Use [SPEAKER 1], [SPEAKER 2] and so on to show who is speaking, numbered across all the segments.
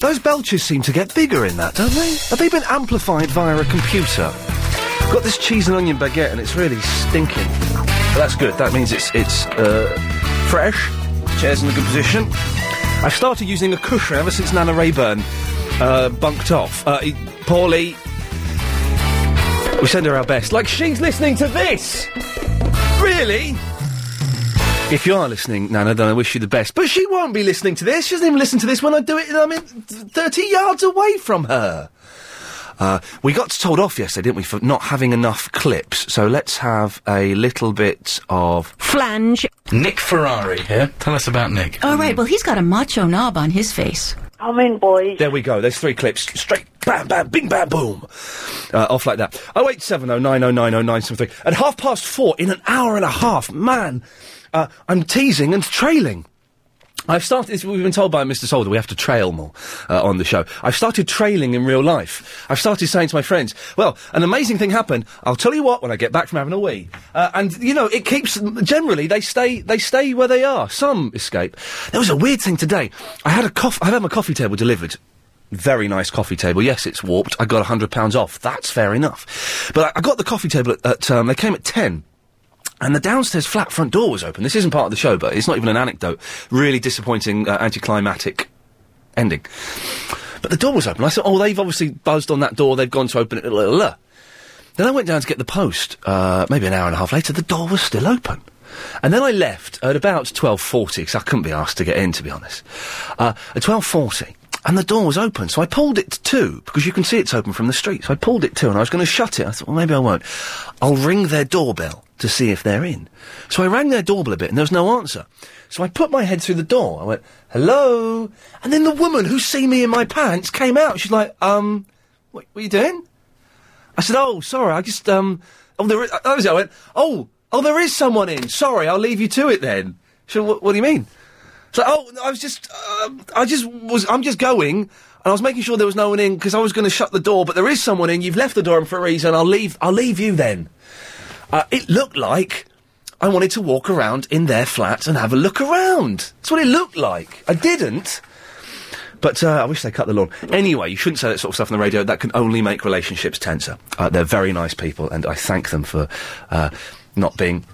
[SPEAKER 1] Those belches seem to get bigger in that, don't they? Have they been amplified via a computer? Got this cheese and onion baguette, and it's really stinking. But that's good. That means it's it's uh, fresh. Chairs in a good position. I've started using a cushion ever since Nana Rayburn uh, bunked off. Uh, he- Paulie, we send her our best. Like she's listening to this. Really? If you are listening, Nana, then I wish you the best. But she won't be listening to this. She doesn't even listen to this when I do it. and I'm in th- 30 yards away from her. Uh, we got told off yesterday, didn't we, for not having enough clips. So let's have a little bit of
[SPEAKER 2] Flange.
[SPEAKER 1] Nick Ferrari here. Tell us about Nick.
[SPEAKER 2] All right, well, he's got a macho knob on his face.
[SPEAKER 3] I'm in, boys.
[SPEAKER 1] There we go. There's three clips. Straight bam, bam, bing, bam, boom. Uh, off like that. oh, 08709090973. At half past four in an hour and a half. Man, uh, I'm teasing and trailing. I've started. this- We've been told by Mr. Solder we have to trail more uh, on the show. I've started trailing in real life. I've started saying to my friends, "Well, an amazing thing happened. I'll tell you what when I get back from having a wee." Uh, and you know, it keeps. Generally, they stay. They stay where they are. Some escape. There was a weird thing today. I had a coff. I had my coffee table delivered. Very nice coffee table. Yes, it's warped. I got hundred pounds off. That's fair enough. But I, I got the coffee table at. at um, they came at ten. And the downstairs flat front door was open. This isn't part of the show, but it's not even an anecdote. Really disappointing, uh, anticlimactic ending. But the door was open. I thought, oh, they've obviously buzzed on that door. They've gone to open it. la, la, la. Then I went down to get the post. Uh, maybe an hour and a half later, the door was still open. And then I left at about twelve forty because I couldn't be asked to get in, to be honest. Uh, at twelve forty, and the door was open, so I pulled it to two because you can see it's open from the street. So I pulled it to, and I was going to shut it. I thought, well, maybe I won't. I'll ring their doorbell to see if they're in. So I rang their doorbell a bit, and there was no answer. So I put my head through the door. I went, "Hello," and then the woman who seen me in my pants came out. She's like, "Um, what, what are you doing?" I said, "Oh, sorry, I just um, oh, there is, I was, I went, oh, oh, there is someone in. Sorry, I'll leave you to it then." She said, "What, what do you mean?" So, oh, I was just, um, I just was, I'm just going, and I was making sure there was no one in because I was going to shut the door, but there is someone in. You've left the door in for a reason. I'll leave, I'll leave you then. Uh, it looked like I wanted to walk around in their flat and have a look around. That's what it looked like. I didn't. But uh, I wish they cut the lawn. Anyway, you shouldn't say that sort of stuff on the radio. That can only make relationships tenser. Uh, they're very nice people, and I thank them for uh, not being.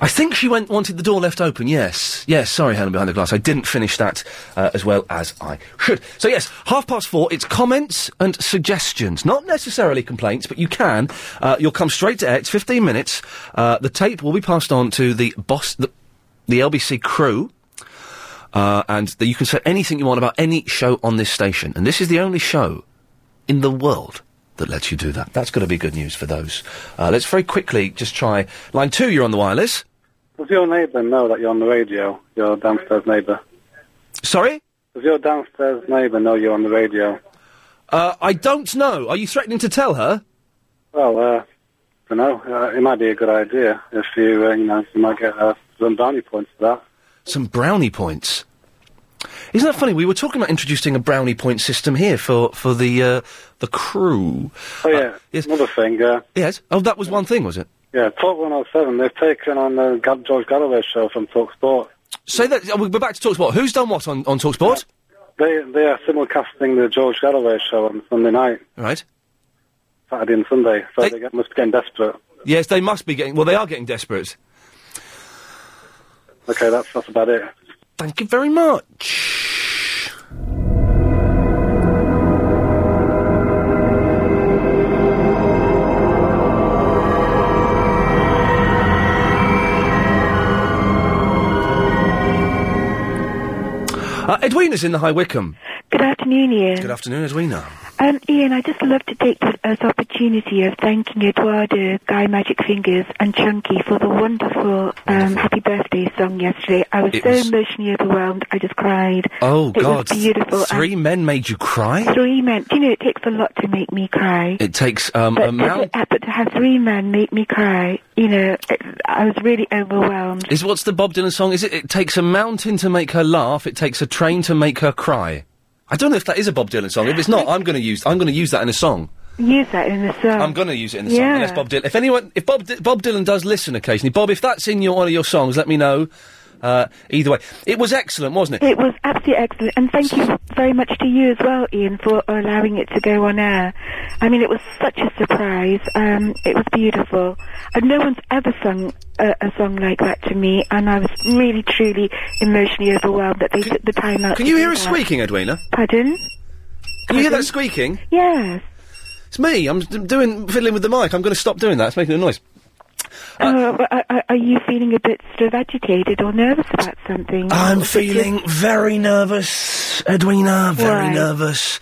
[SPEAKER 1] I think she went wanted the door left open. Yes, yes. Sorry, Helen, behind the glass. I didn't finish that uh, as well as I should. So yes, half past four. It's comments and suggestions, not necessarily complaints, but you can. Uh, you'll come straight to air. It's fifteen minutes. Uh, the tape will be passed on to the boss, the, the LBC crew. Uh, and that you can say anything you want about any show on this station. And this is the only show in the world that lets you do that. That's going to be good news for those. Uh, let's very quickly just try line two. You're on the wireless.
[SPEAKER 4] Does your neighbour know that you're on the radio? Your downstairs neighbour.
[SPEAKER 1] Sorry.
[SPEAKER 4] Does your downstairs neighbour know you're on the radio?
[SPEAKER 1] Uh, I don't know. Are you threatening to tell her?
[SPEAKER 4] Well, uh, I don't know. Uh, it might be a good idea if you, uh, you know, you might get uh, some brownie points for that.
[SPEAKER 1] Some brownie points. Isn't that funny? We were talking about introducing a brownie point system here for for the uh, the crew.
[SPEAKER 4] Oh yeah. Another thing. Uh,
[SPEAKER 1] Yes. Oh, that was one thing, was it?
[SPEAKER 4] yeah. Talk 107. They've taken on the Gab- George Galloway show from Talk Sport.
[SPEAKER 1] Say that. oh, We're back to Talksport. Who's done what on on Talksport?
[SPEAKER 4] They they are simulcasting the George Galloway show on Sunday night,
[SPEAKER 1] Right.
[SPEAKER 4] Saturday and Sunday. So they, get, must be getting desperate.
[SPEAKER 1] Yes, they must be getting. Well, they are getting desperate.
[SPEAKER 4] Okay, that's that's about it.
[SPEAKER 1] Thank you very much. Uh, Edwina's in the High Wycombe.
[SPEAKER 5] Good afternoon, Ian.
[SPEAKER 1] Good afternoon, Edwina.
[SPEAKER 5] Um, Ian, I just love to take th- this opportunity of thanking Eduardo, Guy Magic Fingers, and Chunky for the wonderful um, Happy Birthday song yesterday. I was
[SPEAKER 1] It
[SPEAKER 5] so
[SPEAKER 1] was-
[SPEAKER 5] emotionally overwhelmed, I just cried.
[SPEAKER 1] Oh
[SPEAKER 5] it
[SPEAKER 1] God!
[SPEAKER 5] was beautiful.
[SPEAKER 1] Three men made you
[SPEAKER 5] And
[SPEAKER 1] cry.
[SPEAKER 5] three men. Do you know it takes a lot to make me cry?
[SPEAKER 1] It takes um,
[SPEAKER 5] but,
[SPEAKER 1] a mount.
[SPEAKER 5] to, uh, but to have three men make me cry, you know, it, I was really overwhelmed.
[SPEAKER 1] Is what's the Bob Dylan song? Is it? It takes a mountain to make her laugh. It takes a train to make her cry. I don't know if that is a Bob Dylan song. If it's not, I'm going to use. I'm going to use that in a song.
[SPEAKER 5] Use that in the song.
[SPEAKER 1] I'm going to use it in the song.
[SPEAKER 5] Yeah.
[SPEAKER 1] Unless Bob Dylan, if anyone, if Bob Di- Bob Dylan does listen occasionally, Bob, if that's in your one of your songs, let me know. Uh, either way, it was excellent, wasn't it?
[SPEAKER 6] It was absolutely excellent, and thank you very much to you as well, Ian, for allowing it to go on air. I mean, it was such a surprise. Um, it was beautiful, and no one's ever sung a, a song like that to me, and I was really, truly emotionally overwhelmed that they took the time out.
[SPEAKER 1] Can
[SPEAKER 6] to
[SPEAKER 1] you
[SPEAKER 6] do
[SPEAKER 1] hear us
[SPEAKER 6] that.
[SPEAKER 1] squeaking, Edwina?
[SPEAKER 6] Pardon?
[SPEAKER 1] Can you hear that squeaking?
[SPEAKER 6] Yes.
[SPEAKER 1] Uh, It's me. I'm d- doing fiddling with the mic. I'm going to stop doing that. It's making a noise.
[SPEAKER 6] Uh, but are- are, are you feeling a bit sort of agitated or nervous about something?
[SPEAKER 1] I'm
[SPEAKER 6] Or is it just-
[SPEAKER 1] feeling very nervous, Edwina. Very
[SPEAKER 6] Why?
[SPEAKER 1] nervous.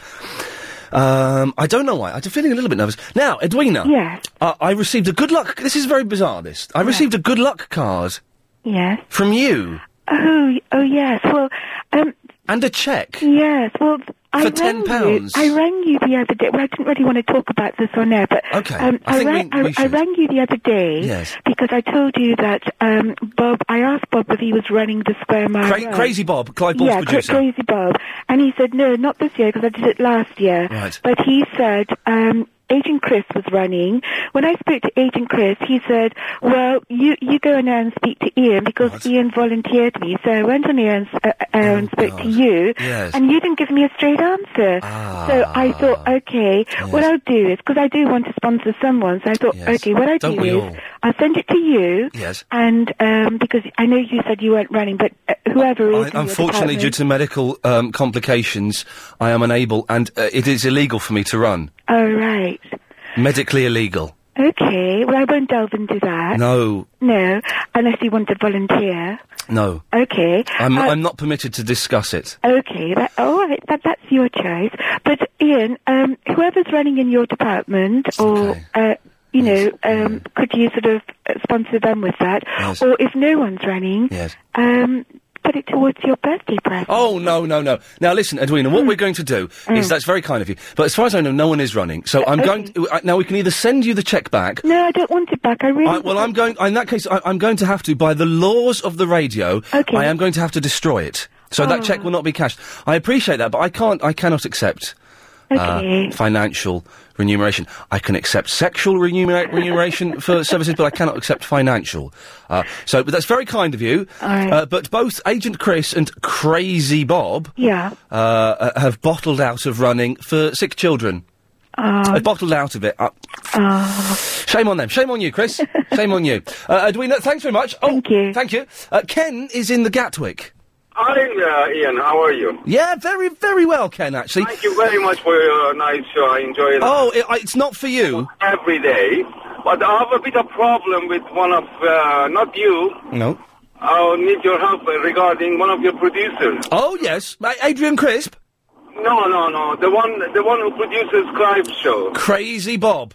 [SPEAKER 1] Um, I don't know why. I'm feeling a little bit nervous now, Edwina.
[SPEAKER 6] Yes.
[SPEAKER 1] Uh, I received a good luck. This is very bizarre. This. I received a good luck card
[SPEAKER 6] Yes.
[SPEAKER 1] from you
[SPEAKER 6] Oh, y- oh yes. Well, um,
[SPEAKER 1] and a check.
[SPEAKER 6] yes. Well, I
[SPEAKER 1] For
[SPEAKER 6] rang
[SPEAKER 1] £10?
[SPEAKER 6] You, I rang you the other day. Well, I didn't really want to talk about this on air, but
[SPEAKER 1] Okay,
[SPEAKER 6] um,
[SPEAKER 1] I think
[SPEAKER 6] rang,
[SPEAKER 1] we- we
[SPEAKER 6] I, I
[SPEAKER 1] should.
[SPEAKER 6] rang you the other day
[SPEAKER 1] Yes.
[SPEAKER 6] because I told you that um, Bob. I asked Bob if he was running the square mile.
[SPEAKER 1] Cra-
[SPEAKER 6] run.
[SPEAKER 1] crazy Bob, Clive Ball's
[SPEAKER 6] yeah, cra-
[SPEAKER 1] producer.
[SPEAKER 6] crazy Bob, and he said no, not this year because I did it last year.
[SPEAKER 1] Right.
[SPEAKER 6] But he said. Um, Agent Chris was running. When I spoke to Agent Chris, he said, "Well, you you go in there and speak to Ian because Ian volunteered me." So I went on air and, s- uh, uh, and spoke to you,
[SPEAKER 1] Oh, Yes. Ah.
[SPEAKER 6] and you didn't give me a straight answer. So I thought, okay, what I'll do is because I do want to sponsor someone. So I thought,
[SPEAKER 1] Yes.
[SPEAKER 6] okay, what I'll
[SPEAKER 1] Don't
[SPEAKER 6] do
[SPEAKER 1] we
[SPEAKER 6] is
[SPEAKER 1] all?
[SPEAKER 6] I'll send it to you.
[SPEAKER 1] Yes.
[SPEAKER 6] And um, because I know you said you weren't running, but uh, whoever is,
[SPEAKER 1] I,
[SPEAKER 6] in your
[SPEAKER 1] unfortunately, due
[SPEAKER 6] department-
[SPEAKER 1] to medical um, complications, I am unable, and uh, it is illegal for me to run.
[SPEAKER 6] Oh right.
[SPEAKER 1] Medically illegal.
[SPEAKER 6] Okay. Well, I won't delve into that.
[SPEAKER 1] No,
[SPEAKER 6] No, unless you want to volunteer.
[SPEAKER 1] no.
[SPEAKER 6] Okay.
[SPEAKER 1] I'm,
[SPEAKER 6] Uh,
[SPEAKER 1] I'm not permitted to discuss it.
[SPEAKER 6] Okay, that, all right, that, that's your choice. But Ian, um, whoever's running in your department, or uh, you know, um, could you sort of uh, sponsor them with that?
[SPEAKER 1] Yes.
[SPEAKER 6] Or if no one's running,
[SPEAKER 1] Yes.
[SPEAKER 6] um, put it towards your birthday present.
[SPEAKER 1] Oh no, no, no! Now listen, Edwina.
[SPEAKER 6] Hmm.
[SPEAKER 1] What we're going to do is that's very kind of you, but as far as I know, no one is running. So I'm going to, uh, now. We can either send you the check back.
[SPEAKER 6] No, I don't want it back. I really.
[SPEAKER 1] I, well, I'm going. In that case, I, I'm going to have to, by the laws of the radio,
[SPEAKER 6] Okay. Oh.
[SPEAKER 1] I am going to have to destroy it. So that check will not be cashed. I appreciate that, but I can't. I cannot accept.
[SPEAKER 6] Okay.
[SPEAKER 1] Uh, financial remuneration. I can accept sexual renumera- remuneration for services, but I cannot accept financial. Uh, so, but that's very kind of you.
[SPEAKER 6] All right.
[SPEAKER 1] Uh, but both Agent Chris and Crazy Bob
[SPEAKER 6] Yeah.
[SPEAKER 1] uh, uh, have bottled out of running for sick children.
[SPEAKER 6] Oh,
[SPEAKER 1] They've bottled out of it. Uh,
[SPEAKER 6] oh.
[SPEAKER 1] Shame on them. Shame on you, Chris. Shame on you. Uh, Edwina, thanks very much. Oh, thank you. Thank you. Uh, Ken is in the Gatwick.
[SPEAKER 7] Hi, uh, Ian. How are you?
[SPEAKER 1] Yeah, very, very well, Ken, actually.
[SPEAKER 7] Thank you very much for your nice show. I enjoy it
[SPEAKER 1] Oh, it, I- it's not for you.
[SPEAKER 7] every day. But I have a bit of problem with one of, uh, not you.
[SPEAKER 1] No.
[SPEAKER 7] I'll need your help regarding one of your producers.
[SPEAKER 1] Oh, yes. Uh, Adrian Crisp.
[SPEAKER 7] No, no, no. The one, the one who produces Clive's show.
[SPEAKER 1] Crazy Bob,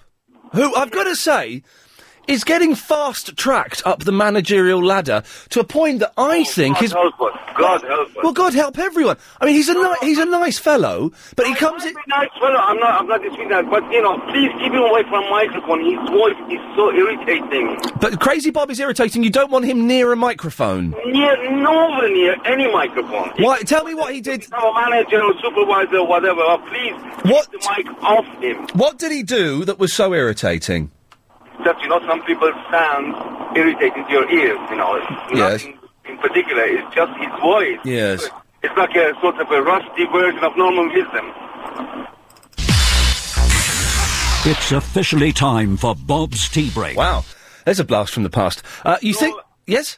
[SPEAKER 1] who I've got to say is getting fast tracked up the managerial ladder to a point that I think is.
[SPEAKER 7] Help us. Oh, God help us.
[SPEAKER 1] Well, God help everyone. I mean, he's a ni- he's a nice fellow, but he comes in.
[SPEAKER 7] Very nice fellow. I'm not, I'm not disputing that. But, you know, please keep him away from microphone. His voice is so irritating.
[SPEAKER 1] But Crazy Bob is irritating. You don't want him near a microphone.
[SPEAKER 7] Near, nowhere near any microphone.
[SPEAKER 1] Why? Tell me what he did.
[SPEAKER 7] Our manager or supervisor or whatever, uh, please
[SPEAKER 1] What?
[SPEAKER 7] keep the mic off him.
[SPEAKER 1] What did he do that was so irritating?
[SPEAKER 7] Just, you know, some people sound irritating to your ears, you know. It's
[SPEAKER 1] Yes.
[SPEAKER 7] Nothing in particular, it's just his voice.
[SPEAKER 1] Yes.
[SPEAKER 7] It's like a sort of a rusty version of normal wisdom.
[SPEAKER 8] It's officially time for Bob's Tea Break.
[SPEAKER 1] Wow, there's a blast from the past. Uh, you think? Yes.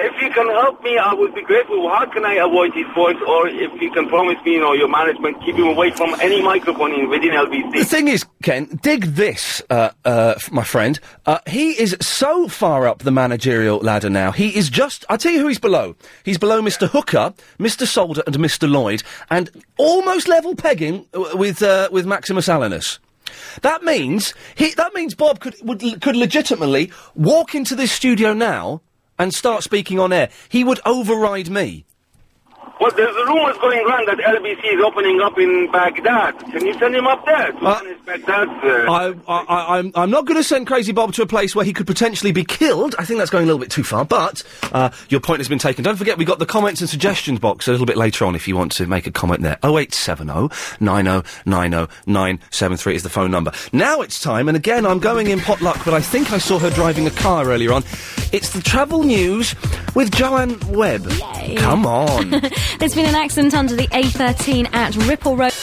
[SPEAKER 7] If you can help me, I would be grateful. How can I avoid his voice? Or if you can promise me, you know, your management, keep him away from any microphone in, within
[SPEAKER 1] The
[SPEAKER 7] LBC.
[SPEAKER 1] thing is, Ken, dig this, uh, uh, f- my friend. Uh, he is so far up the managerial ladder now. He is just, I'll tell you who he's below. He's below Mr. Hooker, Mr. Solder, and Mr. Lloyd, and almost level pegging uh, with, uh, with Maximus Alanus. That means, he, that means Bob could, would, could legitimately walk into this studio now and start speaking on air. He would override me.
[SPEAKER 7] Well, there's rumors going around that LBC is opening up in Baghdad. Can you send him up there? To manage
[SPEAKER 3] But that's, uh,
[SPEAKER 1] I, I, I, I'm, I'm not going to send Crazy Bob to a place where he could potentially be killed. I think that's going a little bit too far, but uh, your point has been taken. Don't forget, we got the comments and suggestions box a little bit later on if you want to make a comment there. 0870 9090 973 is the phone number. Now it's time, and again, I'm going in potluck, but I think I saw her driving a car earlier on. It's the travel news with Joanne Webb. Come on.
[SPEAKER 9] There's been an accident under the A13 at Ripple Road.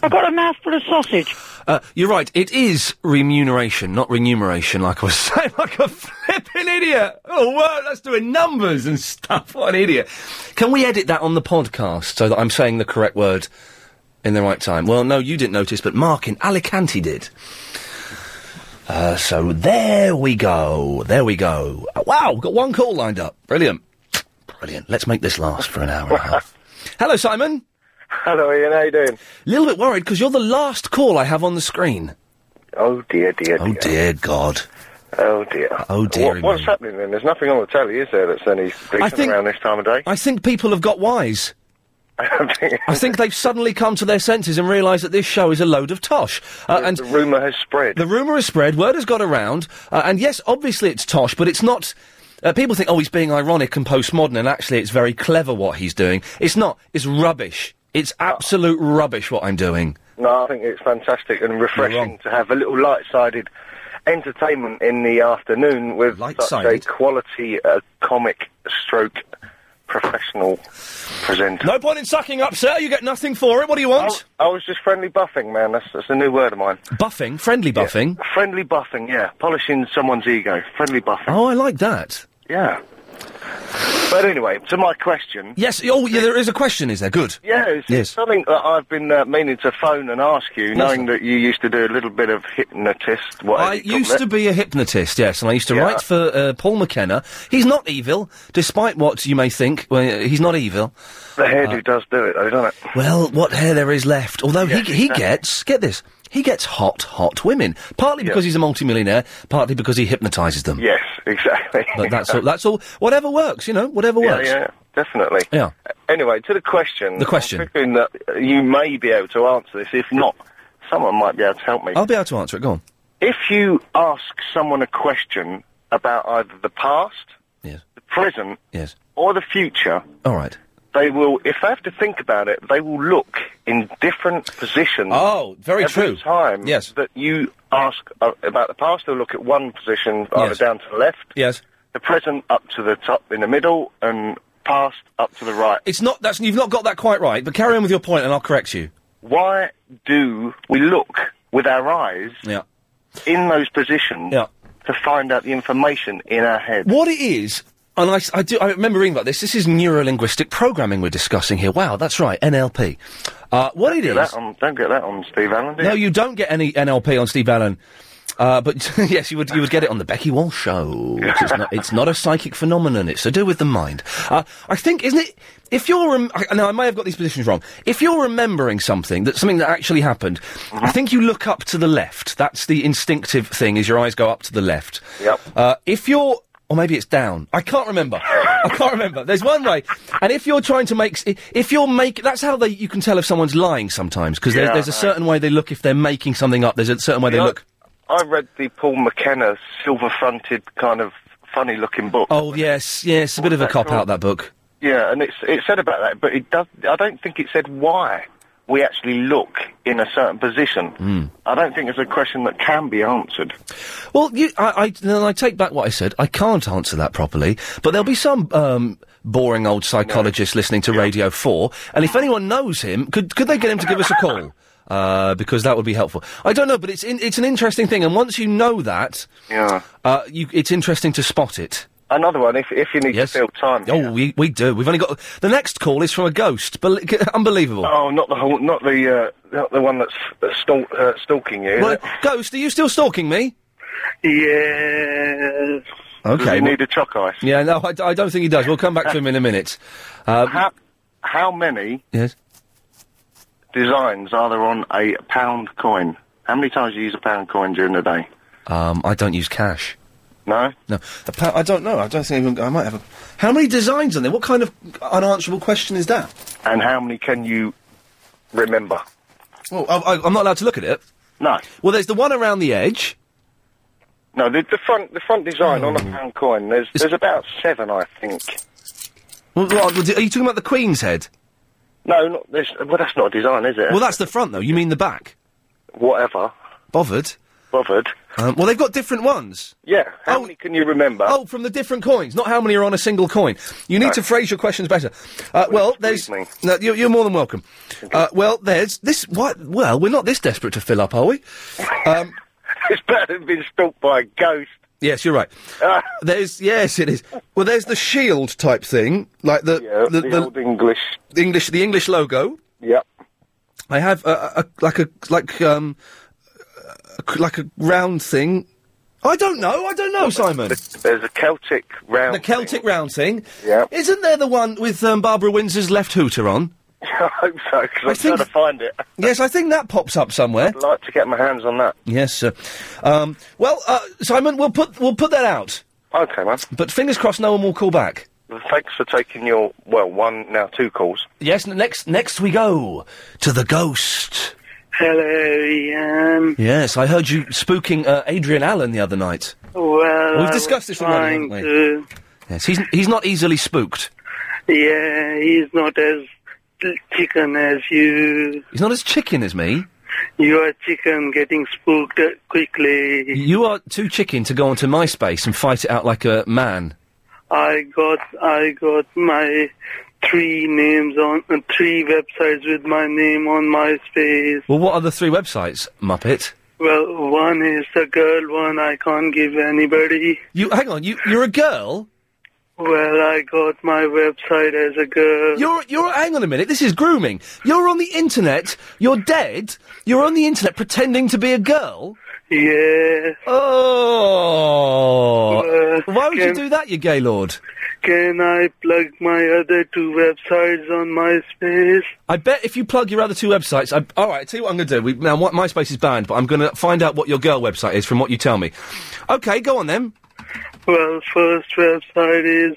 [SPEAKER 10] I've got a mouthful of sausage.
[SPEAKER 1] Uh, you're right. It is remuneration, not remuneration, like I was saying, like a flipping idiot. Oh, wow, that's doing numbers and stuff. What an idiot. Can we edit that on the podcast so that I'm saying the correct word in the right time? Well, no, you didn't notice, but Mark in Alicante did. Uh, so there we go. There we go. Uh, Wow, we've got one call lined up. Brilliant. Brilliant. Let's make this last for an hour and a half. Hello, Simon.
[SPEAKER 11] Hello, Ian. How you doing?
[SPEAKER 1] A little bit worried because you're the last call I have on the screen.
[SPEAKER 11] Oh dear, dear.
[SPEAKER 1] Oh dear God.
[SPEAKER 11] Oh dear.
[SPEAKER 1] Oh dear.
[SPEAKER 11] What, what's happening then? There's nothing on the telly, is there? That's any decent
[SPEAKER 1] think-
[SPEAKER 11] around this time of day.
[SPEAKER 1] I think people have got wise. I think they've suddenly come to their senses and realised that this show is a load of tosh. Uh, and the
[SPEAKER 11] rumour has spread.
[SPEAKER 1] The rumour has spread. Word has got around. Uh, and yes, obviously it's tosh, but it's not. Uh, people think, oh, he's being ironic and postmodern, and actually it's very clever what he's doing. It's not. It's rubbish. It's absolute rubbish what I'm doing.
[SPEAKER 11] No, I think it's fantastic and refreshing to have a little light-sided entertainment in the afternoon with such a
[SPEAKER 1] Light-sided?
[SPEAKER 11] quality uh, comic stroke professional presenter.
[SPEAKER 1] No point in sucking up, sir. You get nothing for it. What do you want?
[SPEAKER 11] I, I was just friendly buffing, man. That's, that's a new word of mine.
[SPEAKER 1] Buffing? Friendly buffing?
[SPEAKER 11] Friendly buffing, yeah. Polishing someone's ego. Friendly buffing.
[SPEAKER 1] Oh, I like that.
[SPEAKER 11] Yeah. But anyway, to my question.
[SPEAKER 1] Yes. Oh, yeah, there is a question, is there? Good.
[SPEAKER 11] Yeah, it's
[SPEAKER 1] Yes.
[SPEAKER 11] something that I've been uh, meaning to phone and ask you,
[SPEAKER 1] Yes,
[SPEAKER 11] knowing
[SPEAKER 1] sir.
[SPEAKER 11] that you used to do a little bit of hypnotist. What
[SPEAKER 1] I used to be a hypnotist, yes, and I used to write for uh, Paul McKenna. He's not evil, despite what you may think. Well, uh, he's not evil. Uh,
[SPEAKER 11] The hairdo does do it, though, doesn't it?
[SPEAKER 1] Well, what hair there is left. Although he, he gets, get this, he gets hot, hot women. Partly because he's a multimillionaire, partly because he hypnotises them.
[SPEAKER 11] Yes, exactly.
[SPEAKER 1] But that's all, that's all, whatever works, you know, whatever
[SPEAKER 11] yeah,
[SPEAKER 1] works.
[SPEAKER 11] yeah, definitely. Uh,
[SPEAKER 1] Yeah.
[SPEAKER 11] Anyway, to the question.
[SPEAKER 1] The question.
[SPEAKER 11] I'm thinking that uh, you may be able to answer this. If not, someone might be able to help me.
[SPEAKER 1] I'll be able to answer it, go on.
[SPEAKER 11] If you ask someone a question about either the past,
[SPEAKER 1] Yes.
[SPEAKER 11] the present,
[SPEAKER 1] Yes.
[SPEAKER 11] or the future,
[SPEAKER 1] All right.
[SPEAKER 11] they will, if they have to think about it, they will look in different positions.
[SPEAKER 1] Oh, very
[SPEAKER 11] every
[SPEAKER 1] true.
[SPEAKER 11] Time
[SPEAKER 1] Yes.
[SPEAKER 11] that you ask uh, about the past, they'll look at one position, either
[SPEAKER 1] Yes.
[SPEAKER 11] down to the left,
[SPEAKER 1] Yes.
[SPEAKER 11] the present up to the top in the middle, and past up to the right.
[SPEAKER 1] It's not, that's, you've not got that quite right, but carry on with your point and I'll correct you.
[SPEAKER 11] Why do we look with our eyes
[SPEAKER 1] Yeah.
[SPEAKER 11] in those positions
[SPEAKER 1] Yeah.
[SPEAKER 11] to find out the information in our head?
[SPEAKER 1] What it is, and I, s- I do, I remember reading about this. This is neurolinguistic programming we're discussing here. Wow, that's right, NLP. Uh, what it
[SPEAKER 11] Get
[SPEAKER 1] is?
[SPEAKER 11] that on, don't get that on Steve Allen. do
[SPEAKER 1] No, you don't get any NLP on Steve Allen. Uh, but yes, you would you would get it on the Becky Walsh show. It's not, it's not a psychic phenomenon. It's to do with the mind. Uh, I think, isn't it? If you're rem- I, now, I may have got these positions wrong. If you're remembering something that something that actually happened, I think you look up to the left. That's the instinctive thing. Is your eyes go up to the left?
[SPEAKER 11] Yep.
[SPEAKER 1] Uh, if you're or maybe it's down. I can't remember. I can't remember. There's one way. And if you're trying to make, s- if you're make, that's how they, you can tell if someone's lying sometimes because
[SPEAKER 11] Yeah,
[SPEAKER 1] there's a
[SPEAKER 11] I-
[SPEAKER 1] certain way they look if they're making something up. There's a certain way they
[SPEAKER 11] Yeah.
[SPEAKER 1] look.
[SPEAKER 11] I read the Paul McKenna silver-fronted kind of funny-looking book.
[SPEAKER 1] Oh yes, yes, a bit of a
[SPEAKER 11] What's that
[SPEAKER 1] cop out
[SPEAKER 11] called?
[SPEAKER 1] that book.
[SPEAKER 11] Yeah, and it's it said about that, but it does. I don't think it said why we actually look in a certain position.
[SPEAKER 1] Hmm.
[SPEAKER 11] I don't think it's a question that can be answered.
[SPEAKER 1] Well, you, I, I, then I take back what I said. I can't answer that properly, but there'll be some um, boring old psychologist listening to Radio Four, and if anyone knows him, could could they get him to give us a call? Uh, because that would be helpful. I don't know, but it's in, it's an interesting thing, and once you know that,
[SPEAKER 11] Yeah.
[SPEAKER 1] uh, you, it's interesting to spot it.
[SPEAKER 11] Another one, if if you need to fill time.
[SPEAKER 1] Oh, we, we do. We've only got the next call is from a ghost. Bel- unbelievable.
[SPEAKER 11] Oh, not the whole, not the uh, not the one that's, that's stalk, uh, stalking you. is
[SPEAKER 1] well,
[SPEAKER 11] it?
[SPEAKER 1] ghost, are you still stalking me?
[SPEAKER 11] Yes.
[SPEAKER 1] Okay,
[SPEAKER 11] Does he
[SPEAKER 1] well-
[SPEAKER 11] need a chalk ice?
[SPEAKER 1] Yeah, no, I, d- I don't think he does. We'll come back to him in a minute. Um,
[SPEAKER 11] How how many
[SPEAKER 1] yes.
[SPEAKER 11] designs are there on a pound coin? How many times do you use a pound coin during the day?
[SPEAKER 1] Um, I don't use cash.
[SPEAKER 11] No.
[SPEAKER 1] No, a pa- I don't know. I don't think even, I might have a. How many designs on there? What kind of unanswerable question is that?
[SPEAKER 11] And how many can you remember?
[SPEAKER 1] Well, I, I, I'm not allowed to look at it.
[SPEAKER 11] No.
[SPEAKER 1] Well, there's the one around the edge. Hmm.
[SPEAKER 11] No, the, the front the front design on a pound coin. There's there's about seven, I think.
[SPEAKER 1] Well, what- are you talking about the Queen's head?
[SPEAKER 11] No, not this. Well, that's not a design, is it?
[SPEAKER 1] Well, that's the front, though. You mean the back?
[SPEAKER 11] Whatever.
[SPEAKER 1] Bothered?
[SPEAKER 11] Bothered.
[SPEAKER 1] Um, well, they've got different ones.
[SPEAKER 11] Yeah. How many can you remember?
[SPEAKER 1] Oh, from the different coins, not how many are on a single coin. You need to phrase your questions better. Uh, well, there's. No, you're, you're more than welcome. Uh, well, there's this. What? Well, we're not this desperate to fill up, are we? Um,
[SPEAKER 11] it's better than being stalked by a ghost.
[SPEAKER 1] Yes, you're right.
[SPEAKER 11] Ah.
[SPEAKER 1] there's yes, it is. Well, there's the shield type thing, like the the, the
[SPEAKER 11] old English,
[SPEAKER 1] the English, the English logo.
[SPEAKER 11] Yep.
[SPEAKER 1] I have a, a, a- like a like um a- like a round thing. I don't know. I don't know, Simon.
[SPEAKER 11] There's a Celtic round.
[SPEAKER 1] The Celtic round thing.
[SPEAKER 11] Yeah.
[SPEAKER 1] Isn't there the one with um, Barbara Windsor's left hooter on?
[SPEAKER 11] I hope so, because I'm
[SPEAKER 1] think-
[SPEAKER 11] trying to find it.
[SPEAKER 1] Yes, I think that pops up somewhere.
[SPEAKER 11] I'd like to get my hands on that.
[SPEAKER 1] Yes, sir. Um, well, uh, Simon, we'll put we'll put that out.
[SPEAKER 11] Okay, man.
[SPEAKER 1] But fingers crossed, no one will call back.
[SPEAKER 11] Well, Thanks for taking your well one now two calls.
[SPEAKER 1] Yes. n- Next, next we go to the ghost.
[SPEAKER 12] Hello, Ian.
[SPEAKER 1] Yes, I heard you spooking uh, Adrian Allen the other night.
[SPEAKER 12] Well,
[SPEAKER 1] We've discussed this already, haven't we?
[SPEAKER 12] To,
[SPEAKER 1] Yes, he's he's not easily spooked.
[SPEAKER 12] yeah, he's not as chicken as you.
[SPEAKER 1] He's not as chicken as me.
[SPEAKER 12] You are chicken getting spooked quickly.
[SPEAKER 1] You are too chicken to go onto MySpace and fight it out like a man.
[SPEAKER 12] I got I got my three names on uh, three websites with my name on MySpace.
[SPEAKER 1] Well, what are the three websites, Muppet?
[SPEAKER 12] Well, one is the girl one I can't give anybody.
[SPEAKER 1] You hang on. You you're a girl.
[SPEAKER 12] Well, I got my website as a girl.
[SPEAKER 1] You're you're hang on a minute. This is grooming. You're on the internet. You're dead. You're on the internet pretending to be a girl.
[SPEAKER 12] Yeah.
[SPEAKER 1] Oh. Why would you
[SPEAKER 12] Uh, can-
[SPEAKER 1] do that, you gay lord?
[SPEAKER 12] Can I plug my other two websites on MySpace?
[SPEAKER 1] I bet if you plug your other two websites, I, all right. I tell you what I'm going to do. We, now, what, MySpace is banned, but I'm going to find out what your girl website is from what you tell me. Okay, go on then.
[SPEAKER 12] Well, first website is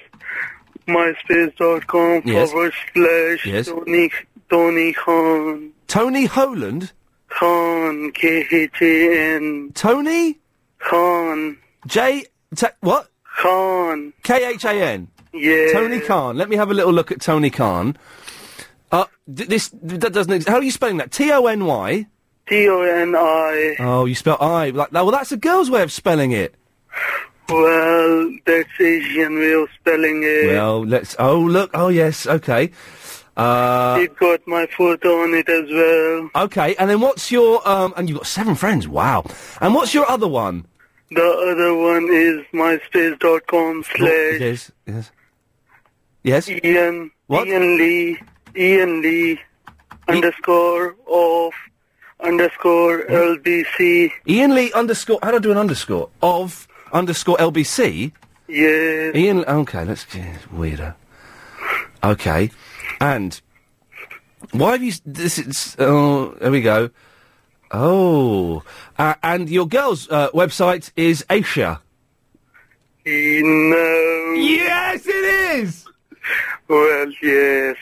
[SPEAKER 12] myspace.com
[SPEAKER 1] Yes.
[SPEAKER 12] forward slash
[SPEAKER 1] Yes.
[SPEAKER 12] Tony Tony Khan
[SPEAKER 1] Tony Holand,
[SPEAKER 12] Khan K H A N
[SPEAKER 1] Tony
[SPEAKER 12] Khan
[SPEAKER 1] J. T- what?
[SPEAKER 12] Khan
[SPEAKER 1] K H A N.
[SPEAKER 12] Yeah.
[SPEAKER 1] Tony Khan. Let me have a little look at Tony Khan. Uh, d- this that doesn't. Ex- how are you spelling that? T O N Y.
[SPEAKER 12] T O N I.
[SPEAKER 1] Oh, you spell I like that. Well, that's a girl's way of spelling it.
[SPEAKER 12] Well, that's Asian way of spelling it.
[SPEAKER 1] Well, let's. Oh, look. Oh, yes. Okay. Uh,
[SPEAKER 12] it got my photo on it as well.
[SPEAKER 1] okay. And then what's your um? And you've got seven friends. Wow. And what's your other one?
[SPEAKER 12] The other one is myspace.com slash
[SPEAKER 1] Yes. Yes. Yes.
[SPEAKER 12] E Ian
[SPEAKER 1] What?
[SPEAKER 12] Ian Lee Ian Lee E underscore of underscore LBC.
[SPEAKER 1] Hmm? Ian Lee underscore. How do I do an underscore of underscore LBC?
[SPEAKER 12] Yeah.
[SPEAKER 1] Ian. Okay. Let's. yeah, Weirdo. Okay. And why have you? s- This is. Oh, there we go. Oh, uh, and your girl's uh, website is Asia.
[SPEAKER 12] No.
[SPEAKER 1] Yes, it is.
[SPEAKER 12] Well, yes.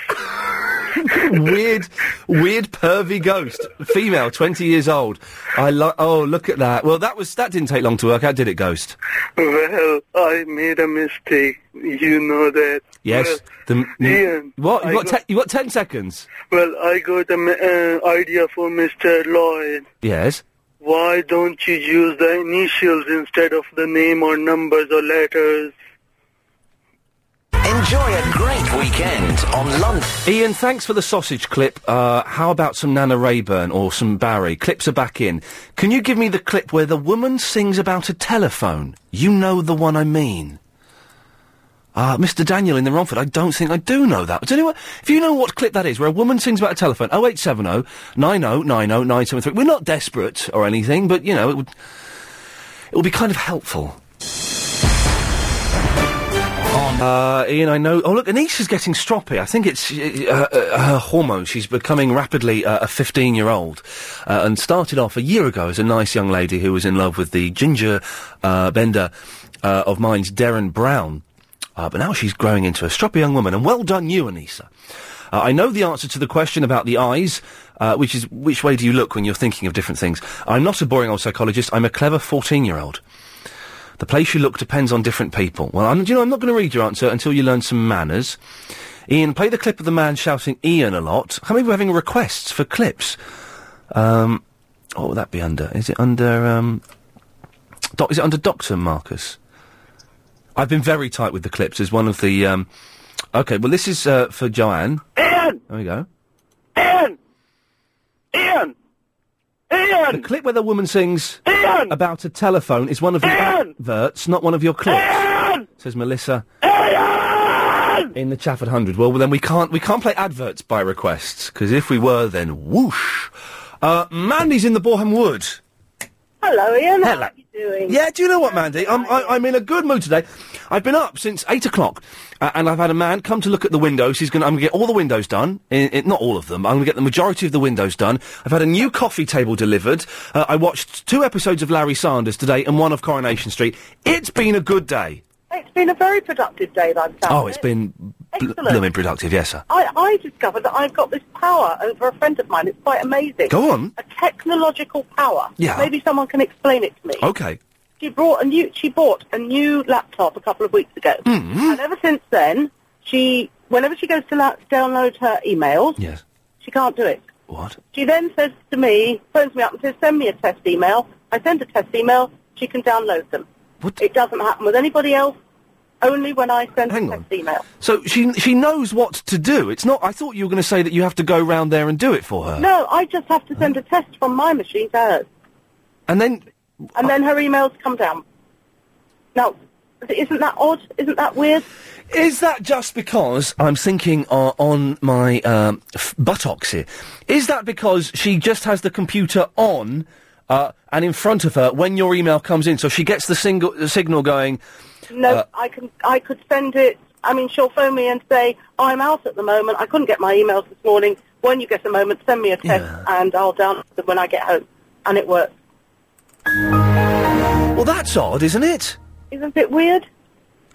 [SPEAKER 1] weird, weird, pervy ghost, female, twenty years old. I like. Oh, look at that. Well, that was that didn't take long to work out, did it, Ghost?
[SPEAKER 12] Well, I made a mistake. You know that.
[SPEAKER 1] Yes.
[SPEAKER 12] Well,
[SPEAKER 1] the, m- m-
[SPEAKER 12] Ian,
[SPEAKER 1] What? You
[SPEAKER 12] I
[SPEAKER 1] got?
[SPEAKER 12] got-
[SPEAKER 1] Te- you got ten seconds.
[SPEAKER 12] well, I got an uh, idea for Mr. Lloyd.
[SPEAKER 1] Yes.
[SPEAKER 12] Why don't you use the initials instead of the name or numbers or letters?
[SPEAKER 13] Enjoy a great weekend on London.
[SPEAKER 1] Ian, thanks for the sausage clip. Uh, how about some Nana Rayburn or some Barry? Clips are back in. Can you give me the clip where the woman sings about a telephone? You know the one I mean. Uh, Mr. Daniel in the Romford, I don't think I do know that. Does anyone, if you know what clip that is, where a woman sings about a telephone, 0870 9090 973. We're not desperate or anything, but, you know, it would, it would be kind of helpful. Uh, Ian, I know. Oh, look, Anisha's getting stroppy. I think it's uh, uh, her hormones. She's becoming rapidly uh, a 15 year old uh, and started off a year ago as a nice young lady who was in love with the ginger uh, bender uh, of mine's Darren Brown. Uh, but now she's growing into a stroppy young woman, and well done you, Anissa. Uh, I know the answer to the question about the eyes, uh, which is which way do you look when you're thinking of different things. I'm not a boring old psychologist. I'm a clever 14 year old. The place you look depends on different people. Well, I'm, you know, I'm not going to read your answer until you learn some manners. Ian, play the clip of the man shouting Ian a lot. How many people are having requests for clips? Um, what would that be under? Is it under, um, doc- is it under Doctor Marcus? I've been very tight with the clips as one of the, um, okay, well this is, uh, for Joanne.
[SPEAKER 3] Ian!
[SPEAKER 1] There we go.
[SPEAKER 3] Ian! Ian! Ian!
[SPEAKER 1] The clip where the woman sings about a telephone is one of the adverts, not one of your clips. Says Melissa. In the Chafford Hundred. Well, then we can't we can't play adverts by requests because if we were, then whoosh. Uh, Mandy's in the Boreham Wood.
[SPEAKER 14] Hello, Ian.
[SPEAKER 1] Hello.
[SPEAKER 14] How are you doing?
[SPEAKER 1] Yeah, do you know what, Mandy? I'm, I, I'm in a good mood today. I've been up since eight o'clock, uh, and I've had a man come to look at the windows. He's going. to I'm going to get all the windows done. I i not all of them. I'm going to get the majority of the windows done. I've had a new coffee table delivered. Uh, I watched two episodes of Larry Sanders today and one of Coronation Street. It's been a good day.
[SPEAKER 14] It's been a very productive day that I've found.
[SPEAKER 1] Oh, it's been bl-
[SPEAKER 14] Excellent.
[SPEAKER 1] blooming productive. Yes, sir.
[SPEAKER 14] I, I discovered that I've got this power over a friend of mine. It's quite amazing.
[SPEAKER 1] Go on.
[SPEAKER 14] A technological power.
[SPEAKER 1] Yeah. Oh,
[SPEAKER 14] Maybe someone can explain it to me.
[SPEAKER 1] Okay.
[SPEAKER 14] She brought a new. She bought a new laptop a couple of weeks ago,
[SPEAKER 1] Mm-hmm.
[SPEAKER 14] and ever since then, she whenever she goes to la- download her emails,
[SPEAKER 1] Yes.
[SPEAKER 14] she can't do it.
[SPEAKER 1] What?
[SPEAKER 14] She then says to me, phones me up and says, send me a test email. I send a test email. She can download them. It doesn't happen with anybody else. Only when I send a test email.
[SPEAKER 1] So she she knows what to do. It's not. I thought you were going to say that you have to go round there and do it for her.
[SPEAKER 14] No, I just have to send a test from my machine to hers,
[SPEAKER 1] And then
[SPEAKER 14] and then her emails come down. Now, isn't that odd? Isn't that weird?
[SPEAKER 1] Is that just because I'm thinking uh, on my um, f- buttocks here? Is that because she just has the computer on uh, and in front of her when your email comes in, so she gets the single the signal going?
[SPEAKER 14] No,
[SPEAKER 1] uh,
[SPEAKER 14] I can. I could send it. I mean, she'll phone me and say I'm out at the moment. I couldn't get my emails this morning. When you get a moment, send me a text, and I'll download them when I get home. And it works.
[SPEAKER 1] well, that's odd, isn't it?
[SPEAKER 14] Isn't it weird?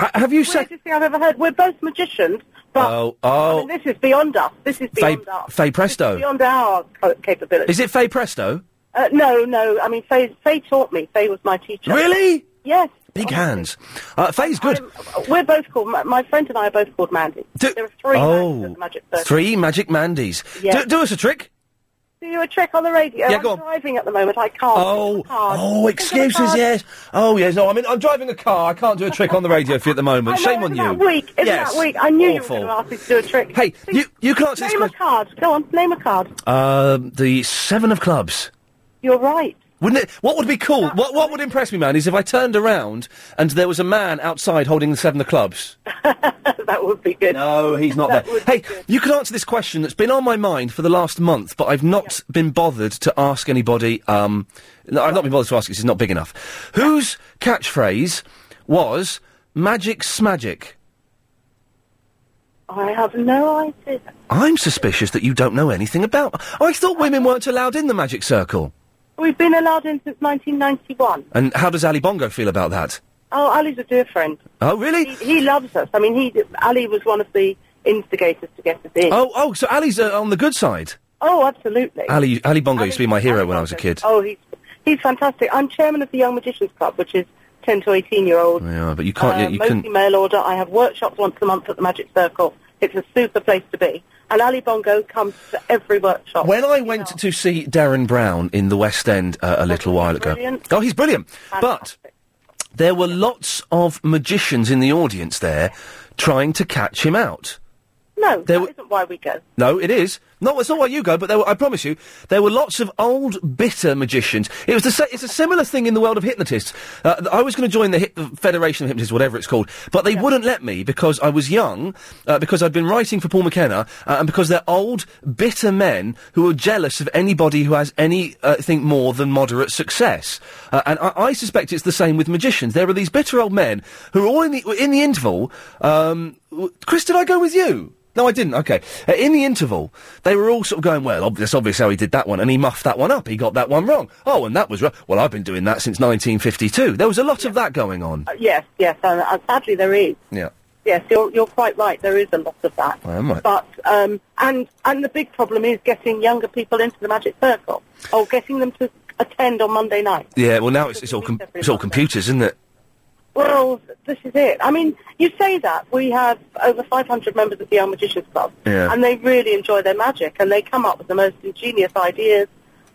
[SPEAKER 1] Ha- have you said?
[SPEAKER 14] Weirdest thing I've ever heard. We're both magicians, but
[SPEAKER 1] Oh,
[SPEAKER 14] I
[SPEAKER 1] oh,
[SPEAKER 14] mean, this is beyond us. This is
[SPEAKER 1] Faye,
[SPEAKER 14] beyond us.
[SPEAKER 1] Faye Presto.
[SPEAKER 14] Beyond our co- capability.
[SPEAKER 1] Is it Faye Presto?
[SPEAKER 14] Uh, no, no. I mean, Faye, Faye taught me. Faye was my teacher.
[SPEAKER 1] Really?
[SPEAKER 14] Yes.
[SPEAKER 1] Big hands. Uh, Faye's good.
[SPEAKER 14] We're both called. My, my friend and I are both called Mandy. there are three
[SPEAKER 1] oh,
[SPEAKER 14] Mandys at the Magic Circle.
[SPEAKER 1] three magic Mandies.
[SPEAKER 14] Yeah.
[SPEAKER 1] Do, do us a trick.
[SPEAKER 14] Do you a trick on the radio?
[SPEAKER 1] Yeah,
[SPEAKER 14] I'm
[SPEAKER 1] go on.
[SPEAKER 14] driving at the moment. I can't.
[SPEAKER 1] Oh,
[SPEAKER 14] It's hard. It's
[SPEAKER 1] oh,
[SPEAKER 14] a
[SPEAKER 1] excuses,
[SPEAKER 14] hard-
[SPEAKER 1] yes. Oh, yes. No, I mean, I'm driving a car. I can't do a trick on the radio for you at the moment.
[SPEAKER 14] I know,
[SPEAKER 1] Shame on
[SPEAKER 14] isn't
[SPEAKER 1] you.
[SPEAKER 14] That weak. Isn't
[SPEAKER 1] yes.
[SPEAKER 14] that weak? I knew
[SPEAKER 1] Awful.
[SPEAKER 14] you were going to ask me to do a trick.
[SPEAKER 1] Hey, you, you can't
[SPEAKER 14] Name a card. Go on, name a card.
[SPEAKER 1] Uh, the seven of clubs.
[SPEAKER 14] You're right.
[SPEAKER 1] Wouldn't it? What would be cool? What What would impress me, man, is if I turned around and there was a man outside holding the seven of clubs.
[SPEAKER 14] that would be good.
[SPEAKER 1] No, he's not there. Hey, you can answer this question that's been on my mind for the last month, but I've not been bothered to ask anybody. Um, no, I've not been bothered to ask. 'cause It's not big enough. Whose catchphrase was "Magic Smagic"?
[SPEAKER 14] I have no idea.
[SPEAKER 1] I'm suspicious that you don't know anything about. I thought women weren't allowed in the magic circle.
[SPEAKER 14] We've been allowed in since 1991.
[SPEAKER 1] And how does Ali Bongo feel about that?
[SPEAKER 14] Oh, Ali's a dear friend.
[SPEAKER 1] Oh, really?
[SPEAKER 14] He, he loves us. I mean, he Ali was one of the instigators to get us in.
[SPEAKER 1] Oh, oh, so Ali's uh, on the good side.
[SPEAKER 14] Oh, absolutely.
[SPEAKER 1] Ali, Ali Bongo used to be my hero when I was a kid.
[SPEAKER 14] Oh, he's he's fantastic. I'm chairman of the Young Magicians Club, which is 10 to 18 year olds.
[SPEAKER 1] Yeah, but you can't.
[SPEAKER 14] uh,
[SPEAKER 1] you, you
[SPEAKER 14] mostly
[SPEAKER 1] can.
[SPEAKER 14] mail order. I have workshops once a month at the Magic Circle. It's a super place to be. And Ali Bongo comes to every workshop.
[SPEAKER 1] When I went to see Darren Brown in the West End uh, a little while ago,
[SPEAKER 14] brilliant?
[SPEAKER 1] oh, he's brilliant. But there were lots of magicians in the audience there, trying to catch him out.
[SPEAKER 14] No,
[SPEAKER 1] There
[SPEAKER 14] that
[SPEAKER 1] were-
[SPEAKER 14] not why we go.
[SPEAKER 1] No, it is. No, it's not why you go, but there were, I promise you, there were lots of old, bitter magicians. It was the sa- it's a similar thing in the world of hypnotists. Uh, th- I was going to join the hip- the Federation of Hypnotists, whatever it's called, but they wouldn't let me because I was young, uh, because I'd been writing for Paul McKenna, uh, and because they're old, bitter men who are jealous of anybody who has any uh, think more than moderate success. Uh, and I, I suspect it's the same with magicians. There are these bitter old men who are all in the, in the interval. Um, w- Chris, did I go with you? No, I didn't. Okay. Uh, in the interval, they were all sort of going, well, ob- it's obvious how he did that one, and he muffed that one up. He got that one wrong. Oh, and that was wrong. Well, I've been doing that since 1952. There was a lot of that going on.
[SPEAKER 14] Uh, yes, yes. And, uh, sadly, there is.
[SPEAKER 1] Yeah.
[SPEAKER 14] yes, you're, you're quite right. There is a lot of that.
[SPEAKER 1] I am right.
[SPEAKER 14] But um, and and the big problem is getting younger people into the magic circle, or getting them to attend on Monday night.
[SPEAKER 1] Yeah, well now it's, it's all com- it's all computers, isn't it?
[SPEAKER 14] Well, this is it. I mean, you say that we have over 500 members of the Young Magicians Club,
[SPEAKER 1] Yeah.
[SPEAKER 14] and they really enjoy their magic, and they come up with the most ingenious ideas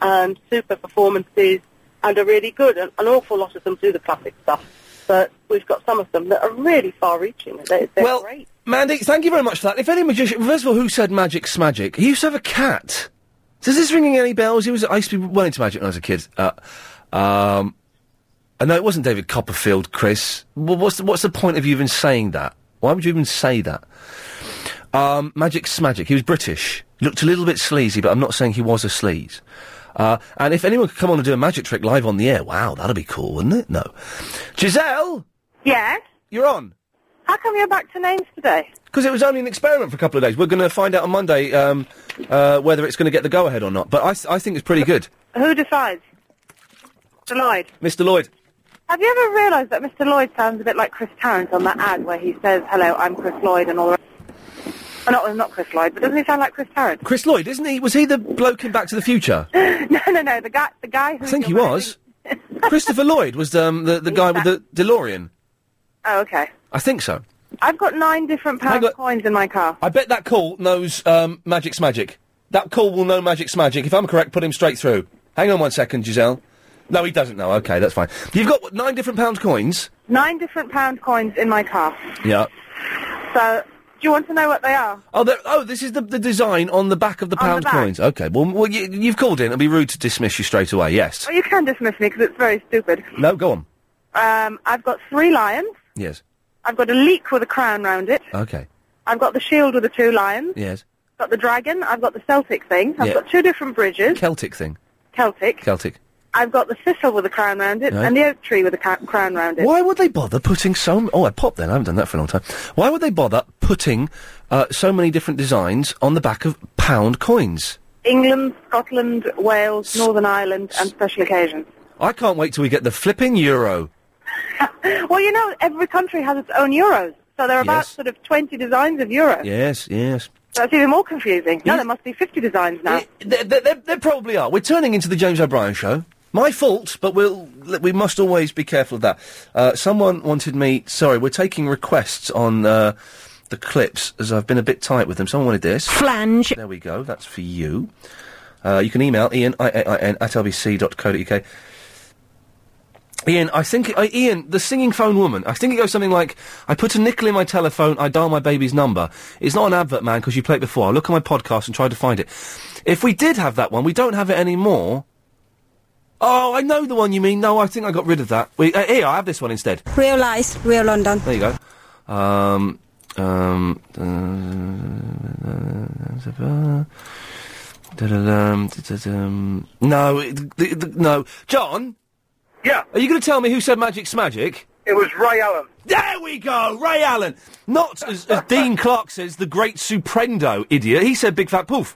[SPEAKER 14] and super performances, and are really good. An, an awful lot of them do the classic stuff, but we've got some of them that are really far-reaching. They're, they're
[SPEAKER 1] well,
[SPEAKER 14] great.
[SPEAKER 1] Mandy, thank you very much for that. If any magician, first of all, who said magic's magic? He used to have a cat. Does this ringing any bells? He was. I used to be well into magic when I was a kid. Uh, um, uh, no, it wasn't David Copperfield, Chris. Well, what's the, what's the point of you even saying that? Why would you even say that? Um, Magic Smagic. He was British. Looked a little bit sleazy, but I'm not saying he was a sleaze. Uh, and if anyone could come on and do a magic trick live on the air, wow, that'd be cool, wouldn't it? No. Giselle?
[SPEAKER 15] Yes?
[SPEAKER 1] You're on.
[SPEAKER 15] How come you're back to names today?
[SPEAKER 1] Because it was only an experiment for a couple of days. We're going to find out on Monday um, uh, whether it's going to get the go ahead or not. But I, s- I think it's pretty good.
[SPEAKER 15] Who decides? Mr. Lloyd.
[SPEAKER 1] Mr. Lloyd.
[SPEAKER 15] Have you ever realised that Mr. Lloyd sounds a bit like Chris Tarrant on that ad where he says, hello, I'm Chris Lloyd and all the rest? Oh, not, not Chris Lloyd, but doesn't he sound like Chris Tarrant?
[SPEAKER 1] Chris Lloyd, isn't he? Was he the bloke in Back to the Future?
[SPEAKER 15] no, no, no, the guy, the guy who...
[SPEAKER 1] I think he was. Christopher Lloyd was um, the, the guy with the DeLorean.
[SPEAKER 15] Oh, okay.
[SPEAKER 1] I think so.
[SPEAKER 15] I've got nine different pound coins in my car.
[SPEAKER 1] I bet that call knows um, Magic's Magic. That call will know Magic's Magic. If I'm correct, put him straight through. Hang on one second, Giselle. No, he doesn't know. Okay, that's fine. You've got what, nine different pound coins.
[SPEAKER 15] Nine different pound coins in my car.
[SPEAKER 1] Yeah.
[SPEAKER 15] So, do you want to know what they are?
[SPEAKER 1] Oh, there- oh, this is the, the design on the back of the
[SPEAKER 15] On the
[SPEAKER 1] pound
[SPEAKER 15] back.
[SPEAKER 1] coins. Okay, well, well you, you've called in. It'll be rude to dismiss you straight away. Yes.
[SPEAKER 15] Well, you can dismiss me because it's very stupid.
[SPEAKER 1] No, go on.
[SPEAKER 15] Um, I've got three lions.
[SPEAKER 1] Yes.
[SPEAKER 15] I've got a leek with a crown round it.
[SPEAKER 1] Okay.
[SPEAKER 15] I've got the shield with the two lions.
[SPEAKER 1] Yes.
[SPEAKER 15] I've got the dragon. I've got the Celtic thing. I've
[SPEAKER 1] Yeah.
[SPEAKER 15] got two different bridges,
[SPEAKER 1] Celtic thing.
[SPEAKER 15] Celtic.
[SPEAKER 1] Celtic.
[SPEAKER 15] I've got the thistle with a crown round it
[SPEAKER 1] Right.
[SPEAKER 15] and the oak tree with a ca- crown round it.
[SPEAKER 1] Why would they bother putting so? M- oh, I popped then. I haven't done that for a long time. Why would they bother putting uh, so many different designs on the back of pound coins?
[SPEAKER 15] England, Scotland, Wales, Northern Ireland, and special occasions.
[SPEAKER 1] I can't wait till we get the flipping euro.
[SPEAKER 15] Well, you know, every country has its own euros, so there are about
[SPEAKER 1] Yes.
[SPEAKER 15] sort of 20 designs of euros.
[SPEAKER 1] Yes, yes.
[SPEAKER 15] So that's even more confusing. No, there must be 50 designs now.
[SPEAKER 1] There, there, there, there probably are. We're turning into the James O'Brien show. My fault, but we'll we must always be careful of that. Uh, someone wanted me. Sorry, we're taking requests on uh, the clips as I've been a bit tight with them. Someone wanted this
[SPEAKER 2] flange.
[SPEAKER 1] There we go. That's for you. Uh, you can email Ian I A I N at lbc.co.uk. Ian, I think uh, Ian, the singing phone woman. I think it goes something like, "I put a nickel in my telephone. I dial my baby's number. It's not an advert, man, because you played it before. I look at my podcast and try to find it. If we did have that one, we don't have it anymore. Oh, I know the one you mean. No, I think I got rid of that. We, uh, here, I have this one instead.
[SPEAKER 16] Real lies, real London.
[SPEAKER 1] There you go. Um, um, uh, da-da-dum, da-da-dum. no, it- the, the, no, John.
[SPEAKER 7] Yeah.
[SPEAKER 1] Are you going to tell me who said Magic's Magic?
[SPEAKER 7] It was Ray Allen.
[SPEAKER 1] There we go, Ray Allen. Not as, as Dean Clark says, the great Suprendo idiot. He said Big Fat Poof.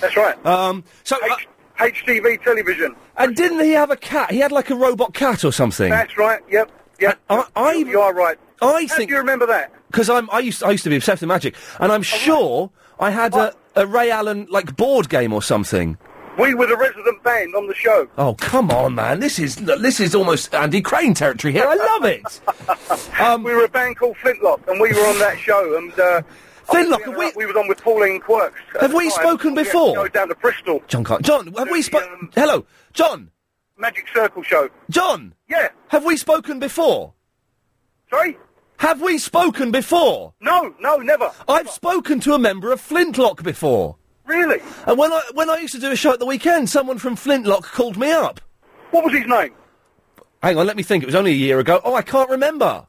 [SPEAKER 7] That's right.
[SPEAKER 1] Um, so H-
[SPEAKER 7] HTV television.
[SPEAKER 1] and didn't he have a cat? He had like a robot cat or something.
[SPEAKER 7] That's right. Yep. Yep. I, you, you are right.
[SPEAKER 1] I
[SPEAKER 7] How
[SPEAKER 1] think-
[SPEAKER 7] Do you remember that? Oh,
[SPEAKER 1] Because I'm, I used, I used to be obsessed with magic, and I'm sure I had a, a Ray Allen like board game or something.
[SPEAKER 7] We were the resident band on the show.
[SPEAKER 1] Oh come on, man! This is this is almost Andy Crane territory here. I love it. Um,
[SPEAKER 7] we were a band called Flintlock, and we were on that show. And uh, Flintlock, we we was on with Pauline Quirks. at
[SPEAKER 1] Have
[SPEAKER 7] the
[SPEAKER 1] we
[SPEAKER 7] time.
[SPEAKER 1] spoken
[SPEAKER 7] We had to
[SPEAKER 1] before?
[SPEAKER 7] Go down to Bristol. um,
[SPEAKER 1] John, Car- John, have we spoken? Hello, John.
[SPEAKER 7] Magic Circle show.
[SPEAKER 1] John.
[SPEAKER 7] Yeah.
[SPEAKER 1] Have we spoken before?
[SPEAKER 7] Sorry.
[SPEAKER 1] Have we spoken before?
[SPEAKER 7] No, no, never.
[SPEAKER 1] I've spoken to a member of Flintlock before.
[SPEAKER 7] Really?
[SPEAKER 1] And when I when I used to do a show at the weekend, someone from Flintlock called me up.
[SPEAKER 7] What was his name?
[SPEAKER 1] Hang on, let me think. It was only a year ago. Oh, I can't remember.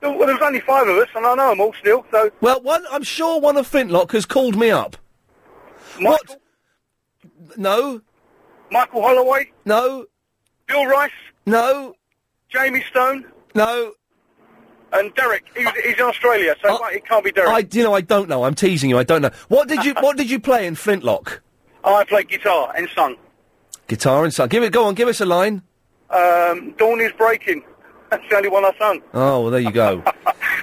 [SPEAKER 7] Well, there was only five of us, and I know them all still. So
[SPEAKER 1] Well, one, I'm sure one of Flintlock has called me up. What? No.
[SPEAKER 7] Michael Holloway.
[SPEAKER 1] No.
[SPEAKER 7] Bill Rice.
[SPEAKER 1] No.
[SPEAKER 7] Jamie Stone.
[SPEAKER 1] No.
[SPEAKER 7] And Derek. He was, he's in Australia, so it might- it can't be Derek.
[SPEAKER 1] I, you know, I don't know. I'm teasing you. I don't know. What did you What did you play in Flintlock?
[SPEAKER 7] I played guitar and sung.
[SPEAKER 1] Guitar and song. Give it. Go on. Give us a line.
[SPEAKER 7] Um, Dawn is breaking. That's the only one I sung.
[SPEAKER 1] Oh, well, there you go.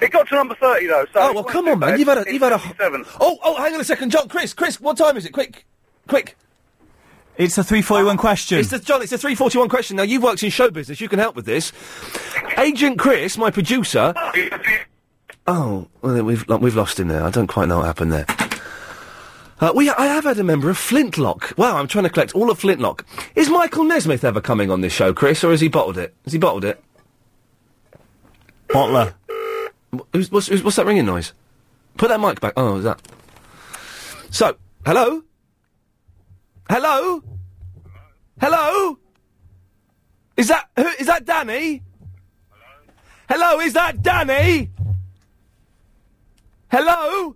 [SPEAKER 7] It got to number 30, though, so...
[SPEAKER 1] Oh well, come on, man! You've had a you've had a
[SPEAKER 7] seven.
[SPEAKER 1] Oh oh, hang on a second, John, Chris, Chris, what time is it? Quick, quick. Ah,
[SPEAKER 16] It's a three forty one question.
[SPEAKER 1] It's the John. It's a three forty one question. Now you've worked in show business. You can help with this. Agent Chris, my producer. Oh, well, we've lo- we've lost him there. I don't quite know what happened there. Uh, we I have had a member of Flintlock. Wow, I'm trying to collect all of Flintlock. Is Michael Nesmith ever coming on this show, Chris, or has he bottled it? Has he bottled it?
[SPEAKER 16] Bottler.
[SPEAKER 1] Who's, what's, who's- what's that ringing noise? Put that mic back. Oh, is that? So, hello, hello, hello. Is that who? Is that Danny? Hello. Hello, is that Danny? Hello? Hello?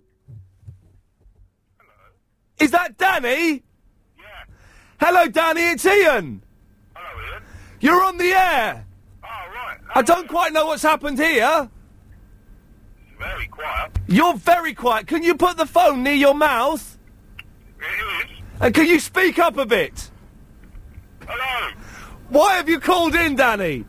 [SPEAKER 1] Is that Danny? Yeah. Hello, Danny, it's Ian. Hello, Ian. You're on the air. Oh, right. I don't quite know what's happened here. It's very quiet. You're very quiet. Can you put the phone near your mouth?
[SPEAKER 7] Mm-hmm.
[SPEAKER 1] It is. And can you speak up a bit? Hello. Why have you called in, Danny?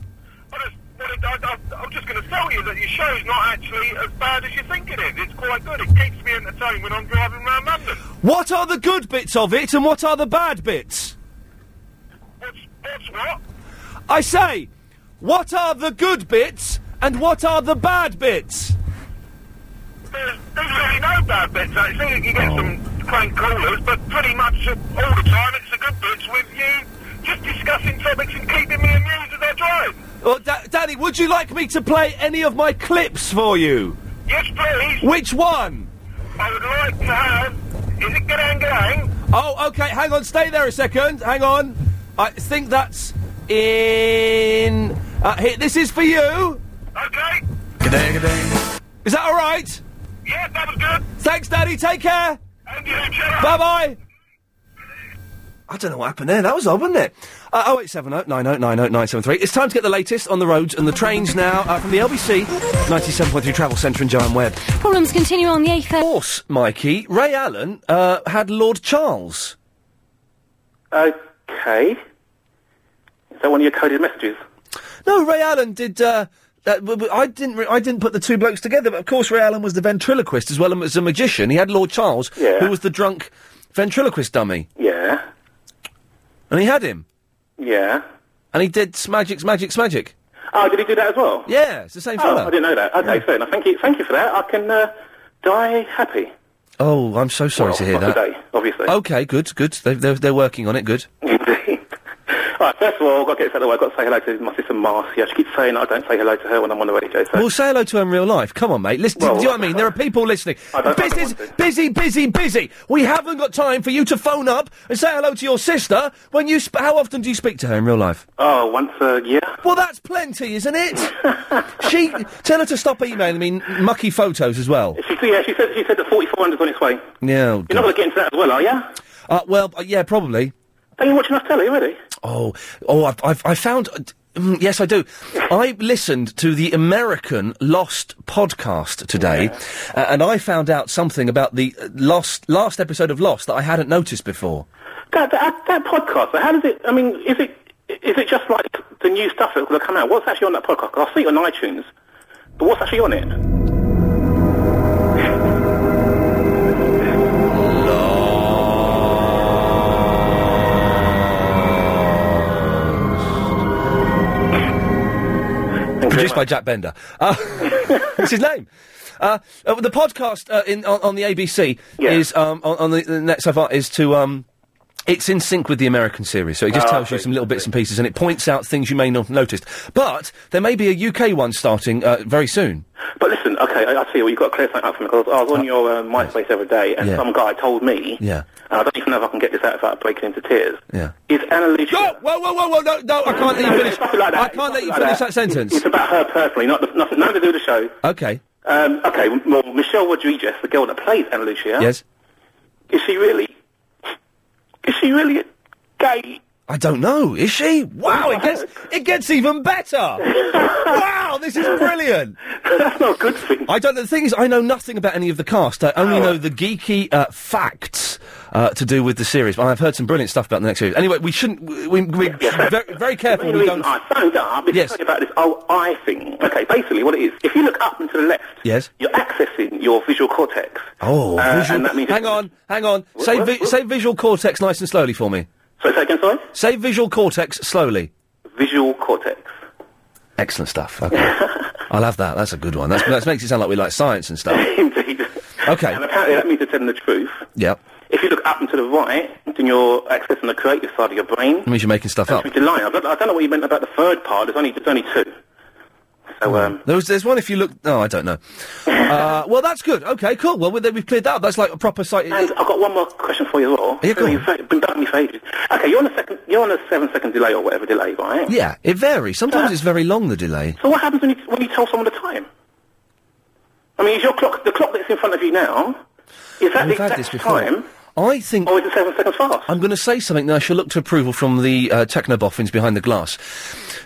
[SPEAKER 7] Well, I, I, I'm just going to tell you that your show's not actually as bad as you think it is. It's quite good. It keeps me entertained when I'm driving around London.
[SPEAKER 1] What are the good bits of it and what are the bad bits?
[SPEAKER 7] What's what?
[SPEAKER 1] I say, what are the good bits and what are the bad bits?
[SPEAKER 7] There's, there's really no bad bits. I think you
[SPEAKER 5] Oh.
[SPEAKER 7] get some crank callers, but pretty much all the time it's the good bits with you just discussing topics and keeping me amused as I drive.
[SPEAKER 1] Well, da- Danny, would you like me to play any of my clips for you?
[SPEAKER 7] Yes, please.
[SPEAKER 1] Which one?
[SPEAKER 7] I would like to have. Is it Gadang Gadang?
[SPEAKER 1] Oh, okay. Hang on. Stay there a second. Hang on. I think that's in. Uh, here, this is for you.
[SPEAKER 7] Okay.
[SPEAKER 1] G'day, g'day. Is that all right?
[SPEAKER 7] Yeah, that was good.
[SPEAKER 1] Thanks, Daddy. Take care. Bye bye. I don't know what happened there. That was odd, wasn't it? Uh, 0870 90 90 973. It's time to get the latest on the roads and the trains now uh, from the LBC 97.3 Travel Centre and Joanne Webb.
[SPEAKER 9] Problems continue on the A30.
[SPEAKER 1] Horse, Mikey. Ray Allen uh, had Lord Charles.
[SPEAKER 17] Okay. Is that one of your coded messages?
[SPEAKER 1] No, Ray Allen did. Uh, that, w- w- I didn't. Re- I didn't put the two blokes together. But of course, Ray Allen was the ventriloquist as well as a magician. He had Lord Charles,
[SPEAKER 17] Yeah.
[SPEAKER 1] who was the drunk ventriloquist dummy,
[SPEAKER 17] Yeah.
[SPEAKER 1] and he had him,
[SPEAKER 17] Yeah.
[SPEAKER 1] and he did magic, magic, magic.
[SPEAKER 17] Oh, did he do that as well?
[SPEAKER 1] Yeah, it's the same fella.
[SPEAKER 17] Oh, I didn't know that. Okay, fair enough. Thank you. Thank you for that. I can uh, die happy.
[SPEAKER 1] Oh, I'm so sorry to hear
[SPEAKER 17] Not
[SPEAKER 1] that.
[SPEAKER 17] today, obviously.
[SPEAKER 1] Okay, good, good. They, they're, they're working on it. Good.
[SPEAKER 17] All right, first of all, I've got to get this out of the way. I've got to say hello to my sister Marcia. She keeps saying I don't say hello to her when I'm on the radio. So
[SPEAKER 1] Well, say hello to her in real life. Come on, mate. Listen, do- do you know what I mean? There are people listening. Business, busy, busy, busy. We haven't got time for you to phone up and say hello to your sister when you. Sp- how often do you speak to her in real life?
[SPEAKER 17] Oh, once a year?
[SPEAKER 1] Well, that's plenty, isn't it? she tell her to stop emailing me mucky photos as well.
[SPEAKER 17] She, yeah, she said, she said that 4400's on its way.
[SPEAKER 1] Yeah. oh,
[SPEAKER 17] You're not going to get into that as well, are you?
[SPEAKER 1] Uh, well, uh, yeah, probably.
[SPEAKER 17] Are you watching us telly already?
[SPEAKER 1] Oh, oh, I've, I've I found. Mm, yes, I do. I listened to the American Lost podcast today, uh, and I found out something about the uh, Lost last episode of Lost that I hadn't noticed before.
[SPEAKER 17] That, that, that podcast, how does it, I mean, is it, is it just like the new stuff that's going to come out? What's actually on that podcast? 'Cause I see it on iTunes, but what's actually on it?
[SPEAKER 1] Produced by Jack Bender. Uh, that's his name. Uh, uh, the podcast uh, in on, on the ABC is um, on, on the, the net so far is to. Um, it's in sync with the American series, so it just
[SPEAKER 17] Ah, I
[SPEAKER 1] tells you some little bits and pieces, and it points out things you may not have noticed. But there may be a UK one starting uh, very soon.
[SPEAKER 17] But listen, okay, I, I see what you've got to clear something up for me, 'cause I was on your uh, MySpace the other day, and
[SPEAKER 1] Yeah.
[SPEAKER 17] some guy told me,
[SPEAKER 1] Yeah,
[SPEAKER 17] and I don't even know if I can get this out without breaking into tears,
[SPEAKER 1] yeah.
[SPEAKER 17] is Anna Lucia...
[SPEAKER 1] whoa, whoa, whoa, whoa, no, no, I can't let you finish. I can't let you finish that sentence.
[SPEAKER 17] It's about her personally, not the, nothing, nothing to do with the show.
[SPEAKER 1] Okay.
[SPEAKER 17] Um, okay, well, Michelle Rodriguez, the girl that plays Anna Lucia,
[SPEAKER 1] Yes.
[SPEAKER 17] is she really... Is she really gay?
[SPEAKER 1] I don't know. Is she? Wow, it gets it gets even better. wow, this is brilliant.
[SPEAKER 17] That's not a good Oh. thing.
[SPEAKER 1] I don't. The thing is, I know nothing about any of the cast. I only know the geeky uh, facts uh, to do with the series. But I've heard some brilliant stuff about the next series. Anyway, we shouldn't. We, we, we very, very careful.
[SPEAKER 17] The
[SPEAKER 1] We
[SPEAKER 17] main
[SPEAKER 1] don't.
[SPEAKER 17] reason I phoned up is to tell you about this oh I thing. Okay, basically what it is, if you look up and to the left,
[SPEAKER 1] Yes.
[SPEAKER 17] you're accessing your visual cortex.
[SPEAKER 1] Oh,
[SPEAKER 17] Uh,
[SPEAKER 1] visual-
[SPEAKER 17] and that means
[SPEAKER 1] hang on, hang on. Say, vi- say visual cortex nice and slowly for me.
[SPEAKER 17] So say again, sorry.
[SPEAKER 1] Say visual cortex slowly.
[SPEAKER 17] Visual cortex.
[SPEAKER 1] Excellent stuff. Okay. I'll have that. That's a good one. That's, that makes it sound like we like science and stuff.
[SPEAKER 17] Indeed.
[SPEAKER 1] Okay.
[SPEAKER 17] And apparently that means it's telling the truth.
[SPEAKER 1] Yep.
[SPEAKER 17] If you look up and to the right, then you're accessing the creative side of your brain.
[SPEAKER 1] That means you're making stuff up.
[SPEAKER 17] Which is lying. I don't I don't know what you meant about the third part. There's only, there's only two. So, um,
[SPEAKER 1] there was, there's one if you look. No, I don't know. uh, well, that's good. Okay, cool. Well, we- then we've cleared that up. That's like a proper site.
[SPEAKER 17] And I've got one more question for you as well. Yeah, cool. You've been back me for ages. Okay, you're on a second, you're on a seven second delay or whatever delay, right?
[SPEAKER 1] Yeah, it varies. Sometimes
[SPEAKER 17] Uh.
[SPEAKER 1] it's very long, the delay.
[SPEAKER 17] So what happens when you, when you tell someone the time? I mean, is your clock, the clock that's in front of you now, is that the
[SPEAKER 1] We've had
[SPEAKER 17] exact
[SPEAKER 1] this before.
[SPEAKER 17] time?
[SPEAKER 1] I think.
[SPEAKER 17] Or Oh, is it seven seconds fast?
[SPEAKER 1] I'm going to say something that I shall look to approval from the uh, technoboffins behind the glass.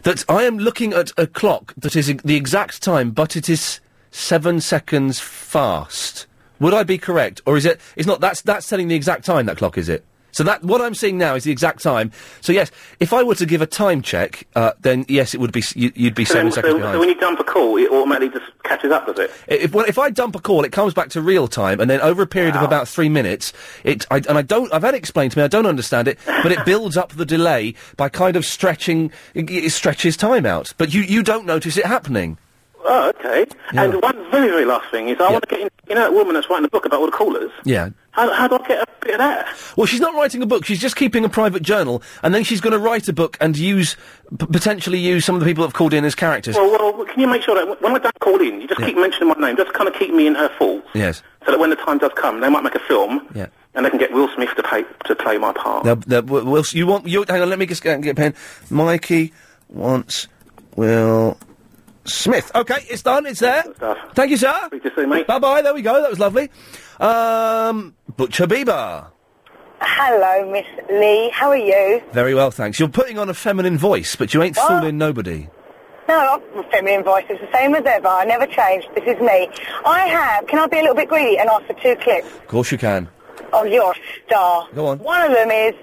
[SPEAKER 1] That I am looking at a clock that is e- the exact time, but it is seven seconds fast. Would I be correct, or is it? It's not. That's that's telling the exact time. That clock is it. So that what I'm seeing now is the exact time. So yes, if I were to give a time check, uh, then yes, it would be s- you, you'd be
[SPEAKER 17] so,
[SPEAKER 1] seven
[SPEAKER 17] then,
[SPEAKER 1] seconds
[SPEAKER 17] so,
[SPEAKER 1] behind.
[SPEAKER 17] so when you dump a call, it automatically just catches up, does it?
[SPEAKER 1] If well, if I dump a call, it comes back to real time, and then over a period of about three minutes, it I, and I don't. I've had it explained to me. I don't understand it, but it builds up the delay by kind of stretching. It, it stretches time out, but you you don't notice it happening.
[SPEAKER 17] Oh, okay. And one very, very last thing is I want to get in, you know that woman that's writing a book about all the callers?
[SPEAKER 1] Yeah.
[SPEAKER 17] How, how do I get a bit of that?
[SPEAKER 1] Well, she's not writing a book. She's just keeping a private journal, and then she's going to write a book and use p- potentially use some of the people that have called in as characters.
[SPEAKER 17] Well, well, can you make sure that w- when I don't call in, you just keep mentioning my name, just kind of keep me in her fault,
[SPEAKER 1] yes.
[SPEAKER 17] so that when the time does come, they might make a film,
[SPEAKER 1] Yeah.
[SPEAKER 17] and they can get Will Smith to pay to play my part.
[SPEAKER 1] Now, now, Wi- Wilson, you want you hang on? Let me just get, get a pen. Mikey wants Will Smith. Okay, it's done. It's there. Thank you, sir. Bye bye. There we go. That was lovely. Um, Butcher Bieber.
[SPEAKER 14] Hello, Miss Lee. How are you?
[SPEAKER 1] Very well, thanks. You're putting on a feminine voice, but you ain't
[SPEAKER 14] What?
[SPEAKER 1] fooling nobody.
[SPEAKER 14] No, my feminine voice is the same as ever. I never changed. This is me. I have. Can I be a little bit greedy and ask for two clips
[SPEAKER 1] Of course you can.
[SPEAKER 14] of your star?
[SPEAKER 1] Go on.
[SPEAKER 14] One of them is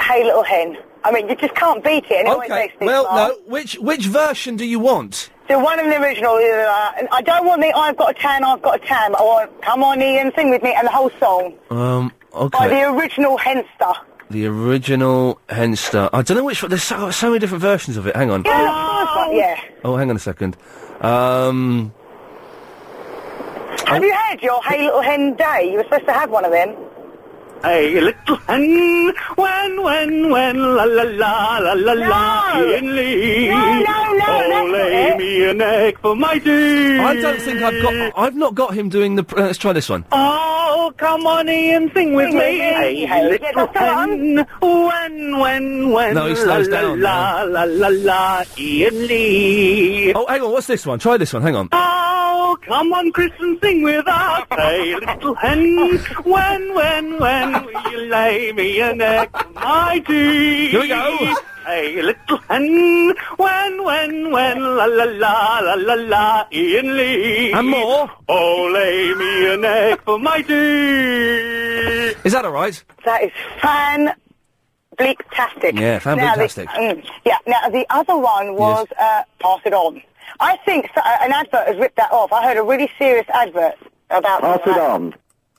[SPEAKER 14] "Hey Little Hen." I mean, you just can't beat it. And it always
[SPEAKER 1] Okay.
[SPEAKER 14] makes me
[SPEAKER 1] Well,
[SPEAKER 14] smile.
[SPEAKER 1] no. Which which version do you want?
[SPEAKER 14] So one of the original, uh, and I don't want the "I've got a tan, I've got a tan." I want "Come on, Ian, sing with me," and the whole song
[SPEAKER 1] Um.
[SPEAKER 14] by
[SPEAKER 1] Okay.
[SPEAKER 14] the original Henster.
[SPEAKER 1] The original Henster. I don't know which one. There's so, so many different versions of it. Hang on.
[SPEAKER 14] Yeah, the first one, yeah.
[SPEAKER 1] Oh, hang on a second. Um.
[SPEAKER 14] Have you had your Hey Little Hen day? You were supposed to have one of them.
[SPEAKER 5] Hey, little hen, when, when, when, la la la la la la, Ian Lee.
[SPEAKER 14] No, no, no,
[SPEAKER 5] oh,
[SPEAKER 14] that's not
[SPEAKER 5] lay
[SPEAKER 14] it.
[SPEAKER 5] me an egg for my tea.
[SPEAKER 1] I don't think I've got. I've not got him doing the. pr- Uh, let's try this one.
[SPEAKER 5] Oh, come on, Ian, sing with
[SPEAKER 14] Sing
[SPEAKER 5] me.
[SPEAKER 14] with me. Hey,
[SPEAKER 5] Hey, little
[SPEAKER 14] little
[SPEAKER 5] hen, when, when, when,
[SPEAKER 1] No, he
[SPEAKER 5] la
[SPEAKER 1] slows
[SPEAKER 5] la
[SPEAKER 1] down
[SPEAKER 5] la la la la, Ian Lee.
[SPEAKER 1] Oh, hang on. What's this one? Try this one. Hang on.
[SPEAKER 5] Oh, come on, Chris, and sing with us. Hey, little hen, when, when, when will you lay me an egg for my tea?
[SPEAKER 1] Here we go.
[SPEAKER 5] Hey, little hen, when, when, when, la la la la la la, Ian Lee.
[SPEAKER 1] And more.
[SPEAKER 5] Oh, lay me an egg for my tea.
[SPEAKER 1] Is that all right?
[SPEAKER 14] That is fan bleak-tastic.
[SPEAKER 1] Yeah, fan
[SPEAKER 14] Now, the-
[SPEAKER 1] bleak-tastic.
[SPEAKER 14] mm, yeah, now the other one was uh, Pass It On. I think so, uh, an advert has ripped that off. I heard a really serious advert about
[SPEAKER 1] Pass
[SPEAKER 14] that.
[SPEAKER 1] it
[SPEAKER 17] on.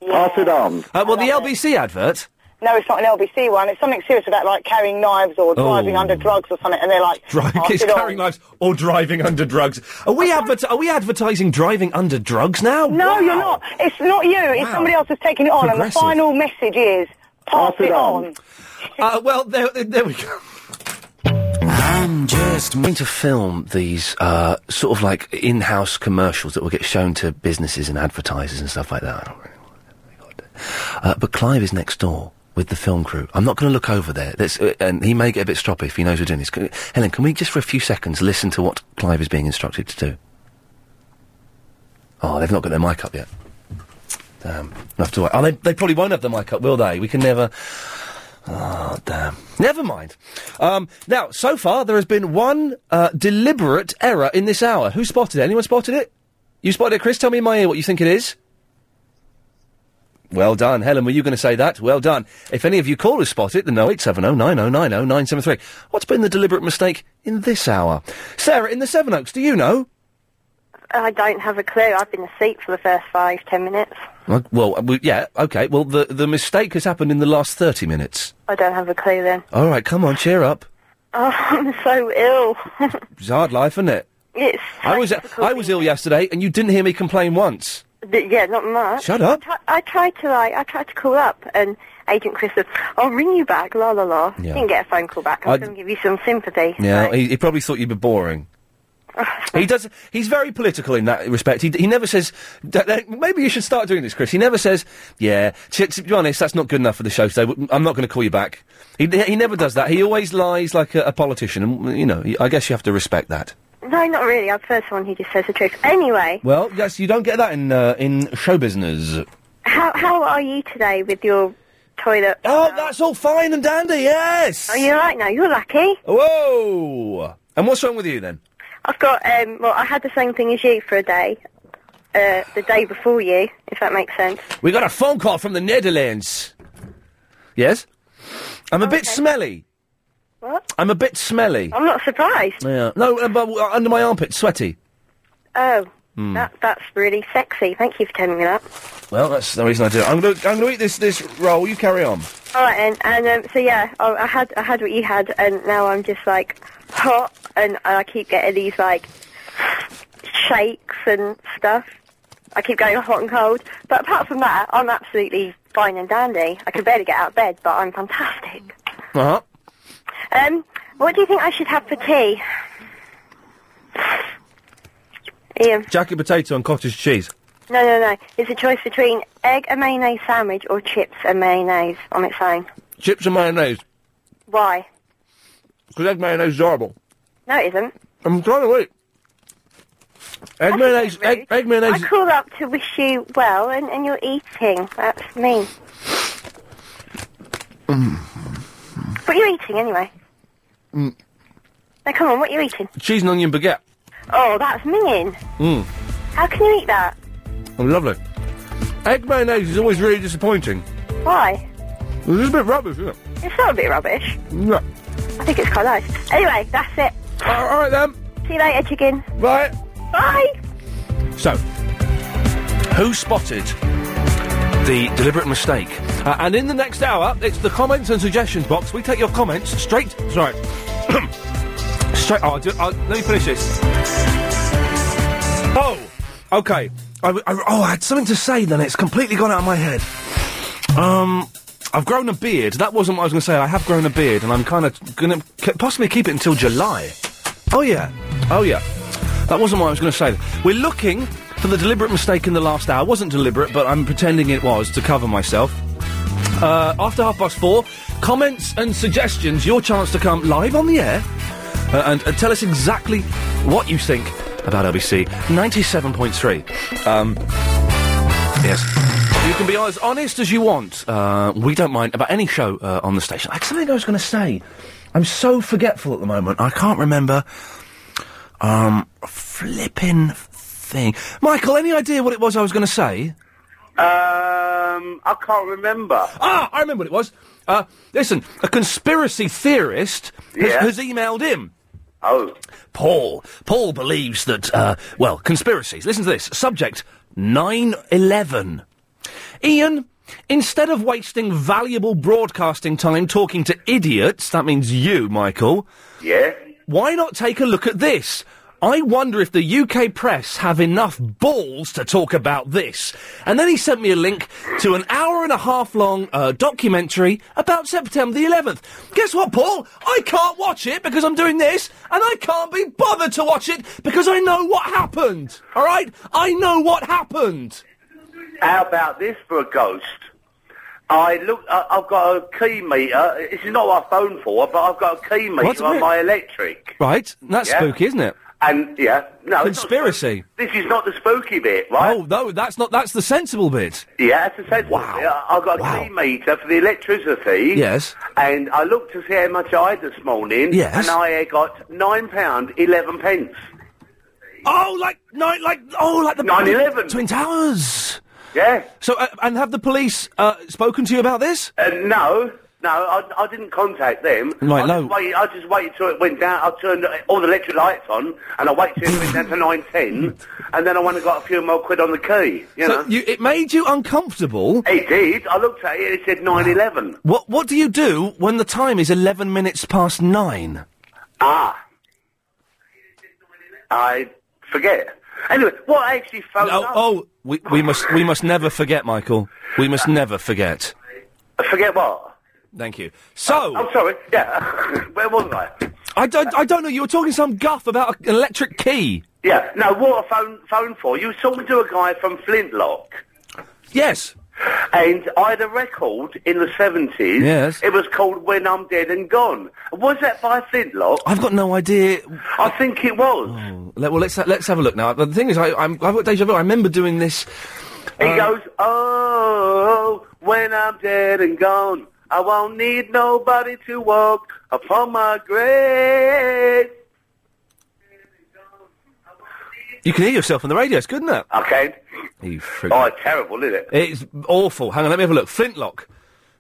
[SPEAKER 17] Pass it on.
[SPEAKER 1] Uh, well, the LBC advert.
[SPEAKER 14] No, it's not an LBC one. It's something serious about like carrying knives or driving
[SPEAKER 1] Oh.
[SPEAKER 14] under drugs or something, and they're like,
[SPEAKER 1] Driving,
[SPEAKER 14] pass
[SPEAKER 1] it's
[SPEAKER 14] it on.
[SPEAKER 1] carrying knives or driving under drugs. Are we adver- Are we advertising driving under drugs now?
[SPEAKER 14] No, you're not. It's not you. It's
[SPEAKER 1] Wow.
[SPEAKER 14] somebody else who's taking it on. And the
[SPEAKER 1] Progressive.
[SPEAKER 14] final message is, pass, it, on.
[SPEAKER 1] Uh, well, there, there we go. I'm just going to film these uh, sort of like in-house commercials that will get shown to businesses and advertisers and stuff like that. I don't really want to. Uh, but Clive is next door with the film crew. I'm not going to look over there, That's uh, and he may get a bit stroppy if he knows we're doing this. Can- Helen, can we just for a few seconds listen to what Clive is being instructed to do? Oh, they've not got their mic up yet. Damn, I'll have to wait. Oh, they, they probably won't have their mic up, will they? We can never. Oh, damn. Never mind. Um, now, so far, there has been one uh, deliberate error in this hour. Who spotted it? Anyone spotted it? You spotted it, Chris? Tell me in my ear what you think it is. Well done. Helen, were you going to say that? Well done. If any of you callers spot it, then 0870 9090 973. What's been the deliberate mistake in this hour? Sarah, in the Seven Oaks, do you know?
[SPEAKER 18] I don't have a clue. I've been asleep for the first five, ten minutes.
[SPEAKER 1] Well, Well, uh, we- yeah, okay. Well, the, the mistake has happened in the last 30 minutes.
[SPEAKER 18] I don't have a clue then.
[SPEAKER 1] All right, come on, cheer up.
[SPEAKER 18] Oh, I'm so ill.
[SPEAKER 1] It's a hard life, isn't it?
[SPEAKER 18] it's
[SPEAKER 1] I was I was ill yesterday, and you didn't hear me complain once.
[SPEAKER 18] But yeah, not much.
[SPEAKER 1] Shut up.
[SPEAKER 18] I, tri- I tried to like, I tried to call up, and Agent Chris said, "I'll ring you back." La la la.
[SPEAKER 1] Yeah.
[SPEAKER 18] Didn't get a phone call back. I was
[SPEAKER 1] I-
[SPEAKER 18] going to give you some sympathy.
[SPEAKER 1] Yeah, he, he probably thought you'd be boring. he does. He's very political in that respect. He, he never says. "D- d- Maybe you should start doing this, Chris. He never says, "Yeah." To, to be honest, that's not good enough for the show today. W- I'm not going to call you back. He, he never does that. He always lies like a, a politician, and you know. I guess you have to respect that.
[SPEAKER 18] No, not really. I prefer someone who just says the truth. Anyway,
[SPEAKER 1] Well, yes, you don't get that in uh, in show business.
[SPEAKER 18] how how are you today with your toilet?
[SPEAKER 1] Oh, that's all fine and dandy. Yes.
[SPEAKER 18] Are you all right now? You're lucky.
[SPEAKER 1] Whoa! And what's wrong with you then?
[SPEAKER 18] I've got um. Well, I had the same thing as you for a day. Uh, the day before you, if that makes sense.
[SPEAKER 1] We got a phone call from the Netherlands. Yes? I'm a bit smelly.
[SPEAKER 18] What?
[SPEAKER 1] I'm a bit smelly.
[SPEAKER 18] I'm not surprised.
[SPEAKER 1] Yeah. No, uh, but uh, under my armpit, sweaty.
[SPEAKER 18] Oh,
[SPEAKER 1] Hmm.
[SPEAKER 18] that that's really sexy. Thank you for telling me that.
[SPEAKER 1] Well, that's the reason I do it. I'm going to I'm gonna eat this, this roll. You carry on.
[SPEAKER 18] All right, and, and um, so yeah, I, I had I had what you had, and now I'm just like hot, and I keep getting these like shakes and stuff. I keep going hot and cold, but apart from that, I'm absolutely fine and dandy. I can barely get out of bed, but I'm fantastic.
[SPEAKER 1] Uh-huh.
[SPEAKER 18] Um, what do you think I should have for tea? Ian,
[SPEAKER 1] Jacket potato and cottage cheese.
[SPEAKER 18] no, no, no. It's a choice between egg and mayonnaise sandwich or chips and mayonnaise on its own.
[SPEAKER 1] Chips and mayonnaise.
[SPEAKER 18] Why?
[SPEAKER 1] Because egg mayonnaise is horrible.
[SPEAKER 18] No, it isn't.
[SPEAKER 1] I'm trying to eat. Egg mayonnaise, egg, egg mayonnaise.
[SPEAKER 18] I call up to wish you well, and, and you're eating. That's me.
[SPEAKER 1] Mm,
[SPEAKER 18] What are you eating anyway?
[SPEAKER 1] mm.
[SPEAKER 18] Now come on, what are you eating?
[SPEAKER 1] Cheese and onion baguette.
[SPEAKER 18] Oh, that's minging.
[SPEAKER 1] Mmm.
[SPEAKER 18] How can you eat that?
[SPEAKER 1] Oh, Lovely. Egg mayonnaise is always really disappointing.
[SPEAKER 18] Why?
[SPEAKER 1] It's just a bit rubbish, isn't it?
[SPEAKER 18] It's not a bit rubbish.
[SPEAKER 1] Yeah.
[SPEAKER 18] I think it's quite nice. Anyway, that's it.
[SPEAKER 1] all right then.
[SPEAKER 18] See you later, chicken.
[SPEAKER 1] Right.
[SPEAKER 18] Bye.
[SPEAKER 1] So, who spotted the deliberate mistake? Uh, and in the next hour, it's the comments and suggestions box. We take your comments straight. Sorry. straight. Oh, I'll do, I'll, let me finish this. Oh, okay. I, w- I- oh, I had something to say then. It's completely gone out of my head. Um. I've grown a beard. That wasn't what I was going to say. I have grown a beard, and I'm kind of going to possibly keep it until July. Oh yeah, oh yeah. That wasn't what I was going to say. We're looking for the deliberate mistake in the last hour. Wasn't deliberate, but I'm pretending it was to cover myself. Uh, after half past four, comments and suggestions. Your chance to come live on the air uh, and, and tell us exactly what you think about LBC 97.3. Um, Yes. You can be as honest as you want. Uh, we don't mind about any show uh, on the station. I had something I was going to say. I'm so forgetful at the moment. I can't remember. Um, flipping thing. Michael, any idea what it was I was going to say?
[SPEAKER 3] Um, I can't remember.
[SPEAKER 1] Ah, I remember what it was. Uh, listen, a conspiracy theorist has,
[SPEAKER 3] Yeah.
[SPEAKER 1] has emailed him. Oh. Paul. Paul believes that, uh, well, conspiracies. Listen to this. Subject 9 11. Ian, instead of wasting valuable broadcasting time talking to idiots, that means you, Michael. Yeah. Why not take a look at this? I wonder if the UK press have enough balls to talk about this. And then he sent me a link to an hour and a half long uh, documentary about September the 11th. Guess what, Paul? I can't watch it because I'm doing this, and I can't be bothered to watch it because I know what happened. All right? I know what happened.
[SPEAKER 3] How about this for a ghost? I look. I, I've got a key meter. This is not what I phoned for, but I've got a key meter
[SPEAKER 1] What?
[SPEAKER 3] on my electric.
[SPEAKER 1] Right? That's
[SPEAKER 3] Yeah.
[SPEAKER 1] spooky, isn't it?
[SPEAKER 19] And yeah, no, it's not-
[SPEAKER 1] Conspiracy.
[SPEAKER 19] this is not the spooky bit, right?
[SPEAKER 1] Oh no, that's not. That's the sensible bit.
[SPEAKER 19] Yeah, that's a sensible bit. I- I've got a key meter for the electricity.
[SPEAKER 1] Yes.
[SPEAKER 19] And I looked to see how much I had this morning.
[SPEAKER 1] Yes.
[SPEAKER 19] And I uh, got nine pound eleven pence.
[SPEAKER 1] Oh, like nine, like oh, like the
[SPEAKER 19] nine eleven.
[SPEAKER 1] Twin Towers.
[SPEAKER 19] Yeah.
[SPEAKER 1] So, uh, and have the police uh, spoken to you about this?
[SPEAKER 19] Uh, no, no, I, I didn't contact them.
[SPEAKER 1] Right,
[SPEAKER 19] I
[SPEAKER 1] no.
[SPEAKER 19] Just wait, I just waited till it went down. I turned all the electric lights on, and I waited till it went down to nine ten, and then I went and got a few more quid on the key. You
[SPEAKER 1] so
[SPEAKER 19] know.
[SPEAKER 1] you, it made you uncomfortable.
[SPEAKER 19] It did. I looked at it. It said nine eleven.
[SPEAKER 1] What What do you do when the time is eleven minutes past nine?
[SPEAKER 19] Ah. I forget. Anyway, what I actually phoned
[SPEAKER 1] Oh,
[SPEAKER 19] up.
[SPEAKER 1] oh, we, we must we must never forget, Michael. We must never forget.
[SPEAKER 19] Forget what? Uh,
[SPEAKER 1] Thank you. So.
[SPEAKER 19] I'm sorry. Yeah. Where was I?
[SPEAKER 1] I don't I don't know. You were talking some guff about an electric key.
[SPEAKER 19] Yeah. No, what I phone phone for? You were talking to a guy from Flintlock.
[SPEAKER 1] Yes.
[SPEAKER 19] And I had a record in the seventies.
[SPEAKER 1] Yes.
[SPEAKER 19] It was called When I'm Dead and Gone. Was that by Flintlock?
[SPEAKER 1] I've got no idea. Oh,
[SPEAKER 19] I think it was.
[SPEAKER 1] Let, well, let's uh, let's have a look now. The thing is, I, I'm, I've got deja vu. I remember doing this.
[SPEAKER 19] He
[SPEAKER 1] um,
[SPEAKER 19] goes, oh, when I'm dead and gone, I won't need nobody to walk upon my grave.
[SPEAKER 1] You can hear yourself on the radio. It's good, isn't it?
[SPEAKER 19] Okay.
[SPEAKER 1] You freak.
[SPEAKER 19] Oh, it's terrible, isn't it?
[SPEAKER 1] It's awful. Hang on, let me have a look. Flintlock.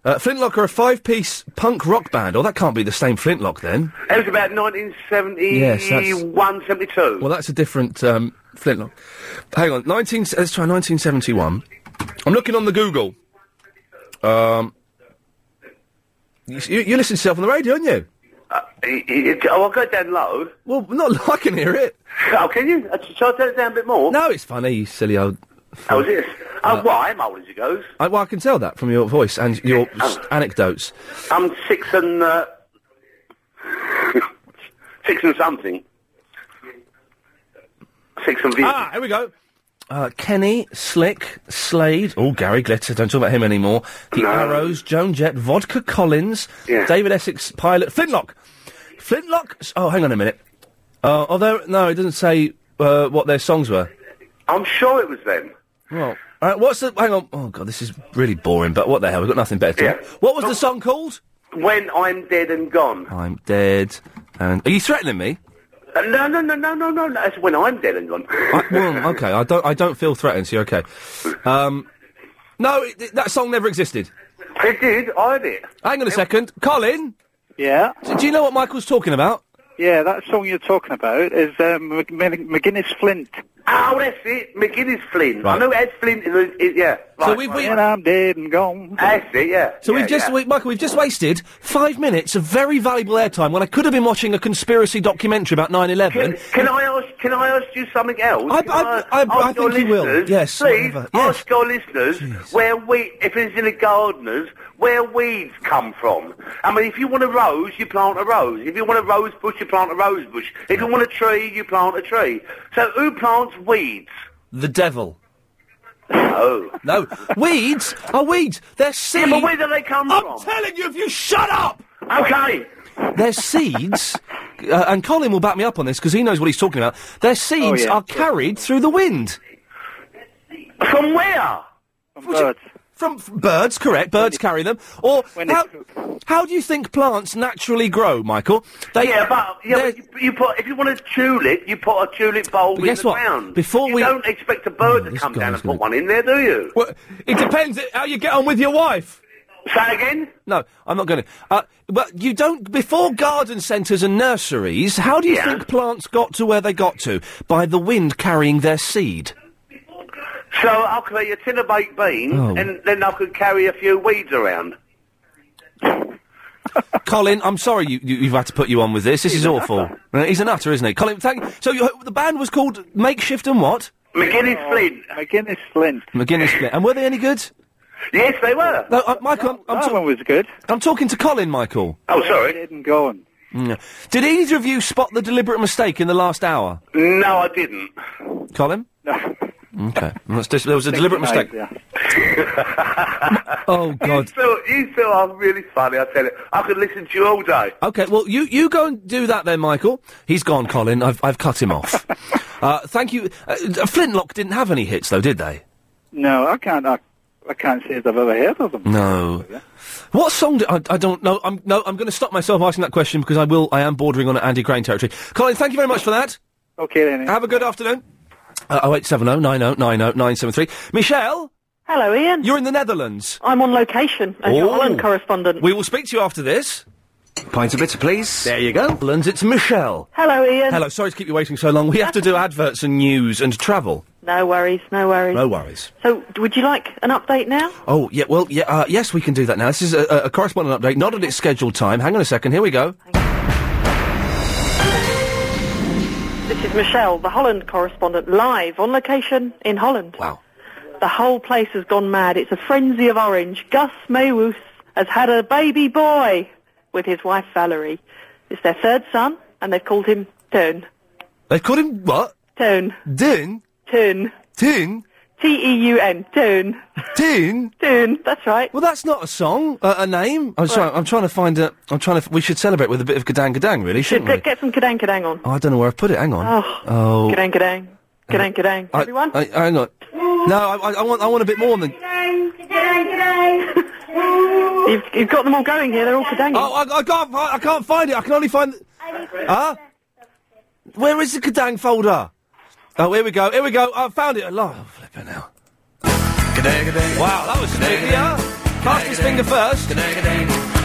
[SPEAKER 1] Uh, Flintlock are a five-piece punk rock band. Oh, that can't be the same Flintlock then.
[SPEAKER 19] It was about 1971, 72.
[SPEAKER 1] Well, that's a different um, Flintlock. Hang on, 19, let's try 1971. I'm looking on the Google. Um, you, you listen to yourself on the radio, don't you?
[SPEAKER 19] It- it- oh, I'll go down low.
[SPEAKER 1] Well, not I can hear it.
[SPEAKER 19] Oh, can you? Uh, Shall I turn it down a bit more?
[SPEAKER 1] No, it's funny, you silly old.
[SPEAKER 19] How's this? Oh, well, I'm old as it goes.
[SPEAKER 1] I, well, I can tell that from your voice and your s- anecdotes.
[SPEAKER 19] I'm six and, uh, six and something. Six and
[SPEAKER 1] Ah, here we go. Uh, Kenny, Slick, Slade, oh, Gary Glitter, don't talk about him anymore. The Arrows, Joan Jett, Vodka Collins,
[SPEAKER 19] Yeah.
[SPEAKER 1] David Essex, Pilot, Flintlock. Flintlock, s- oh, hang on a minute. Uh, although, no, it doesn't say uh, what their songs were.
[SPEAKER 19] I'm sure it was them.
[SPEAKER 1] Well, all right, what's the, hang on, oh, God, this is really boring, but what the hell, we've got nothing better to do. What was the song called?
[SPEAKER 19] When I'm Dead and Gone.
[SPEAKER 1] I'm dead, and... Are you threatening me?
[SPEAKER 19] Uh, no, no, no, no, no, no, no. That's when I'm dead and gone.
[SPEAKER 1] I, well, okay, I don't, I don't feel threatened, so you're okay. Um, no, it, it- that song never existed.
[SPEAKER 19] It did, I had it.
[SPEAKER 1] Hang on a second. Colin?
[SPEAKER 20] Yeah?
[SPEAKER 1] Do, do you know what Michael's talking about?
[SPEAKER 20] Yeah, that song you're talking about is um, Mc- Mc- McGuinness Flint.
[SPEAKER 19] Oh, that's it. McGinnis Flint. I know Ed Flint is, is yeah.
[SPEAKER 1] So
[SPEAKER 19] Right,
[SPEAKER 1] we've-
[SPEAKER 19] right.
[SPEAKER 1] we-
[SPEAKER 20] And I'm dead and gone.
[SPEAKER 19] That's it, yeah.
[SPEAKER 1] So
[SPEAKER 19] Um, yeah,
[SPEAKER 1] we've just,
[SPEAKER 19] yeah.
[SPEAKER 1] we, Michael, we've just wasted five minutes of very valuable airtime when I could have been watching a conspiracy documentary about 9-11.
[SPEAKER 19] Can I ask? Can I ask you something else?
[SPEAKER 1] I-
[SPEAKER 19] Can
[SPEAKER 1] I- I-
[SPEAKER 19] ask
[SPEAKER 1] I think
[SPEAKER 19] your
[SPEAKER 1] you will.
[SPEAKER 19] listeners,
[SPEAKER 1] Yes,
[SPEAKER 19] Please
[SPEAKER 1] whatever.
[SPEAKER 19] ask your listeners where we, if it's in the gardeners, where weeds come from. I mean, if you want a rose, you plant a rose. If you want a rose bush, you plant a rose bush. If you want a tree, you plant a tree. So who plants weeds?
[SPEAKER 1] The devil.
[SPEAKER 19] No.
[SPEAKER 1] No. weeds are weeds. They're
[SPEAKER 19] Yeah,
[SPEAKER 1] seeds.
[SPEAKER 19] but where do they come
[SPEAKER 1] I'm
[SPEAKER 19] from?
[SPEAKER 1] telling you, if you shut up.
[SPEAKER 19] Okay.
[SPEAKER 1] They're seeds, uh, and Colin will back me up on this because he knows what he's talking about. Their seeds
[SPEAKER 19] Oh, yeah.
[SPEAKER 1] are carried through the wind.
[SPEAKER 19] From where?
[SPEAKER 1] From birds. From, f- birds, correct. Birds carry them. Or how, how do you think plants naturally grow, Michael? They,
[SPEAKER 19] yeah, but, yeah, but you, you put if you want a tulip, you put a tulip bowl in
[SPEAKER 1] guess
[SPEAKER 19] the
[SPEAKER 1] what?
[SPEAKER 19] ground.
[SPEAKER 1] Before
[SPEAKER 19] you
[SPEAKER 1] we- Mm,
[SPEAKER 19] don't expect a bird to come down and put one in there, do you?
[SPEAKER 1] Well, it depends how you get on with your wife.
[SPEAKER 19] Say again?
[SPEAKER 1] No, I'm not going to. Uh, but you don't. Before garden centres and nurseries, how do you think plants got to where they got to? By the wind carrying their seed.
[SPEAKER 19] So I could eat a tin of baked beans,
[SPEAKER 1] Oh.
[SPEAKER 19] and then I could carry a few weeds around.
[SPEAKER 1] Colin, I'm sorry you, you, you've had to put you on with this. This is awful. Uh, He's an utter, isn't he? Colin, thank. So you, the band was called Makeshift and what?
[SPEAKER 19] McGinnis Flint.
[SPEAKER 20] McGuinness Uh, Flint.
[SPEAKER 1] McGuinness Flint. And were they any good?
[SPEAKER 19] Yes, they were.
[SPEAKER 1] No, uh, Michael, I'm, I'm
[SPEAKER 20] that one was good.
[SPEAKER 1] I'm talking to Colin, Michael.
[SPEAKER 19] Oh, sorry.
[SPEAKER 20] Dead and gone.
[SPEAKER 1] Mm. Did either of you spot the deliberate mistake in the last hour,
[SPEAKER 19] No, I didn't.
[SPEAKER 1] Colin?
[SPEAKER 20] No.
[SPEAKER 1] Okay. Well, that's dis- there was a deliberate mistake.
[SPEAKER 20] Yeah.
[SPEAKER 1] oh God.
[SPEAKER 19] So you two are really funny. I tell you, I could listen to you all day.
[SPEAKER 1] Okay, well, you, you go and do that then, Michael. He's gone, Colin. I've, I've cut him off. uh, thank you. Uh, d- Flintlock didn't have any hits, though, did they?
[SPEAKER 20] No, I can't. I, I can't say that I've ever heard of them.
[SPEAKER 15] Oh.
[SPEAKER 1] No. What song do I, I don't know? I'm, no, I'm going to stop myself asking that question because I will. I am bordering on Andy Crane territory. Colin, thank you very much for that.
[SPEAKER 20] Okay then.
[SPEAKER 1] Have a good afternoon. Uh, 0870 90 90 973. Michelle?
[SPEAKER 21] Hello, Ian.
[SPEAKER 1] You're in the Netherlands.
[SPEAKER 21] I'm on location as your
[SPEAKER 1] Ooh.
[SPEAKER 21] Holland correspondent.
[SPEAKER 1] Oh. We will speak to you after this. Pint of bitter, please. There you go. Netherlands, it's Michelle.
[SPEAKER 21] Hello, Ian.
[SPEAKER 1] Hello, sorry to keep you waiting so long. We have to do adverts and news and travel.
[SPEAKER 21] No worries, no worries.
[SPEAKER 1] No worries.
[SPEAKER 21] So, would you like an update now?
[SPEAKER 1] Oh, yeah, well, yeah, uh, yes, we can do that now. This is a, a- a correspondent update, not at its scheduled time. Hang on a second, here we go.
[SPEAKER 21] This is Michelle, the Holland correspondent, live on location in Holland.
[SPEAKER 1] Wow.
[SPEAKER 21] The whole place has gone mad. It's a frenzy of orange. Gus Maywoos has had a baby boy with his wife Valerie. It's their third son, and they've called him Tone.
[SPEAKER 1] They've called him what?
[SPEAKER 21] Tone.
[SPEAKER 1] Dun?
[SPEAKER 21] Tone.
[SPEAKER 1] Tune?
[SPEAKER 21] T-E-U-N. Tone.
[SPEAKER 1] Tune?
[SPEAKER 21] Tune. That's right.
[SPEAKER 1] Well, that's not a song, uh, a name. I'm sorry, I'm trying to find a. I'm trying to. f- We should celebrate with a bit of gadang gadang, really, shouldn't we?
[SPEAKER 21] Get some kadang kadang on.
[SPEAKER 1] Oh, I don't know where I've put it. Hang on.
[SPEAKER 21] Oh.
[SPEAKER 1] Oh.
[SPEAKER 21] Kadang kadang. Kadang kadang.
[SPEAKER 1] I-
[SPEAKER 21] Everyone?
[SPEAKER 1] I, hang on. No, I, I- I want. I want a bit more than.
[SPEAKER 21] You've, you've got them all going here. They're all kadanging.
[SPEAKER 1] Oh, I, I can't. fi- I can't find it. I can only find. Huh? Where is the Kadang folder? Oh, here we go. Here we go. I found it. Oh, flipping hell. Wow, that was sneaky, huh? Cast his finger first.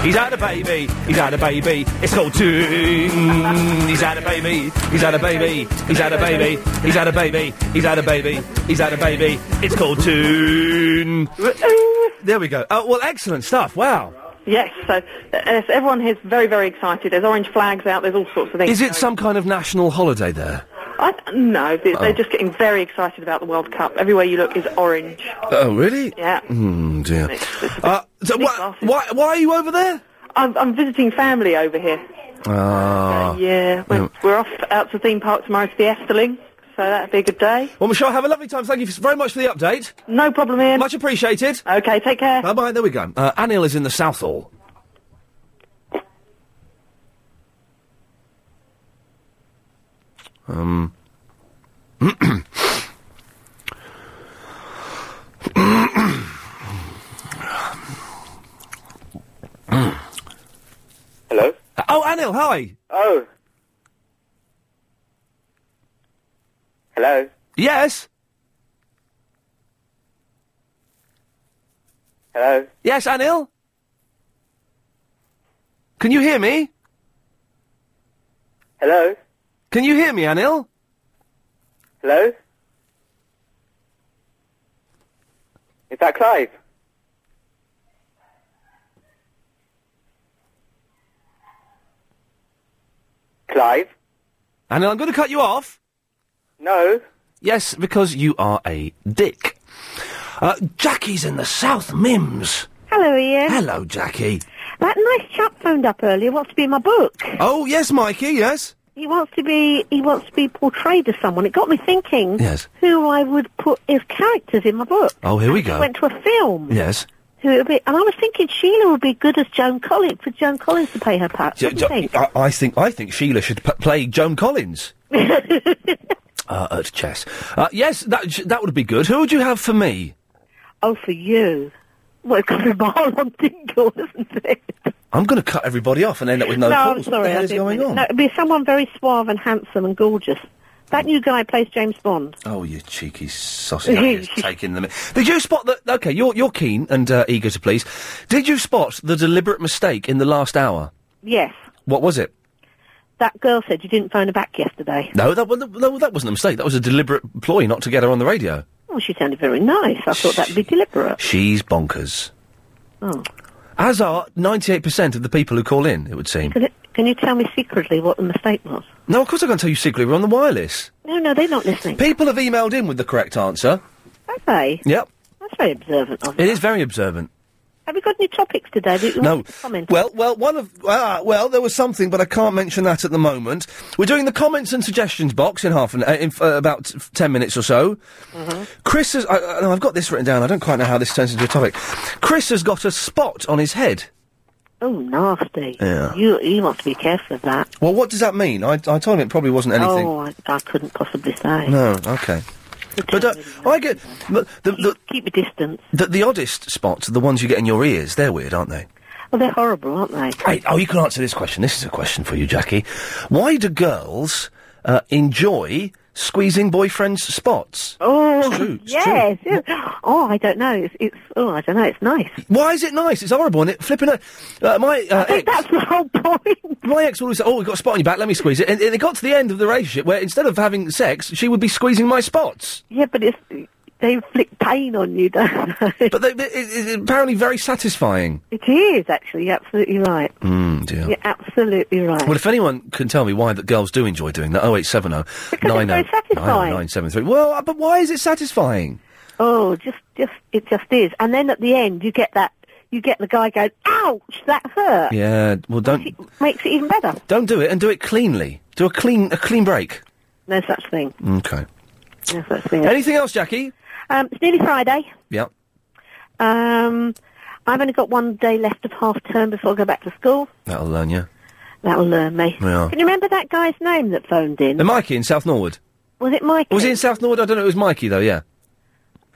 [SPEAKER 1] He's had a baby. He's had a baby. It's called Tune. He's had a baby. He's had a baby. He's had a baby. He's had a baby. He's had a baby. He's had a baby. It's called Tune. There we go. Oh, well, excellent stuff. Wow.
[SPEAKER 21] Yes, so uh, yes, everyone here's very, very excited. There's orange flags out. There's all sorts of things.
[SPEAKER 1] Is it some kind of national holiday there?
[SPEAKER 21] I, no, they,
[SPEAKER 1] Oh.
[SPEAKER 21] they're just getting very excited about the World Cup. Everywhere you look is orange.
[SPEAKER 1] Oh, really?
[SPEAKER 21] Yeah.
[SPEAKER 1] Hmm, dear. Uh, so why, why, why are you over there?
[SPEAKER 21] I'm, I'm visiting family over here.
[SPEAKER 1] Ah.
[SPEAKER 21] Yeah, we're,
[SPEAKER 1] Yeah.
[SPEAKER 21] we're off out to the theme park tomorrow to the Efteling, so that'd be a good day.
[SPEAKER 1] Well, Michelle, have a lovely time. Thank you f- very much for the update.
[SPEAKER 21] No problem, Ian.
[SPEAKER 1] Much appreciated.
[SPEAKER 21] Okay, take care.
[SPEAKER 1] Bye bye. There we go. Uh, Anil is in the Southall. Um.
[SPEAKER 22] Hello?
[SPEAKER 1] Oh, Anil, hi.
[SPEAKER 22] Oh. Hello?
[SPEAKER 1] Yes.
[SPEAKER 22] Hello?
[SPEAKER 1] Yes, Anil. Can you hear me?
[SPEAKER 22] Hello?
[SPEAKER 1] Can you hear me, Anil?
[SPEAKER 22] Hello? Is that Clive? Clive?
[SPEAKER 1] Anil, I'm going to cut you off.
[SPEAKER 22] No.
[SPEAKER 1] Yes, because you are a dick. Uh, Jackie's in the South Mims.
[SPEAKER 23] Hello, Ian.
[SPEAKER 1] Hello, Jackie.
[SPEAKER 23] That nice chap phoned up earlier. Wants to be in my book.
[SPEAKER 1] Oh, yes, Mikey, yes.
[SPEAKER 23] He wants to be. He wants to be portrayed as someone. It got me thinking.
[SPEAKER 1] Yes.
[SPEAKER 23] Who I would put as characters in my book.
[SPEAKER 1] Oh, here we
[SPEAKER 23] He
[SPEAKER 1] go.
[SPEAKER 23] went to a film.
[SPEAKER 1] Yes.
[SPEAKER 23] Who it would be? And I was thinking Sheila would be good as Joan Collins for Joan Collins to play her part.
[SPEAKER 1] Jo-
[SPEAKER 23] wouldn't
[SPEAKER 1] Jo-
[SPEAKER 23] she?
[SPEAKER 1] I, I think I think Sheila should p- play Joan Collins uh, at chess. Uh, yes, that sh- that would be good. Who would you have for me?
[SPEAKER 23] oh, for you. Well, it's got a mile on Dingle, isn't it?
[SPEAKER 1] I'm going to cut everybody off and end up with no,
[SPEAKER 23] I'm
[SPEAKER 1] calls.
[SPEAKER 23] sorry.
[SPEAKER 1] what the
[SPEAKER 23] I
[SPEAKER 1] hell is
[SPEAKER 23] didn't
[SPEAKER 1] going
[SPEAKER 23] mean it.
[SPEAKER 1] on?
[SPEAKER 23] No, it'd be someone very suave and handsome and gorgeous. That new guy plays James Bond.
[SPEAKER 1] Oh, you cheeky sausage! I'm just taking them. Did you spot that? Okay, you're you're keen and uh, eager to please. Did you spot the deliberate mistake in the last hour?
[SPEAKER 23] Yes.
[SPEAKER 1] What was it?
[SPEAKER 23] That girl said you didn't phone her back yesterday.
[SPEAKER 1] No, that wasn't- no, that wasn't a mistake. That was a deliberate ploy not to get her on the radio.
[SPEAKER 23] Well, Oh, she sounded very nice. I thought that'd be deliberate.
[SPEAKER 1] She's bonkers.
[SPEAKER 23] Oh.
[SPEAKER 1] As are 98% of the people who call in, it would seem.
[SPEAKER 23] Can, it, can you tell me secretly what the mistake was?
[SPEAKER 1] No, of course I can't tell you secretly. We're on the wireless.
[SPEAKER 23] No, no, they're not listening.
[SPEAKER 1] People have emailed in with the correct answer.
[SPEAKER 23] Have they?
[SPEAKER 1] Yep.
[SPEAKER 23] That's very observant of
[SPEAKER 1] It is very observant.
[SPEAKER 23] Have we got any topics today? that Oh, you
[SPEAKER 1] No.
[SPEAKER 23] want to Comment.
[SPEAKER 1] Well, well, one of ah, well, there was something, but I can't mention that at the moment. We're doing the comments and suggestions box in half an uh, in uh, about t- ten minutes or so.
[SPEAKER 23] Uh-huh.
[SPEAKER 1] Chris has. I, I, no, I've got this written down. I don't quite know how this turns into a topic. Chris has got a spot on his head.
[SPEAKER 23] Oh, nasty.
[SPEAKER 1] Yeah.
[SPEAKER 23] You you want to be careful of that.
[SPEAKER 1] Well, what does that mean? I, I told him it probably wasn't anything.
[SPEAKER 23] Oh, I, I couldn't possibly say.
[SPEAKER 1] No, okay. But uh, I get but the, the,
[SPEAKER 23] keep a distance.
[SPEAKER 1] The, the oddest spots are the ones you get in your ears. They're weird, aren't they?
[SPEAKER 23] Well, Oh, they're horrible, aren't they?
[SPEAKER 1] Hey, oh, you can answer this question. This is a question for you, Jackie. Why do girls uh, enjoy squeezing boyfriends' spots?
[SPEAKER 23] Oh,
[SPEAKER 1] true, it's
[SPEAKER 23] yes. yes. Oh, I don't know. It's, it's oh, I don't know. It's nice.
[SPEAKER 1] Why is it nice? It's horrible, and it flipping. out. Uh, my uh, ex, that's
[SPEAKER 23] the whole point.
[SPEAKER 1] My ex would always say, "Oh, we've got a spot on your back. Let me squeeze it." And, and it got to the end of the relationship where instead of having sex, she would be squeezing my spots.
[SPEAKER 23] Yeah, but it's they inflict pain on you, don't they?
[SPEAKER 1] But they, it, it- it's apparently very satisfying.
[SPEAKER 23] It is actually. You're absolutely right.
[SPEAKER 1] Mm, dear.
[SPEAKER 23] You're absolutely right.
[SPEAKER 1] Well, if anyone can tell me why that girls do enjoy doing that, 0870 90973. Well, uh, but why is it satisfying?
[SPEAKER 23] Oh, just, just, it just is. And then at the end, you get that, you get the guy going, ouch, that hurt.
[SPEAKER 1] Yeah, well, don't
[SPEAKER 23] Makes it even better.
[SPEAKER 1] don't do it, and do it cleanly. Do a clean a clean break.
[SPEAKER 23] No such thing.
[SPEAKER 1] Okay.
[SPEAKER 23] No such thing.
[SPEAKER 1] Anything else, Jackie?
[SPEAKER 23] Um, it's nearly Friday.
[SPEAKER 1] Yep.
[SPEAKER 23] Um, I've only got one day left of half term before I go back to school.
[SPEAKER 1] That'll learn you.
[SPEAKER 23] That'll learn me.
[SPEAKER 1] Yeah.
[SPEAKER 23] Can you remember that guy's name that phoned in?
[SPEAKER 1] And Mikey in South Norwood.
[SPEAKER 23] Was it Mike?
[SPEAKER 1] Was he in South Norwood? I don't know. It was Mikey though. Yeah.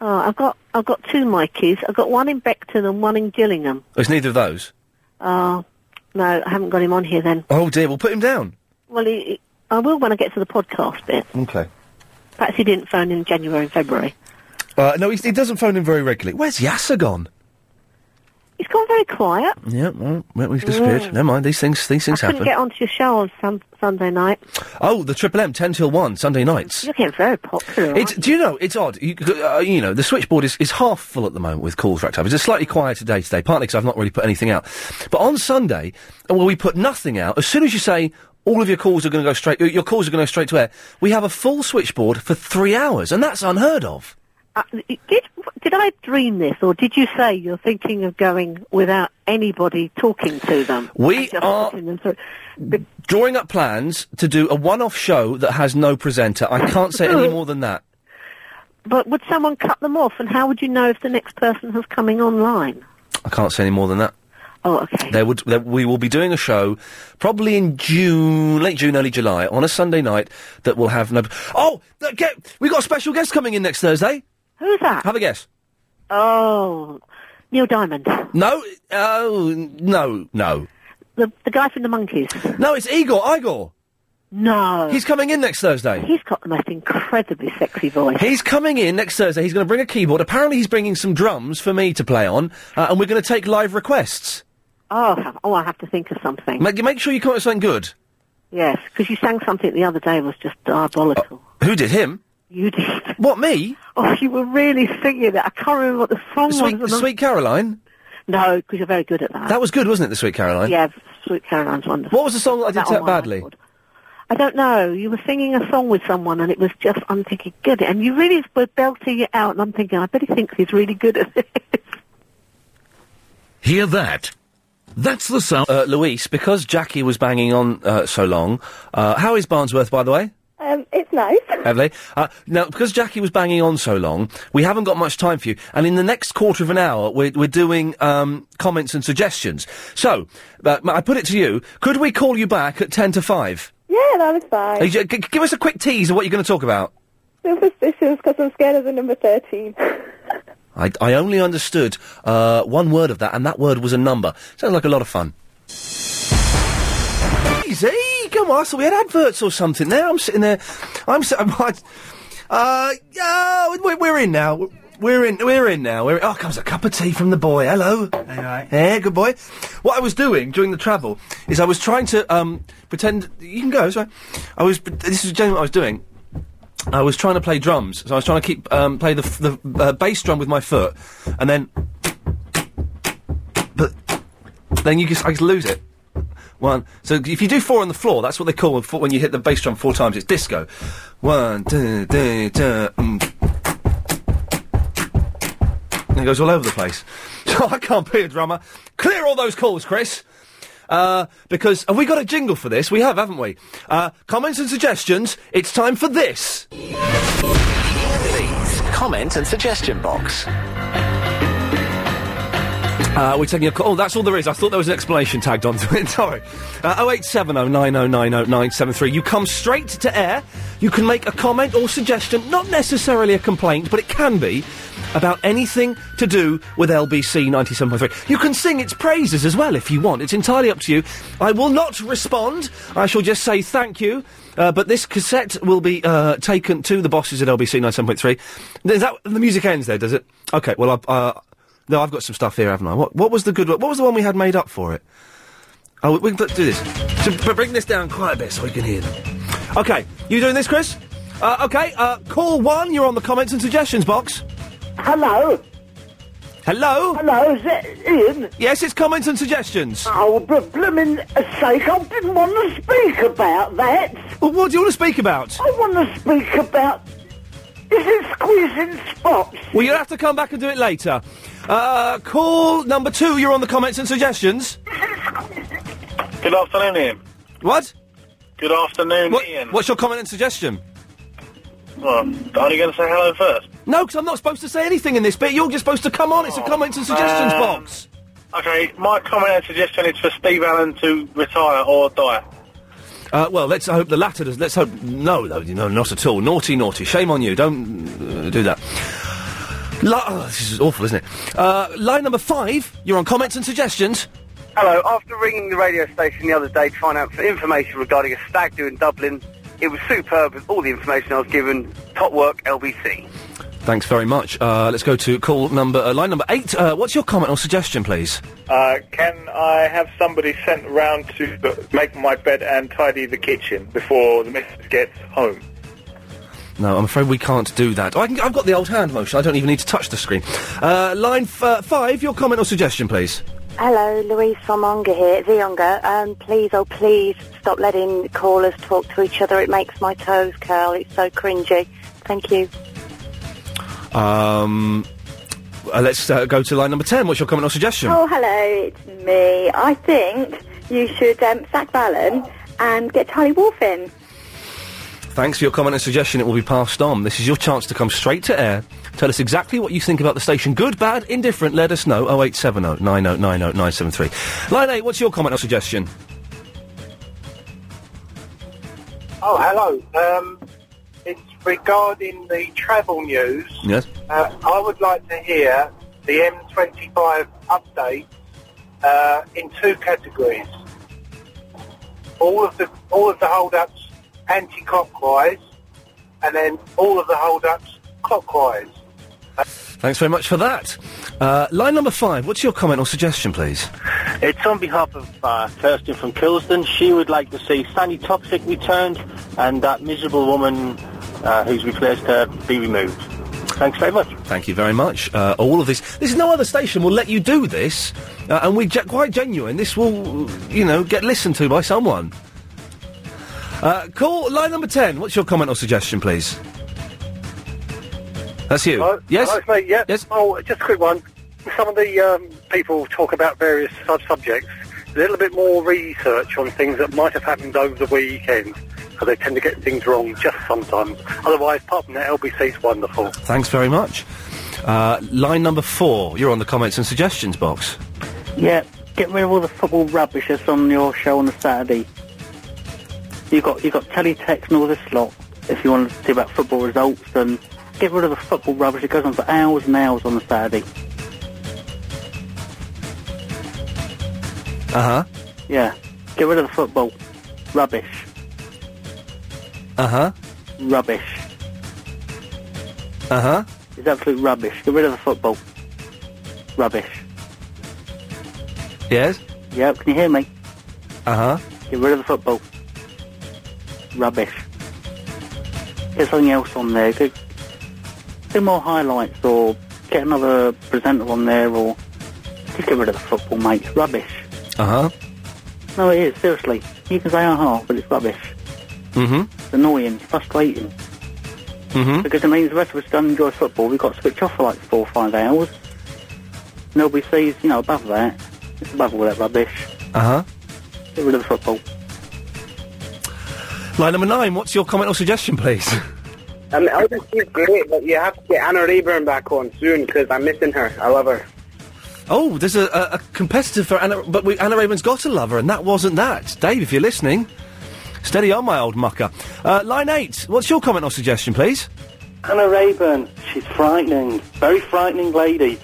[SPEAKER 23] Oh, I've got, I've got two Mikeys. I've got one in Beckton and one in Gillingham.
[SPEAKER 1] It was neither of those.
[SPEAKER 23] Oh, no, I haven't got him on here then.
[SPEAKER 1] Oh dear. We'll put him down.
[SPEAKER 23] Well, he, he- I will when I get to the podcast bit.
[SPEAKER 1] Okay.
[SPEAKER 23] Perhaps he didn't phone in January and February.
[SPEAKER 1] Uh, no, he, he doesn't phone in very regularly. Where's Yasser gone?
[SPEAKER 23] He's gone very quiet.
[SPEAKER 1] Yeah, well, well, he's disappeared.
[SPEAKER 23] Yeah.
[SPEAKER 1] Never mind. These things, these things
[SPEAKER 23] Couldn't
[SPEAKER 1] happen.
[SPEAKER 23] get onto your show on sun- Sunday night.
[SPEAKER 1] Oh, the Triple M, 10 till 1, Sunday nights.
[SPEAKER 23] You're getting very popular.
[SPEAKER 1] It's, do you know, it's odd. You, uh, you know, the switchboard is, is half full at the moment with calls racked up. It's a slightly quieter day today, partly because I've not really put anything out. But on Sunday, well, we put nothing out. As soon as you say all of your calls are going to go straight, your calls are going to go straight to air, we have a full switchboard for three hours, and that's unheard of.
[SPEAKER 23] aren't you? Uh, did did I dream this, or did you say you're thinking of going without anybody talking to them?
[SPEAKER 1] We are
[SPEAKER 23] putting them through.
[SPEAKER 1] drawing up plans to do a one-off show that has no presenter. I can't say any more than that.
[SPEAKER 23] But would someone cut them off, and how would you know if the next person who's coming online?
[SPEAKER 1] I can't say any more than that.
[SPEAKER 23] Oh, okay.
[SPEAKER 1] There would there, we will be doing a show probably in June, late June, early July, on a Sunday night that will have no. Oh, th- get we got a special guest coming in next Thursday.
[SPEAKER 23] Who's that?
[SPEAKER 1] Have a guess.
[SPEAKER 23] Oh, Neil Diamond,
[SPEAKER 1] No, oh no, no,
[SPEAKER 23] the the guy from the Monkeys.
[SPEAKER 1] no. It's Igor. Igor.
[SPEAKER 23] No,
[SPEAKER 1] He's coming in next Thursday.
[SPEAKER 23] he's got the most incredibly sexy voice.
[SPEAKER 1] He's coming in next Thursday. He's going to bring a keyboard. Apparently, he's bringing some drums for me to play on, uh, and we're going to take live requests.
[SPEAKER 23] Oh, oh, I have to think of something.
[SPEAKER 1] Make, make sure you come up with something good.
[SPEAKER 23] Yes, because you sang something the other day was just diabolical.
[SPEAKER 1] Who did him?
[SPEAKER 23] You did.
[SPEAKER 1] What me?
[SPEAKER 23] Oh, you were really singing it. I can't remember what the song
[SPEAKER 1] Sweet,
[SPEAKER 23] was. and I-
[SPEAKER 1] Sweet Caroline.
[SPEAKER 23] No, because you're very good at that.
[SPEAKER 1] That was good, wasn't it? The Sweet Caroline.
[SPEAKER 23] Ah. yeah, Sweet Caroline's wonderful.
[SPEAKER 1] What was the song that I did
[SPEAKER 23] That
[SPEAKER 1] so
[SPEAKER 23] on my
[SPEAKER 1] badly?
[SPEAKER 23] I don't know. You were singing a song with someone, and it was just I'm thinking, good. And you really were belting it out, and I'm thinking, I bet he thinks he's really good at it.
[SPEAKER 1] Hear that? That's the sound. Uh, Luis, because Jackie was banging on uh, so long, uh, how is Barnsworth, by the way?
[SPEAKER 4] Um, it's nice.
[SPEAKER 1] Emily. Uh, now, because Jackie was banging on so long, we haven't got much time for you. And in the next quarter of an hour, we're, we're doing um, comments and suggestions. So, uh, I put it to you could we call you back at 10 to 5?
[SPEAKER 4] Yeah, that was fine.
[SPEAKER 1] Uh, g- g- give us a quick tease of what you're going to talk about.
[SPEAKER 4] Superstitious because I'm scared of the number 13.
[SPEAKER 1] I, I only understood uh, one word of that, and that word was a number. Sounds like a lot of fun. Easy, come on. So we had adverts or something. There, I'm sitting there. I'm sitting. Uh, yeah, we're, we're in now. We're- We're in. We're in now. We're in. Oh, comes a cup of tea from the boy. Hello. Yeah, good boy. What I was doing during the travel is I was trying to um, pretend. You can go. It's right. I was. This is generally what I was doing. I was trying to play drums, so I was trying to keep um, play the f- the uh, bass drum with my foot, and then but then you just I just lose it. One. So if you do four on the floor, that's what they call four, when you hit the bass drum four times. It's disco. One, two, three, two, mm. And it goes all over the place. So I can't be a drummer. Clear all those calls, Chris. Uh, because have we got a jingle for this? We have, haven't we? Uh, comments and suggestions. It's time for this.
[SPEAKER 24] Please, comment and suggestion box.
[SPEAKER 1] Uh, we're taking a call. Oh, that's all there is. I thought there was an explanation tagged onto it. Sorry. Uh, 08709090973. You come straight to air. You can make a comment or suggestion, not necessarily a complaint, but it can be about anything to do with LBC 97.3. You can sing its praises as well if you want. It's entirely up to you. I will not respond. I shall just say thank you. Uh, but this cassette will be uh, taken to the bosses at LBC 97.3. Is that, the music ends there, does it? Okay, well, I, uh, no, I've got some stuff here, haven't I? What, what was the good one? What was the one we had made up for it? Oh, we, we can put, do this. So, but bring this down quite a bit so we can hear them. Okay, you doing this, Chris? Uh, okay, uh, call one. You're on the comments and suggestions box.
[SPEAKER 5] Hello.
[SPEAKER 1] Hello.
[SPEAKER 5] Hello, is it Ian?
[SPEAKER 1] Yes, it's comments and suggestions.
[SPEAKER 5] Oh, for blimmin' sake, I didn't want to speak about that.
[SPEAKER 1] Well, what do you want to speak about?
[SPEAKER 5] I want to speak about... Is it squeezing spots?
[SPEAKER 1] Well, you'll have to come back and do it later. Uh, call number two. You're on the comments and suggestions.
[SPEAKER 19] Good afternoon, Ian.
[SPEAKER 1] What?
[SPEAKER 19] Good afternoon, Ian.
[SPEAKER 1] What's your comment and suggestion?
[SPEAKER 19] Well, are you going to say hello first?
[SPEAKER 1] No, because I'm not supposed to say anything in this bit. You're just supposed to come on. It's a comments and suggestions
[SPEAKER 19] Um,
[SPEAKER 1] box.
[SPEAKER 19] Okay, my comment and suggestion is for Steve Allen to retire or die.
[SPEAKER 1] Uh, well, let's hope the latter does. Let's hope no, no, no, not at all. Naughty, naughty. Shame on you. Don't uh, do that. Li- oh, this is awful, isn't it? Uh, line number five. You're on comments and suggestions.
[SPEAKER 25] Hello. After ringing the radio station the other day to find out for information regarding a stag do in Dublin, it was superb with all the information I was given. Top work, LBC.
[SPEAKER 1] Thanks very much. Uh, let's go to call number uh, line number eight. Uh, what's your comment or suggestion, please?
[SPEAKER 19] Uh, can I have somebody sent round to make my bed and tidy the kitchen before the missus gets home?
[SPEAKER 1] No, I'm afraid we can't do that. I can, I've got the old hand motion. I don't even need to touch the screen. Uh, line f- uh, five. Your comment or suggestion, please.
[SPEAKER 18] Hello, Louise from Onga here, the Onga. Um, please, oh please, stop letting callers talk to each other. It makes my toes curl. It's so cringy. Thank you.
[SPEAKER 1] Um, uh, let's uh, go to line number ten. What's your comment or suggestion?
[SPEAKER 26] Oh, hello, it's me. I think you should um, sack Valen and get Charlie Wolf in.
[SPEAKER 1] Thanks for your comment and suggestion. It will be passed on. This is your chance to come straight to air. Tell us exactly what you think about the station. Good, bad, indifferent. Let us know. 0870 9090 973. Line 8, what's your comment or suggestion?
[SPEAKER 27] Oh, hello. Um, it's regarding the travel news.
[SPEAKER 1] Yes?
[SPEAKER 27] Uh, I would like to hear the M25 update uh, in two categories. All of the all of the hold-ups anti-clockwise, and then all of the hold-ups clockwise. Uh,
[SPEAKER 1] Thanks very much for that. Uh, line number 5, what's your comment or suggestion, please?
[SPEAKER 28] It's on behalf of uh, Kirsten from Kilsden. She would like to see Sandy Toxic returned and that miserable woman uh, who's replaced her be removed. Thanks very much.
[SPEAKER 1] Thank you very much. Uh, all of this. There's no other station will let you do this, uh, and we're ge- quite genuine. This will, you know, get listened to by someone. Uh, call line number 10, what's your comment or suggestion, please? That's you.
[SPEAKER 29] Hello?
[SPEAKER 1] Yes?
[SPEAKER 29] Hello, it's me, yeah. Yes. Oh, just a quick one. Some of the um, people talk about various sub subjects. A little bit more research on things that might have happened over the weekend, so they tend to get things wrong just sometimes. Otherwise, apart from that, LBC's wonderful.
[SPEAKER 1] Thanks very much. Uh, line number four, you're on the comments and suggestions box.
[SPEAKER 30] Yeah, get rid of all the football rubbish that's on your show on a Saturday. You got you got teletext and all this lot. If you want to see about football results, then get rid of the football rubbish. It goes on for hours and hours on a Saturday.
[SPEAKER 1] Uh huh.
[SPEAKER 30] Yeah, get rid of the football rubbish.
[SPEAKER 1] Uh huh.
[SPEAKER 30] Rubbish.
[SPEAKER 1] Uh huh.
[SPEAKER 30] It's absolute rubbish. Get rid of the football rubbish.
[SPEAKER 1] Yes?
[SPEAKER 30] Yep. Can you hear me?
[SPEAKER 1] Uh huh.
[SPEAKER 30] Get rid of the football. Rubbish. Get something else on there. Get, get more highlights or get another presenter on there or just get rid of the football, mate. It's Rubbish.
[SPEAKER 1] Uh huh.
[SPEAKER 30] No, it is. Seriously. You can say, aha, but it's rubbish.
[SPEAKER 1] Mm
[SPEAKER 30] It's annoying. It's frustrating.
[SPEAKER 1] hmm. Mm hmm.
[SPEAKER 30] Because it means the rest of us don't enjoy football. We've got to switch off for like four or five hours. Nobody sees, you know, above that. It's above all that rubbish.
[SPEAKER 1] Uh huh.
[SPEAKER 30] Get rid of the football.
[SPEAKER 1] Line number nine. What's your comment or suggestion, please?
[SPEAKER 2] Um, Elvis is great, but you have to get Anna Rayburn back on soon because I'm missing her. I love her.
[SPEAKER 1] Oh, there's a, a, a competitor for Anna, but we, Anna Raymond's got a lover, and that wasn't that. Dave, if you're listening, steady on, my old mucker. Uh, line eight. What's your comment or suggestion, please?
[SPEAKER 30] Anna Rayburn. She's frightening. Very frightening lady.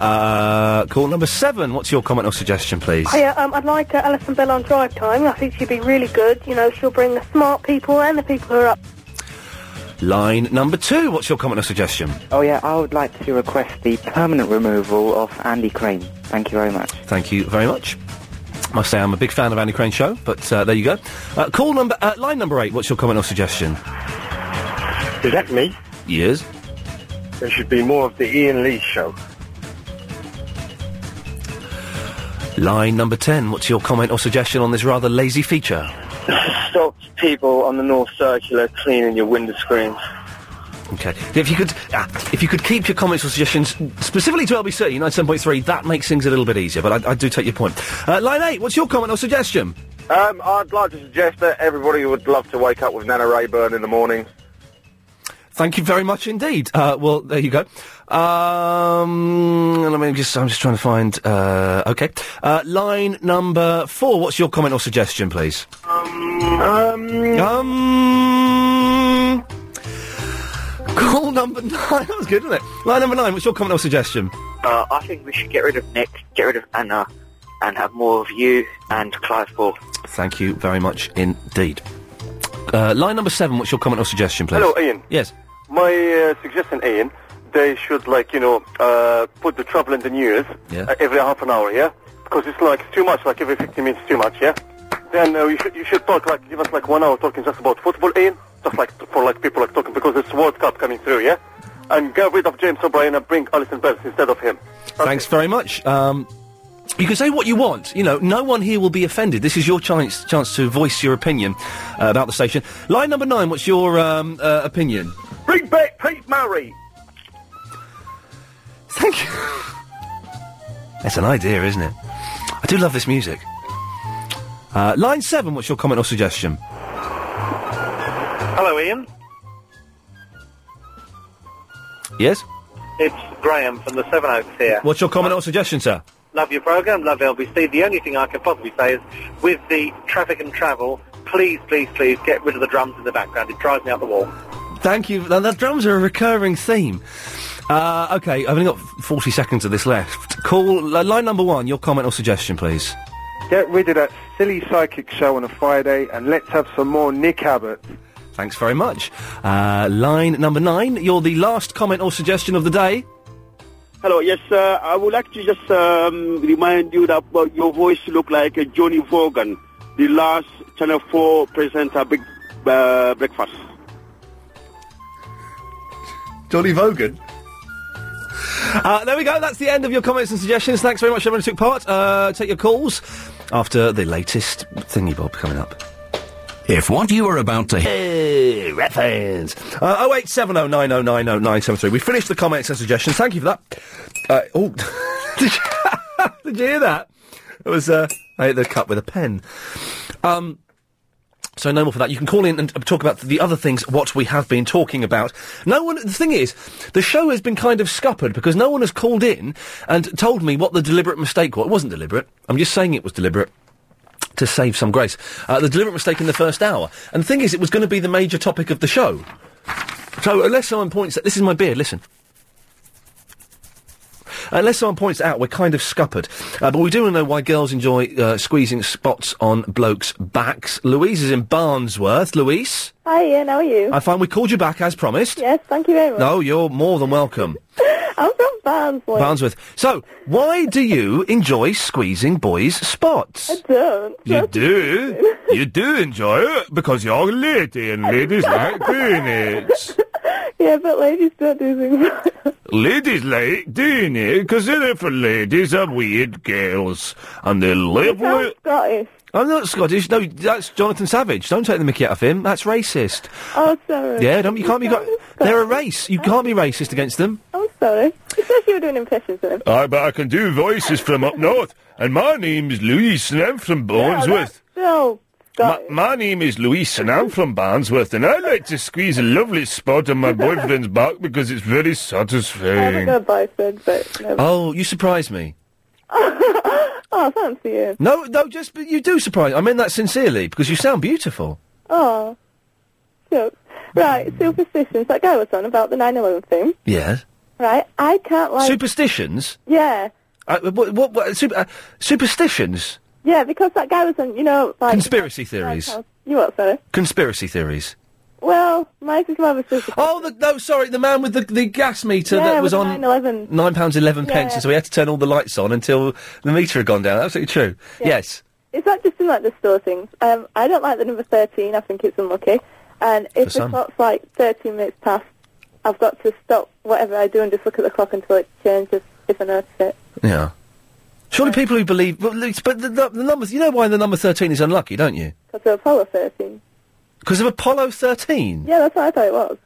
[SPEAKER 1] Uh, call number seven. What's your comment or suggestion, please?
[SPEAKER 31] Hiya, um, I'd like uh, Alison Bell on drive time. I think she'd be really good. You know, she'll bring the smart people and the people who are up.
[SPEAKER 1] Line number two. What's your comment or suggestion?
[SPEAKER 14] Oh yeah, I would like to request the permanent removal of Andy Crane. Thank you very much.
[SPEAKER 1] Thank you very much. Must say I'm a big fan of Andy Crane show, but uh, there you go. Uh, call number uh, line number eight. What's your comment or suggestion?
[SPEAKER 11] Is that me?
[SPEAKER 1] Yes.
[SPEAKER 11] There should be more of the Ian Lee show.
[SPEAKER 1] Line number ten. What's your comment or suggestion on this rather lazy feature?
[SPEAKER 5] Stop people on the North Circular cleaning your window screens.
[SPEAKER 1] Okay. If you could, ah, if you could keep your comments or suggestions specifically to LBC 97.3, that makes things a little bit easier. But I, I do take your point. Uh, line eight. What's your comment or suggestion?
[SPEAKER 2] Um, I'd like to suggest that everybody would love to wake up with Nana Rayburn in the morning.
[SPEAKER 1] Thank you very much indeed. Uh, well, there you go. Um, let me just, I'm just trying to find, uh, okay. Uh, line number four, what's your comment or suggestion, please?
[SPEAKER 11] Um,
[SPEAKER 1] Um, call number nine, that was good, wasn't it? Line number nine, what's your comment or suggestion?
[SPEAKER 5] Uh, I think we should get rid of Nick, get rid of Anna, and have more of you and Clive Ball.
[SPEAKER 1] Thank you very much indeed. Uh, line number seven, what's your comment or suggestion, please?
[SPEAKER 11] Hello, Ian.
[SPEAKER 1] Yes.
[SPEAKER 11] My uh, suggestion, Ian, they should, like, you know, uh, put the trouble in the news
[SPEAKER 1] Yeah.
[SPEAKER 11] uh, every half an hour, yeah? Because it's, like, it's too much, like, every 15 minutes too much, yeah? Then uh, you, should, you should talk, like, give us, like, one hour talking just about football, Ian, just, like, t- for, like, people, like, talking, because it's World Cup coming through, yeah? And get rid of James O'Brien and bring Alison Bells instead of him.
[SPEAKER 1] Thanks very much. Um, you can say what you want. You know, no one here will be offended. This is your chance chance to voice your opinion uh, about the station. Line number nine. What's your um, uh, opinion?
[SPEAKER 2] Bring back Pete Murray.
[SPEAKER 1] Thank you. That's an idea, isn't it? I do love this music. Uh, line seven. What's your comment or suggestion?
[SPEAKER 19] Hello, Ian.
[SPEAKER 1] Yes.
[SPEAKER 19] It's Graham from the Seven Oaks here.
[SPEAKER 1] What's your comment or suggestion, sir?
[SPEAKER 19] Love your program, love LBC. The only thing I can possibly say is, with the traffic and travel, please, please, please get rid of the drums in the background. It drives me up the wall.
[SPEAKER 1] Thank you. Now, the drums are a recurring theme. Uh, okay, I've only got 40 seconds of this left. Call uh, line number one. Your comment or suggestion, please.
[SPEAKER 11] Get rid of that silly psychic show on a Friday and let's have some more Nick Abbott.
[SPEAKER 1] Thanks very much. Uh, line number nine, you're the last comment or suggestion of the day.
[SPEAKER 28] Hello, yes, uh, I would like to just um, remind you that uh, your voice look like uh, Johnny Vaughan, the last Channel 4 presenter Big uh, Breakfast.
[SPEAKER 1] Johnny Vogan. Uh, there we go. That's the end of your comments and suggestions. Thanks very much, everyone who took part. Uh, take your calls after the latest thingy bob coming up. If what you are about to hear reference uh, 08709090973. We finished the comments and suggestions. Thank you for that. Uh, oh, did you, did you hear that? It was uh, I hit the cup with a pen. Um. So no more for that. You can call in and uh, talk about the other things, what we have been talking about. No one, the thing is, the show has been kind of scuppered because no one has called in and told me what the deliberate mistake was. It wasn't deliberate. I'm just saying it was deliberate to save some grace. Uh, the deliberate mistake in the first hour. And the thing is, it was going to be the major topic of the show. So unless someone points that, this is my beard, listen. Unless someone points it out, we're kind of scuppered. Uh, but we do know why girls enjoy uh, squeezing spots on blokes' backs. Louise is in Barnsworth. Louise,
[SPEAKER 18] Hi, Ian. How are you?
[SPEAKER 1] I find we called you back as promised.
[SPEAKER 18] yes, thank you very much.
[SPEAKER 1] No, you're more than welcome.
[SPEAKER 18] I'm from Barnsley.
[SPEAKER 1] Barnsworth. So, why do you enjoy squeezing boys' spots?
[SPEAKER 18] I don't.
[SPEAKER 15] You do. You do enjoy it because you're a lady and ladies like doing it.
[SPEAKER 18] Yeah, but ladies don't do things. like-
[SPEAKER 15] Ladies like doing it because they're for ladies are weird girls and they
[SPEAKER 18] You
[SPEAKER 15] live
[SPEAKER 18] sound
[SPEAKER 15] with.
[SPEAKER 18] Scottish.
[SPEAKER 1] I'm not Scottish. No, that's Jonathan Savage. Don't take the mickey out of him. That's racist.
[SPEAKER 18] Oh, sorry.
[SPEAKER 1] Yeah, don't, you can't be. You can't- they're a race. You can't be racist against them.
[SPEAKER 18] Oh, I'm sorry. It's like you were doing impressions of him.
[SPEAKER 15] I, but I can do voices from up north. And my name's Luis, and I'm from
[SPEAKER 1] Oh,
[SPEAKER 15] Barnsworth.
[SPEAKER 18] No.
[SPEAKER 15] My, my name is Luis, and I'm from Barnsworth, and I like to squeeze a lovely spot on my boyfriend's back because it's very
[SPEAKER 18] I haven't
[SPEAKER 15] satisfying.
[SPEAKER 18] got a boyfriend, but... No.
[SPEAKER 1] Oh, you surprise me.
[SPEAKER 18] oh, fancy you.
[SPEAKER 1] No, no, just but you do surprise. I mean that sincerely because you sound beautiful.
[SPEAKER 18] Oh. So, right, superstitions. That guy was on about the 9-11 thing.
[SPEAKER 1] Yes.
[SPEAKER 18] Right, I can't like...
[SPEAKER 1] Superstitions.
[SPEAKER 18] Yeah.
[SPEAKER 1] Uh, what? What? what super, uh, superstitions.
[SPEAKER 18] Yeah, because that guy was on, you know, like...
[SPEAKER 1] Conspiracy theories.
[SPEAKER 18] You what, sorry?
[SPEAKER 1] Conspiracy theories.
[SPEAKER 18] Well, Mike is love is
[SPEAKER 1] Oh, the, no, sorry, the man with the, the gas meter
[SPEAKER 18] yeah,
[SPEAKER 1] that was
[SPEAKER 18] with
[SPEAKER 1] on
[SPEAKER 18] 9/11.
[SPEAKER 1] nine pounds eleven pence,
[SPEAKER 18] Yeah.
[SPEAKER 1] and so we had to turn all the lights on until the meter had gone down. Absolutely true. Yes.
[SPEAKER 18] It's not just in like the store things. Um, I don't like the number thirteen. I think it's unlucky. And if
[SPEAKER 1] For
[SPEAKER 18] the
[SPEAKER 1] some.
[SPEAKER 18] clock's like thirteen minutes past, I've got to stop whatever I do and just look at the clock until it changes. If I notice it.
[SPEAKER 1] Yeah. Surely people who believe, but, but the, the, the numbers. You know why the number thirteen is unlucky, don't you?
[SPEAKER 18] Because of Apollo thirteen.
[SPEAKER 1] Because of Apollo thirteen.
[SPEAKER 18] Yeah, that's what I thought it was.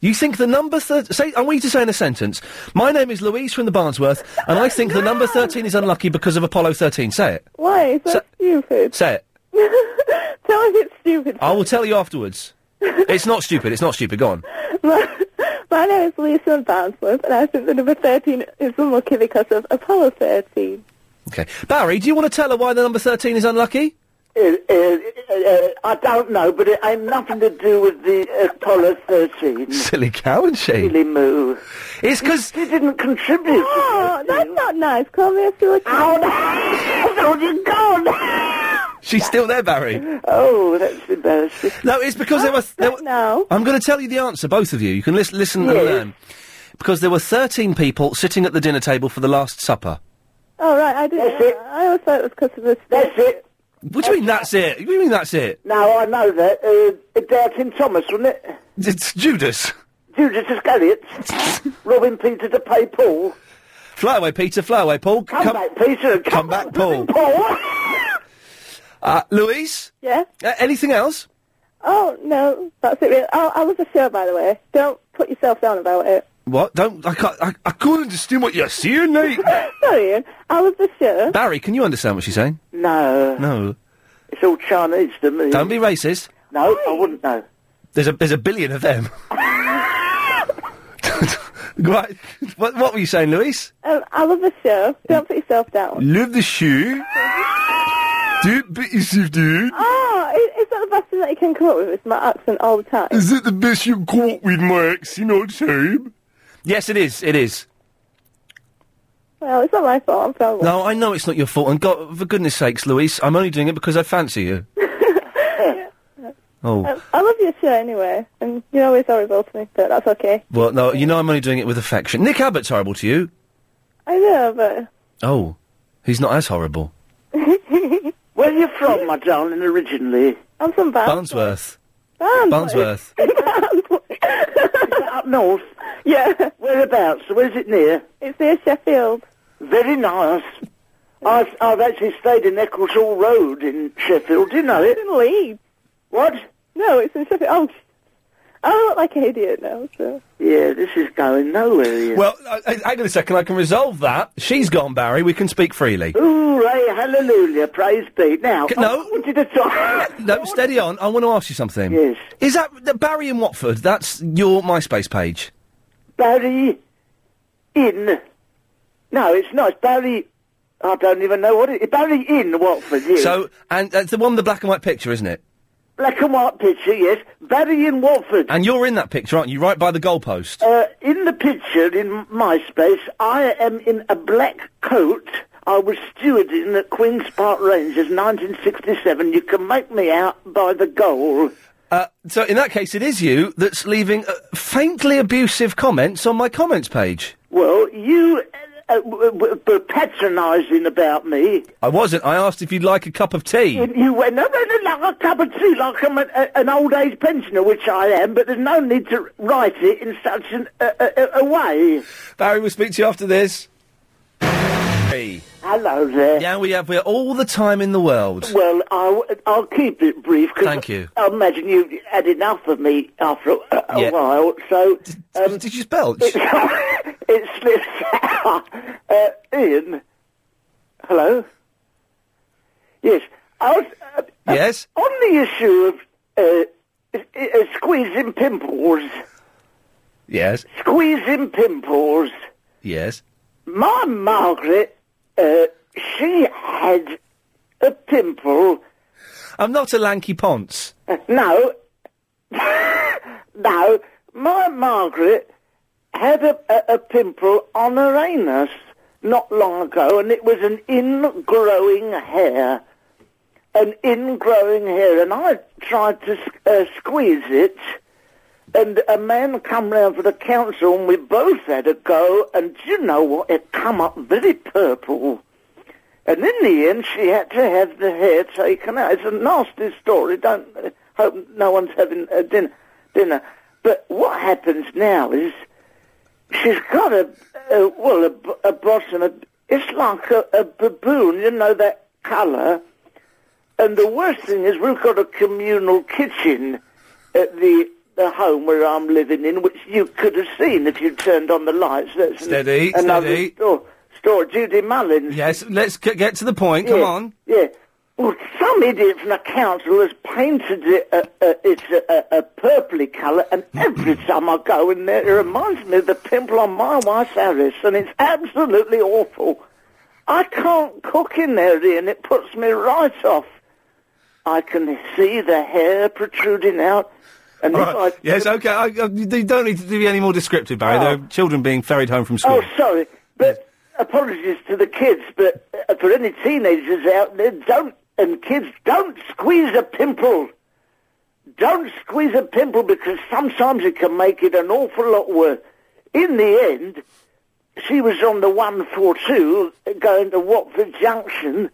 [SPEAKER 1] You think the number thir- say? I want you to say in a sentence. My name is Louise from the Barnsworth, and I think the number thirteen is unlucky because of Apollo thirteen. Say it.
[SPEAKER 18] Why? Is that stupid?
[SPEAKER 1] Say it.
[SPEAKER 18] Tell us it's stupid.
[SPEAKER 1] I will tell you afterwards. it's not stupid. It's not stupid. Go on.
[SPEAKER 18] My, my name is Lisa Barnsworth, and I think the number thirteen is unlucky because of Apollo thirteen.
[SPEAKER 1] Okay, Barry, do you want to tell her why the number thirteen is unlucky?
[SPEAKER 5] It, it, it, uh, I don't know, but it ain't nothing to do with
[SPEAKER 18] uh,
[SPEAKER 5] the Apollo 13.
[SPEAKER 1] Silly cow, and she?
[SPEAKER 5] mm. Silly moo.
[SPEAKER 1] It's because...
[SPEAKER 5] She didn't contribute.
[SPEAKER 18] Oh, that's not nice. Call me a silly cow.
[SPEAKER 5] Oh, you gone?
[SPEAKER 1] She's still there, Barry.
[SPEAKER 5] Oh, that's embarrassing.
[SPEAKER 1] No, it's because there were. There were
[SPEAKER 18] no.
[SPEAKER 1] I'm going to tell you the answer, both of you. You can lis- listen and
[SPEAKER 18] Yes.
[SPEAKER 1] learn. Because there were 13 people sitting at the dinner table for the Last Supper.
[SPEAKER 18] Oh right, I didn't. I always thought it was because of the.
[SPEAKER 5] That's it.
[SPEAKER 1] What do you mean that's it? What do you mean that's it?
[SPEAKER 5] Now, I know that. Uh, Doubting Thomas, wasn't it?
[SPEAKER 1] It's Judas.
[SPEAKER 5] Judas Iscariot. Robin Peter to pay Paul.
[SPEAKER 1] Fly away, Peter. Fly away, Paul. Come,
[SPEAKER 5] back, Peter. Come,
[SPEAKER 1] back, Paul.
[SPEAKER 5] Paul.
[SPEAKER 1] Uh, Louise?
[SPEAKER 18] Yeah?
[SPEAKER 1] Uh, anything else?
[SPEAKER 18] Oh no, that's it. Really. Oh, I love the show, by the way. Don't put yourself down about it.
[SPEAKER 1] What? Don't. I can't. I, I can't understand what you're saying, mate.
[SPEAKER 18] Sorry, Ian. I love the show.
[SPEAKER 1] Barry, can you understand what she's saying?
[SPEAKER 5] No,
[SPEAKER 1] No.
[SPEAKER 5] it's all Chinese to me.
[SPEAKER 1] Don't be racist.
[SPEAKER 5] No, I wouldn't know.
[SPEAKER 1] There's a there's a billion of them. right. What, what were you saying, Luis?
[SPEAKER 18] Um, I love the show. Don't put yourself down.
[SPEAKER 1] Love the shoe. Don't beat yourself down.
[SPEAKER 18] Oh, i- is that the best thing that you can come up with? It's my accent all the time.
[SPEAKER 15] Is it the best you've got with my accent on time?
[SPEAKER 1] Yes, it is. It is.
[SPEAKER 18] Well, it's not my fault. I'm proud. of it.
[SPEAKER 1] No, I know it's not your fault. And God, for goodness sakes, Luis, I'm only doing it because I fancy you. oh.
[SPEAKER 18] Um, I love your show anyway, and you're always horrible to me, but that's okay.
[SPEAKER 1] Well, no, you know I'm only doing it with affection. Nick Abbott's horrible to you.
[SPEAKER 18] I know, but
[SPEAKER 1] Oh. He's not as horrible.
[SPEAKER 5] Where are you from, my darling, originally?
[SPEAKER 18] I'm from Barnes.
[SPEAKER 1] Barnsworth.
[SPEAKER 18] Barnes.
[SPEAKER 1] Barnsworth.
[SPEAKER 5] Up north?
[SPEAKER 18] Yeah.
[SPEAKER 5] Whereabouts? Where's it near?
[SPEAKER 18] It's near Sheffield.
[SPEAKER 5] Very nice. I've, I've actually stayed in Eccles Hall Road in Sheffield. Do you know it?
[SPEAKER 18] It's in Leeds.
[SPEAKER 5] What?
[SPEAKER 18] No, it's in Sheffield. Oh, I look like an idiot now. So.
[SPEAKER 5] Yeah, this is going nowhere here.
[SPEAKER 1] Well, uh, uh, hang on a second. I can resolve that. She's gone, Barry. We can speak freely.
[SPEAKER 5] Hooray, hallelujah, praise be. Now,
[SPEAKER 1] C- no.
[SPEAKER 5] I wanted to talk...
[SPEAKER 1] No, steady on. I want to ask you something. Yes. Is that that Barry in Watford? That's your MySpace page.
[SPEAKER 5] Barry in. No, it's not. It's Barry. I don't even know what it is. Barry in Watford, yes.
[SPEAKER 1] So, and that's the one with the black and white picture, isn't it?
[SPEAKER 5] Black and white picture, yes. Barry in Watford.
[SPEAKER 1] And you're in that picture, aren't you? Right by the goalpost.
[SPEAKER 5] Uh, in the picture in MySpace, I am in a black coat. I was stewarding at Queen's Park Rangers 1967. You can make me out by the goal.
[SPEAKER 1] Uh, so, in that case, it is you that's leaving uh, faintly abusive comments on my comments page.
[SPEAKER 5] Well, you uh, uh, w- w- were patronising about me.
[SPEAKER 1] I wasn't. I asked if you'd like a cup of tea.
[SPEAKER 5] And you went, no, no, no, like a cup of tea, like I'm a, a, an old age pensioner, which I am, but there's no need to write it in such an, a, a, a way.
[SPEAKER 1] Barry, we'll speak to you after this. Mary.
[SPEAKER 5] Hello there.
[SPEAKER 1] Yeah, we have. We're all the time in the world.
[SPEAKER 5] Well, I'll, I'll keep it brief. 'cause
[SPEAKER 1] Thank you.
[SPEAKER 5] I imagine you've had enough of me after a, a
[SPEAKER 1] Yeah.
[SPEAKER 5] while, so... Um,
[SPEAKER 1] did you belch?
[SPEAKER 5] It, it slips out. Uh, Ian? Hello? Yes. I was, uh,
[SPEAKER 1] yes?
[SPEAKER 5] On the issue of uh, uh, uh, squeezing pimples,
[SPEAKER 1] Yes.
[SPEAKER 5] squeezing pimples,
[SPEAKER 1] Yes.
[SPEAKER 5] my Margaret, uh, she had a pimple. Uh,
[SPEAKER 1] I'm not a lanky ponce.
[SPEAKER 5] No. no. My Margaret had a, a, a pimple on her anus not long ago, and it was an ingrowing hair. An ingrowing hair, and I tried to s- uh, squeeze it, and a man come round for the council, and we both had a go, and do you know what? It come up very purple. And in the end, she had to have the hair taken out. It's a nasty story. Don't uh, hope no one's having uh, din- dinner. But what happens now is she's got a, a well, a, b- a bottom. A, it's like a, a baboon, you know that colour. And the worst thing is we've got a communal kitchen at the the home where I'm living in, which you could have seen if you turned on the lights. That's an-
[SPEAKER 1] Steady,
[SPEAKER 5] another
[SPEAKER 1] steady.
[SPEAKER 5] Store, store, Judy Mullins.
[SPEAKER 1] Yes, let's g- get to the point. Come
[SPEAKER 5] Yeah,
[SPEAKER 1] on.
[SPEAKER 5] Yeah. Well, some idiot from the council has painted it a, a, it's a, a, a purpley colour, and every time I go in there, it reminds me of the pimple on my wife's Alice, and it's absolutely awful. I can't cook in there, Ian. It puts me right off. I can see the hair protruding out, and if I
[SPEAKER 1] Right. Yes, okay. I, I, you don't need to be any more descriptive, Barry. There are children being ferried home from school.
[SPEAKER 5] Oh, sorry. But apologies to the kids, but uh, for any teenagers out there, don't, and kids, don't squeeze a pimple. Don't squeeze a pimple because sometimes it can make it an awful lot worse. In the end, she was on the 142 going to Watford Junction,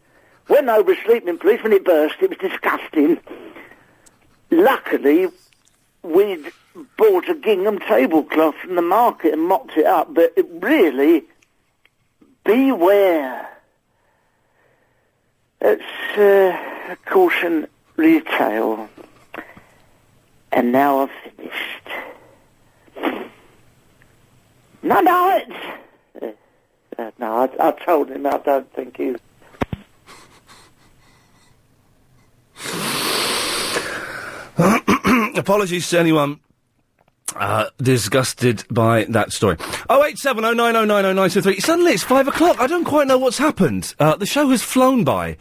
[SPEAKER 5] went over a sleeping policeman, it burst, it was disgusting. Luckily, we'd bought a gingham tablecloth from the market and mopped it up, but it really, beware. It's uh, caution retail. And now I've finished. No, no, it's... Uh, no, I, I told him I don't think he's...
[SPEAKER 1] Apologies to anyone uh, disgusted by that story. Oh eight seven oh nine oh nine oh nine two three. Suddenly it's five o'clock. I don't quite know what's happened. Uh, the show has flown by.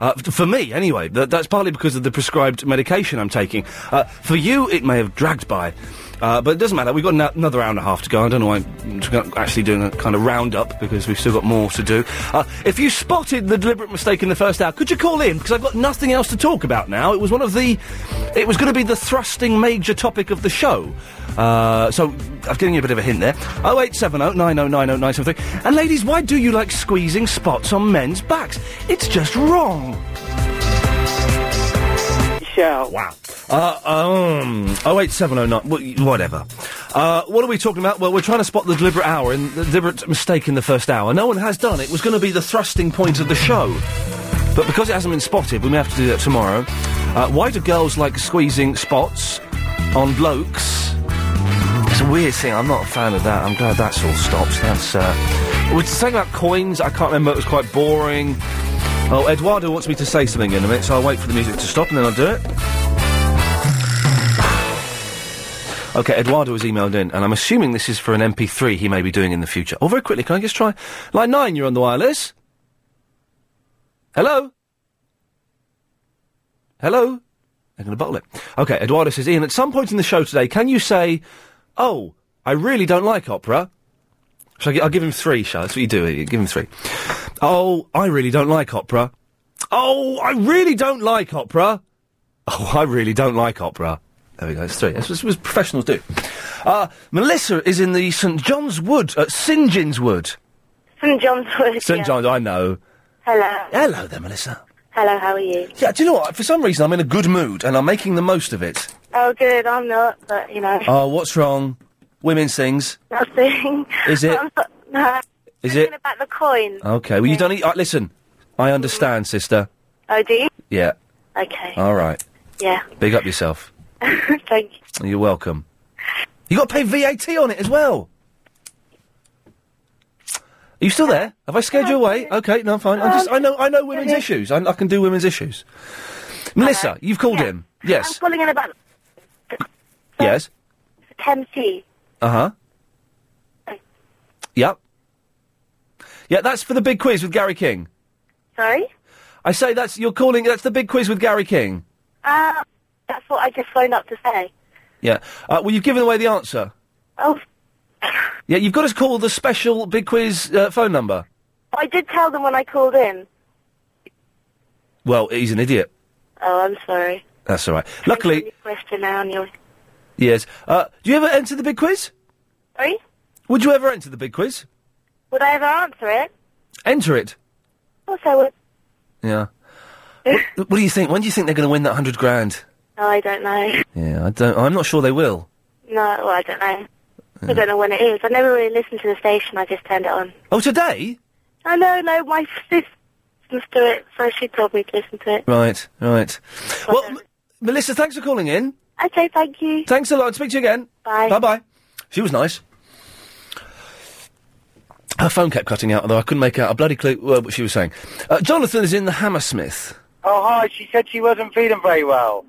[SPEAKER 1] Uh, f- for me, anyway, Th- that's partly because of the prescribed medication I'm taking. Uh, for you, it may have dragged by, uh, but it doesn't matter. We've got na- another hour and a half to go. I don't know why I'm t- actually doing a kind of roundup because we've still got more to do. Uh, if you spotted the deliberate mistake in the first hour, could you call in? Because I've got nothing else to talk about now. It was one of the, it was going to be the thrusting major topic of the show. Uh, so I've given you a bit of a hint there. 0870 9090973. And ladies, why do you like squeezing spots on men's backs? It's just wrong.
[SPEAKER 5] Shout.
[SPEAKER 1] Wow. Uh, um, 08709, wh- whatever. Uh, what are we talking about? Well, we're trying to spot the deliberate hour and the deliberate mistake in the first hour. No one has done it. It was going to be the thrusting point of the show. But because it hasn't been spotted, we may have to do that tomorrow. Uh, why do girls like squeezing spots on blokes? It's a weird thing. I'm not a fan of that. I'm glad that's all stopped. That's uh, we were saying about coins. I can't remember. It was quite boring. Oh, Eduardo wants me to say something in a minute, so I'll wait for the music to stop and then I'll do it. Okay, Eduardo was emailed in, and I'm assuming this is for an MP3 he may be doing in the future. Oh, very quickly, can I just try line nine? You're on the wireless. Hello. Hello. They're going to bottle it. Okay, Eduardo says, Ian, at some point in the show today, can you say, "Oh, I really don't like opera"? Shall I gi- I'll give him three. Shall I? That's what you do. Ian. Give him three. Oh, I really don't like opera. Oh, I really don't like opera. Oh, I really don't like opera. There we go. It's three. That's what, what professionals do. Uh, Melissa is in the St John's Wood, uh, St John's Wood.
[SPEAKER 10] St John's Wood.
[SPEAKER 1] St
[SPEAKER 10] yeah.
[SPEAKER 1] John's. I know.
[SPEAKER 10] Hello.
[SPEAKER 1] Hello there, Melissa.
[SPEAKER 10] Hello, how are you?
[SPEAKER 1] Yeah. Do you know what? For some reason, I'm in a good mood and I'm making the most of it. Uh,
[SPEAKER 10] Oh, good. I'm not, but you know,
[SPEAKER 1] Oh, what's wrong? Women's things.
[SPEAKER 10] nothing.
[SPEAKER 1] Is it?
[SPEAKER 10] I'm not- no.
[SPEAKER 1] Is it?
[SPEAKER 18] About the coins.
[SPEAKER 1] Okay. Well, you don't. Need, uh, listen, I understand, sister.
[SPEAKER 18] Oh, do you?
[SPEAKER 1] Yeah.
[SPEAKER 18] Okay.
[SPEAKER 1] All right.
[SPEAKER 18] Yeah.
[SPEAKER 1] Big up yourself.
[SPEAKER 18] Thank you.
[SPEAKER 1] You're welcome. You got to pay VAT on it as well. Are you still there? Have I scared you away? Okay, no, fine. I just, I know, I know women's
[SPEAKER 18] okay.
[SPEAKER 1] issues. I, I can do women's issues. Melissa, you've called in.
[SPEAKER 18] I'm
[SPEAKER 1] Yes.
[SPEAKER 18] calling in about
[SPEAKER 1] Yes.
[SPEAKER 18] Temsi.
[SPEAKER 1] Uh huh. Yep. Yeah, that's for the big quiz with Gary King.
[SPEAKER 18] Sorry?
[SPEAKER 1] I say that's you're calling. That's the big quiz with Gary King.
[SPEAKER 18] Uh, that's what I just phoned up to say.
[SPEAKER 1] Yeah. Uh, well, you've given away the answer.
[SPEAKER 18] Oh,
[SPEAKER 1] Yeah, you've got to call the special big quiz uh, phone number.
[SPEAKER 18] I did tell them when I called in.
[SPEAKER 1] Well, he's an idiot.
[SPEAKER 18] Oh, I'm sorry.
[SPEAKER 1] That's all right. Luckily,
[SPEAKER 18] Question now and you're...
[SPEAKER 1] yes. Uh, do you ever enter the big quiz?
[SPEAKER 18] Sorry?
[SPEAKER 1] Would you ever enter the big quiz?
[SPEAKER 18] Would I ever answer it?
[SPEAKER 1] Enter it.
[SPEAKER 18] Of course I would.
[SPEAKER 1] Yeah. What do you think? When do you think they're going to win that hundred grand?
[SPEAKER 18] Oh, I don't know.
[SPEAKER 1] Yeah, I don't. I'm not sure they will.
[SPEAKER 18] No, well, I don't know. I don't know when it is. I never really listened to the station. I just turned it on.
[SPEAKER 1] Oh, today?
[SPEAKER 18] I know, no, my sister listens to it, so she told me to listen to it.
[SPEAKER 1] Right, right. Well, M- Melissa, thanks for calling in.
[SPEAKER 18] Okay, thank you.
[SPEAKER 1] Thanks a lot. Speak to you again.
[SPEAKER 18] Bye.
[SPEAKER 1] Bye bye. She was nice. Her phone kept cutting out, although I couldn't make out a bloody clue uh, what she was saying. Uh, Jonathan is in the Hammersmith.
[SPEAKER 19] Oh, hi. She said she wasn't feeling very well.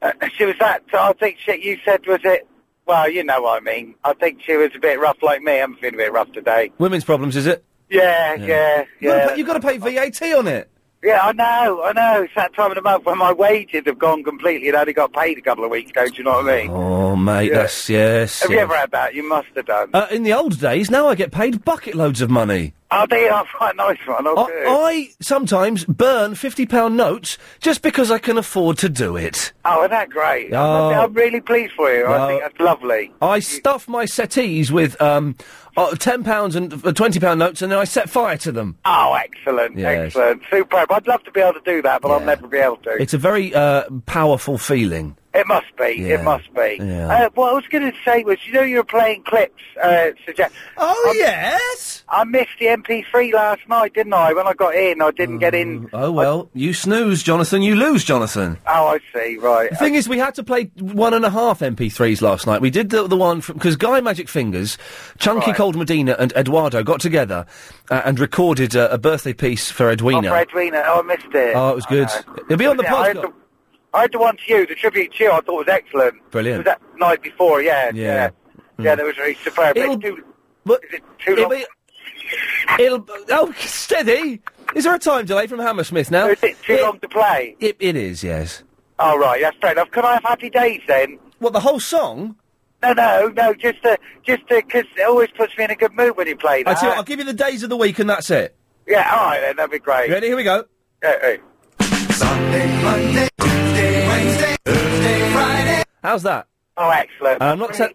[SPEAKER 19] Uh, she was that. I think shit you said was it. Well, you know what I mean. I think she was a bit rough like me. I'm feeling a bit rough today.
[SPEAKER 1] Women's problems, is it?
[SPEAKER 19] Yeah, yeah, yeah.
[SPEAKER 1] You've got to pay VAT on it.
[SPEAKER 19] Yeah, I know, I know. It's that time of the month when my wages have gone completely and I only got paid a couple of weeks ago, do you know what I mean?
[SPEAKER 1] Oh, mate,
[SPEAKER 19] Yeah.
[SPEAKER 1] that's yes.
[SPEAKER 19] have you
[SPEAKER 1] yes.
[SPEAKER 19] ever had that? You must have done.
[SPEAKER 1] Uh, in the old days, now I get paid bucket loads of money.
[SPEAKER 19] Oh, they are quite a nice one,
[SPEAKER 1] I,
[SPEAKER 19] okay.
[SPEAKER 1] I sometimes burn £50 notes just because I can afford to do it.
[SPEAKER 19] Oh, isn't that great?
[SPEAKER 1] Oh.
[SPEAKER 19] I'm really pleased for you. I
[SPEAKER 1] No.
[SPEAKER 19] think that's lovely.
[SPEAKER 1] I stuff my settees with um, uh, £10 and uh, £20 notes and then I set fire to them.
[SPEAKER 19] Oh, excellent,
[SPEAKER 1] Yes.
[SPEAKER 19] excellent. Superb. I'd love to be able to do that, but I'll never be able to.
[SPEAKER 1] It's a very uh, powerful feeling.
[SPEAKER 19] It must be.
[SPEAKER 1] Yeah.
[SPEAKER 19] It must be.
[SPEAKER 1] Yeah.
[SPEAKER 19] Uh, what I was going to say was, you know, you were playing clips. Uh, suggest-
[SPEAKER 1] oh yes.
[SPEAKER 19] I missed the MP3 last night, didn't I? When I got in, I didn't get in.
[SPEAKER 1] Oh, well, you snooze, Jonathan, you lose, Jonathan.
[SPEAKER 19] Oh, I see. Right.
[SPEAKER 1] The thing is, we had to play one and a half MP3s last night. We did the, the one from because Guy Magic Fingers, Chunky Cold Medina, and Eduardo got together uh, and recorded uh, a birthday piece for Edwina.
[SPEAKER 19] Oh, for Edwina. Oh, I missed it.
[SPEAKER 1] Oh, it was
[SPEAKER 19] I
[SPEAKER 1] good.
[SPEAKER 19] know.
[SPEAKER 1] It'll be on the
[SPEAKER 19] Yeah, I had
[SPEAKER 1] podcast.
[SPEAKER 19] the, I had the one to you, the tribute to you. I thought was excellent. It was
[SPEAKER 1] Brilliant.
[SPEAKER 19] that night before. Yeah.
[SPEAKER 1] Yeah.
[SPEAKER 19] Yeah. Yeah, that was really superb. But it's too,
[SPEAKER 1] is
[SPEAKER 19] it too long?
[SPEAKER 1] It'll oh steady. Is there a time delay from Hammersmith now? Is it
[SPEAKER 19] too long to play?
[SPEAKER 1] It, it is, yes.
[SPEAKER 19] Oh, right, that's fair enough. Could I have Happy Days then?
[SPEAKER 1] What, the whole song?
[SPEAKER 19] No, no, no, just uh, just because it always puts me in a good mood when you play
[SPEAKER 1] I
[SPEAKER 19] that.
[SPEAKER 1] tell you, what, I'll give you the days of the week, and that's it.
[SPEAKER 19] Yeah, all right then, that'd be great. Uh,
[SPEAKER 1] Ready? Here we go.
[SPEAKER 19] Sunday, Monday, Tuesday, Wednesday, Thursday, Friday.
[SPEAKER 1] How's that?
[SPEAKER 19] Oh, excellent.
[SPEAKER 1] I'm not. Te-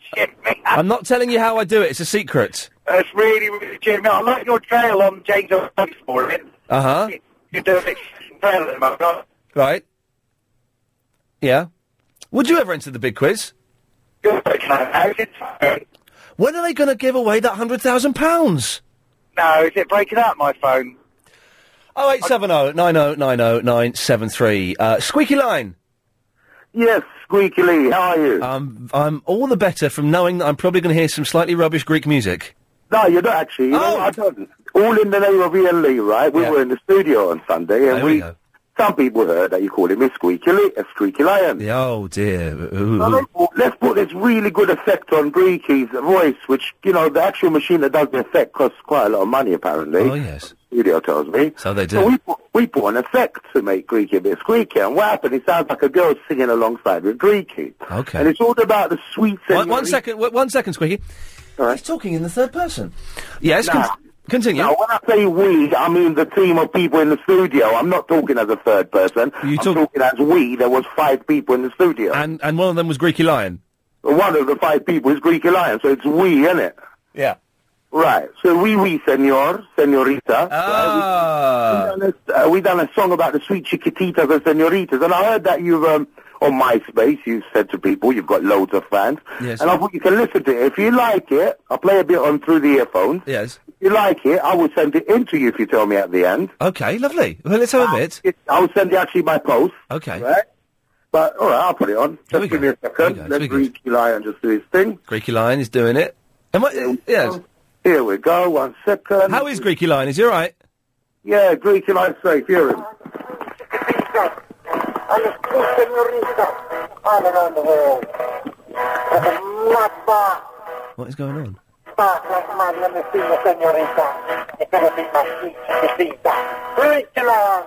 [SPEAKER 1] I'm not telling you how I do it. It's a secret.
[SPEAKER 19] That's really, really cheering me up. I like your trail on James O'Keefe for it.
[SPEAKER 1] Uh huh.
[SPEAKER 19] You're doing it trail at the moment. aren't you?
[SPEAKER 1] Right. Yeah. Would you ever enter the big quiz? When are they going to give away that hundred thousand pounds?
[SPEAKER 19] No, is it breaking up my phone?
[SPEAKER 1] Oh eight seven oh nine oh nine oh nine seven three. Uh, squeaky line.
[SPEAKER 3] Yes, Squeaky Lee, how are you?
[SPEAKER 1] Um, I'm all the better from knowing that I'm probably going to hear some slightly rubbish Greek music.
[SPEAKER 3] No, you're not actually. You
[SPEAKER 1] Oh.
[SPEAKER 3] know, what? I don't. All in the name of Ian Lee, right? We were in the studio on Sunday, and we, some people heard that you called him a Squeaky Lee, a Squeaky Lion.
[SPEAKER 1] Yeah, oh dear. Ooh,
[SPEAKER 3] So
[SPEAKER 1] ooh.
[SPEAKER 3] let's put- let's put this really good effect on Greeky's voice, which, you know, the actual machine that does the effect costs quite a lot of money, apparently.
[SPEAKER 1] Oh yes.
[SPEAKER 3] Studio tells me.
[SPEAKER 1] So they
[SPEAKER 3] So
[SPEAKER 1] do.
[SPEAKER 3] we put, we put an effect to make Greeky a bit squeaky, and what happened? It sounds like a girl singing alongside with Greeky.
[SPEAKER 1] Okay.
[SPEAKER 3] And it's all about the sweet
[SPEAKER 1] One, one second. w- One second, Squeaky. He's talking in the third person. Yes.
[SPEAKER 3] Nah.
[SPEAKER 1] con- continue.
[SPEAKER 3] Now, when I say we, I mean the team of people in the studio. I'm not talking as a third person. I'm talking as we. There was five people in the studio.
[SPEAKER 1] And and one of them was Greeky Lion.
[SPEAKER 3] One of the five people is Greek Alliance, so it's we, isn't it?
[SPEAKER 1] Yeah.
[SPEAKER 3] Right. So we, we, senor, senorita. uh, Ah. We, we, done a, uh, we done a song about the sweet chiquititas and senoritas, and I heard that you've um, on MySpace, you said to people you've got loads of fans.
[SPEAKER 1] Yes.
[SPEAKER 3] And I thought you can listen to it. If you like it, I'll play a bit on through the earphones.
[SPEAKER 1] Yes.
[SPEAKER 3] If you like it, I will send it in to you if you tell me at the end.
[SPEAKER 1] Okay, lovely. Well, let's have a bit.
[SPEAKER 3] I'll send it actually by post.
[SPEAKER 1] Okay.
[SPEAKER 3] Right? But, all right, I'll put it on. Just give me a second. Let's read Eli and just do his thing.
[SPEAKER 1] Greeky Lion is doing it. Am I? Yes.
[SPEAKER 3] Here we go. One second.
[SPEAKER 1] How is Greeky Lion? Is he all right?
[SPEAKER 3] Yeah, Greeky Lion's safe. Hear him.
[SPEAKER 5] all around the world. Mapa,
[SPEAKER 1] What is going on?
[SPEAKER 5] las manos me sigue, señorita. Que te lo diga así, chiquitita. ¡Ríquela!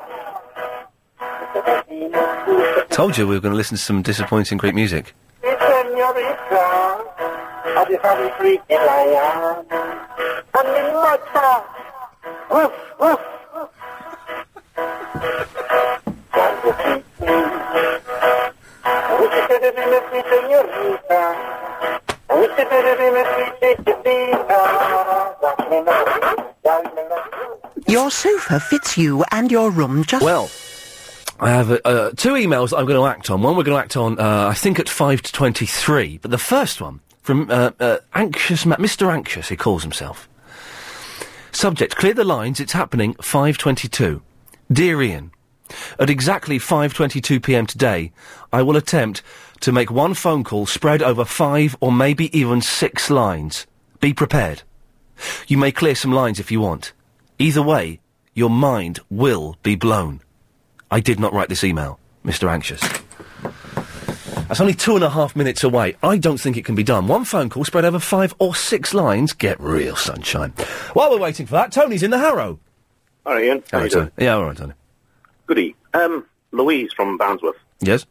[SPEAKER 1] Told you we were going to listen to some disappointing Greek music.
[SPEAKER 5] Sí, señorita. A mi familia, ríquela ya. A mi mata. Uf, uf. Usted debe me mi señorita. Usted debe me mi chiquitita. Dámelo, dámelo.
[SPEAKER 22] Your sofa fits you and your room just
[SPEAKER 1] well. I have uh, uh, two emails that I'm going to act on. One we're going to act on, uh, I think, at 5 to 23. But the first one, from uh, uh, Anxious Ma- Mr. Anxious, he calls himself. Subject, clear the lines, it's happening, 5.22. Dear Ian, at exactly 5.22pm today, I will attempt to make one phone call spread over five or maybe even six lines. Be prepared. You may clear some lines if you want. Either way, your mind will be blown. I did not write this email, Mr. Anxious. That's only two and a half minutes away. I don't think it can be done. One phone call spread over five or six lines. Get real sunshine. While we're waiting for that, Tony's in the Harrow.
[SPEAKER 19] All right, Ian. How
[SPEAKER 1] Hello,
[SPEAKER 19] you doing?
[SPEAKER 1] Tony. Yeah, all right, Tony.
[SPEAKER 19] Goody. Um, Louise from Barnsworth.
[SPEAKER 1] Yes.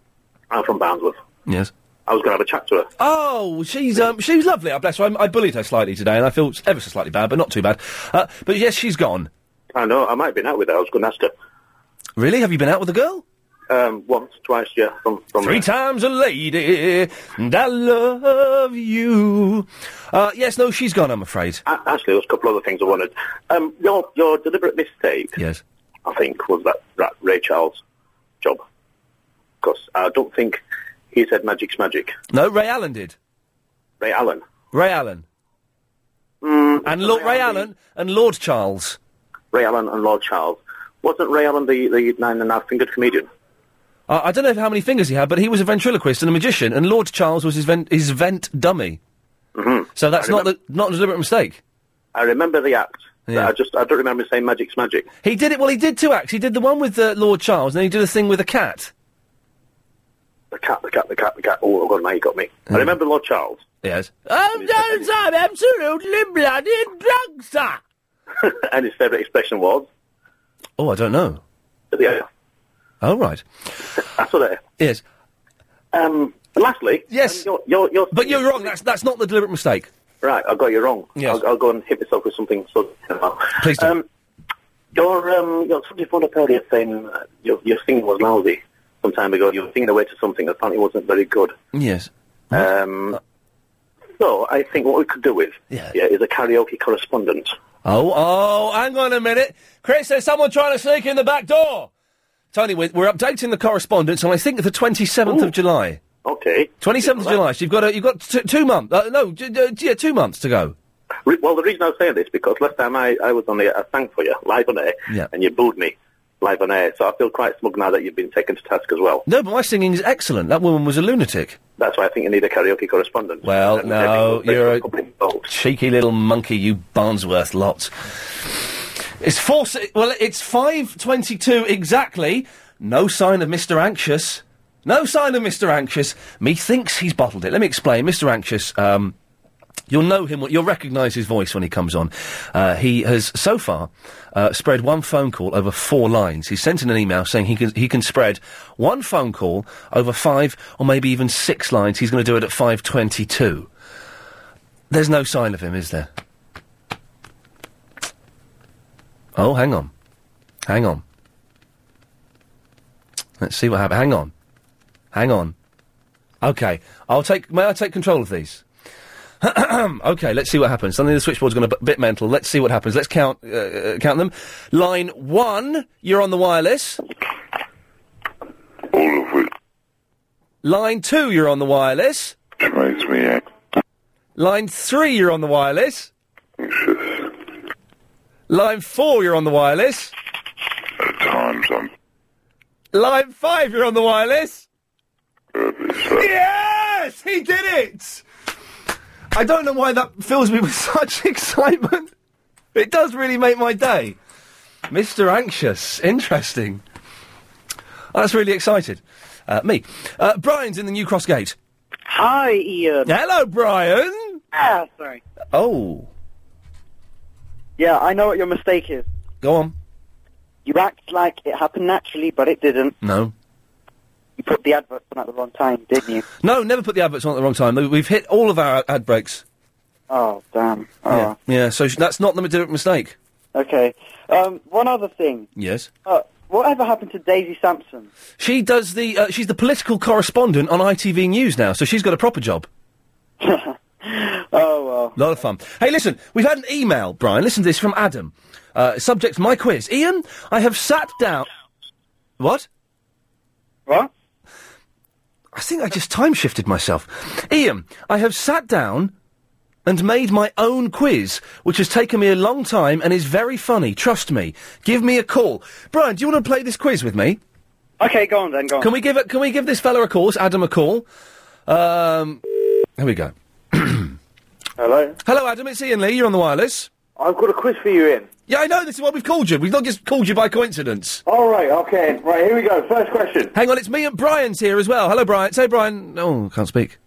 [SPEAKER 19] I'm from Barnsworth.
[SPEAKER 1] Yes.
[SPEAKER 19] I was going to have a chat to her.
[SPEAKER 1] Oh, she's um, she was lovely. I bless her. I, I bullied her slightly today, and I feel ever so slightly bad, but not too bad. Uh, but yes, she's gone.
[SPEAKER 19] I know. I might have been out with her. I was going to ask her.
[SPEAKER 1] Really? Have you been out with a girl?
[SPEAKER 19] Um, once, twice, yeah. From from
[SPEAKER 1] Three times a lady, and I love you. Uh, yes, no, she's gone. I'm afraid.
[SPEAKER 19] A- Actually, there was a couple other things I wanted. Um, your your deliberate mistake,
[SPEAKER 1] Yes.
[SPEAKER 19] I think, was that, that Ray Charles job. Because I don't think he said magic's magic.
[SPEAKER 1] No, Ray Allen did.
[SPEAKER 19] Ray Allen.
[SPEAKER 1] Ray Allen. Hmm. and Lord Ray Allen and Lord Charles.
[SPEAKER 19] Ray Allen and Lord Charles. Wasn't Ray Allen the, the nine and a half fingered comedian?
[SPEAKER 1] Uh, I don't know how many fingers he had, but he was a ventriloquist and a magician, and Lord Charles was his vent, his vent dummy.
[SPEAKER 19] Mm-hmm.
[SPEAKER 1] So that's not the, not a deliberate mistake.
[SPEAKER 19] I remember the act. but
[SPEAKER 1] Yeah.
[SPEAKER 19] I just I don't remember him saying magic's magic.
[SPEAKER 1] He did it. Well, he did two acts. He did the one with uh, Lord Charles, and then he did a thing with a cat.
[SPEAKER 19] The cat, the cat, the cat, the cat. Oh, God, now you got me. I remember Lord Charles.
[SPEAKER 1] Yes.
[SPEAKER 19] I'm done,
[SPEAKER 1] I'm absolutely bloody drunk, sir.
[SPEAKER 19] and his favourite expression was,
[SPEAKER 1] Oh, I don't know.
[SPEAKER 19] yeah,
[SPEAKER 1] Oh, right.
[SPEAKER 19] that's what it is.
[SPEAKER 1] Yes.
[SPEAKER 19] Um, lastly,
[SPEAKER 1] yes,
[SPEAKER 19] you're, you're, you're
[SPEAKER 1] but you're wrong. That's that's not the deliberate mistake.
[SPEAKER 19] right. I got you wrong.
[SPEAKER 1] Yes.
[SPEAKER 19] I'll, I'll go and hit myself with something. So,
[SPEAKER 1] Please do.
[SPEAKER 19] Um, your um, your somebody phoned up earlier saying uh, your your singing was lousy some time ago. You were singing away to something that apparently wasn't very good.
[SPEAKER 1] Yes.
[SPEAKER 19] Um, so I think what we could do is
[SPEAKER 1] yeah.
[SPEAKER 19] is a karaoke correspondent.
[SPEAKER 1] Oh, oh, hang on a minute. Chris, there's someone trying to sneak in the back door. Tony, we're, we're updating the correspondence on, I think, the 27th of July.
[SPEAKER 19] Okay.
[SPEAKER 1] 27th of July. So you've got, a, you've got t- two months. Uh, no, j- j- yeah, two months to go.
[SPEAKER 19] Re- well, the reason I was saying this because last time I, I was on the I sang for you live on air,
[SPEAKER 1] Yeah.
[SPEAKER 19] and you booed me live on air. So I feel quite smug now that you've been taken to task as well.
[SPEAKER 1] No, but my singing is excellent. That woman was a lunatic.
[SPEAKER 19] That's why I think you need a karaoke correspondent.
[SPEAKER 1] Well, no, you're a cheeky little monkey, you Barnsworth lot. It's four. se- Well, it's five twenty-two exactly. No sign of Mister Anxious. No sign of Mister Anxious. Methinks he's bottled it. Let me explain, Mister Anxious. Um, You'll know him. You'll recognise his voice when he comes on. Uh, he has so far uh, spread one phone call over four lines. He sent in an email saying he can he can spread one phone call over five or maybe even six lines. He's going to do it at five twenty-two. There's no sign of him, is there? Oh, hang on, hang on. Let's see what happens. Hang on, hang on. Okay, I'll take. May I take control of these? okay, let's see what happens. Suddenly the switchboard's gone a b- bit mental. Let's see what happens. Let's count uh, uh, count them. Line one, you're on the wireless. All of it. Line two, you're on the wireless. Line three, you're on the wireless. Line four, you're on the wireless. At times I'm. Line five, you're on the wireless. Yes, he did it. I don't know why that fills me with such excitement. It does really make my day. Mr. Anxious, interesting. Oh, that's really excited. Uh, me. Uh, Brian's in the New Cross Gate.
[SPEAKER 13] Hi, Ian.
[SPEAKER 1] Hello, Brian.
[SPEAKER 13] Ah, sorry.
[SPEAKER 1] Oh,
[SPEAKER 13] Yeah, I know what your mistake is.
[SPEAKER 1] go on.
[SPEAKER 13] You act like it happened naturally, but it didn't.
[SPEAKER 1] No.
[SPEAKER 13] You put the adverts on at the wrong time, didn't you?
[SPEAKER 1] No, never put the adverts on at the wrong time. We've hit all of our ad breaks.
[SPEAKER 13] Oh, damn.
[SPEAKER 1] Yeah. yeah, so sh- that's not the deliberate mistake.
[SPEAKER 13] Okay. Um, one other thing.
[SPEAKER 1] Yes.
[SPEAKER 13] Uh, whatever happened to Daisy Sampson?
[SPEAKER 1] She does the. Uh, she's the political correspondent on ITV News now, so she's got a proper job. oh
[SPEAKER 13] well,
[SPEAKER 1] lot of fun. Hey, listen, we've had an email, Brian. Listen to this from Adam. Uh, subject: My quiz. Ian, I have sat down. What?
[SPEAKER 13] What?
[SPEAKER 1] I think I just time shifted myself. Ian, I have sat down and made my own quiz, which has taken me a long time and is very funny. Trust me. Give me a call, Brian. Do you want to play this quiz with me?
[SPEAKER 13] Okay, go on then, go on.
[SPEAKER 1] Can we give it? Can we give this fella a call? It's Adam a call. Um, here we go.
[SPEAKER 17] Hello.
[SPEAKER 1] Hello, Adam. It's Ian Lee. You're on the wireless.
[SPEAKER 17] I've got a quiz for you, Ian.
[SPEAKER 1] Yeah, I know. This is why we've called you. We've not just called you by coincidence.
[SPEAKER 17] All right. Okay. Right. Here we go. First question.
[SPEAKER 1] Hang on, it's me and Brian's here as well. Hello, Brian. Say, Brian. Oh, can't speak.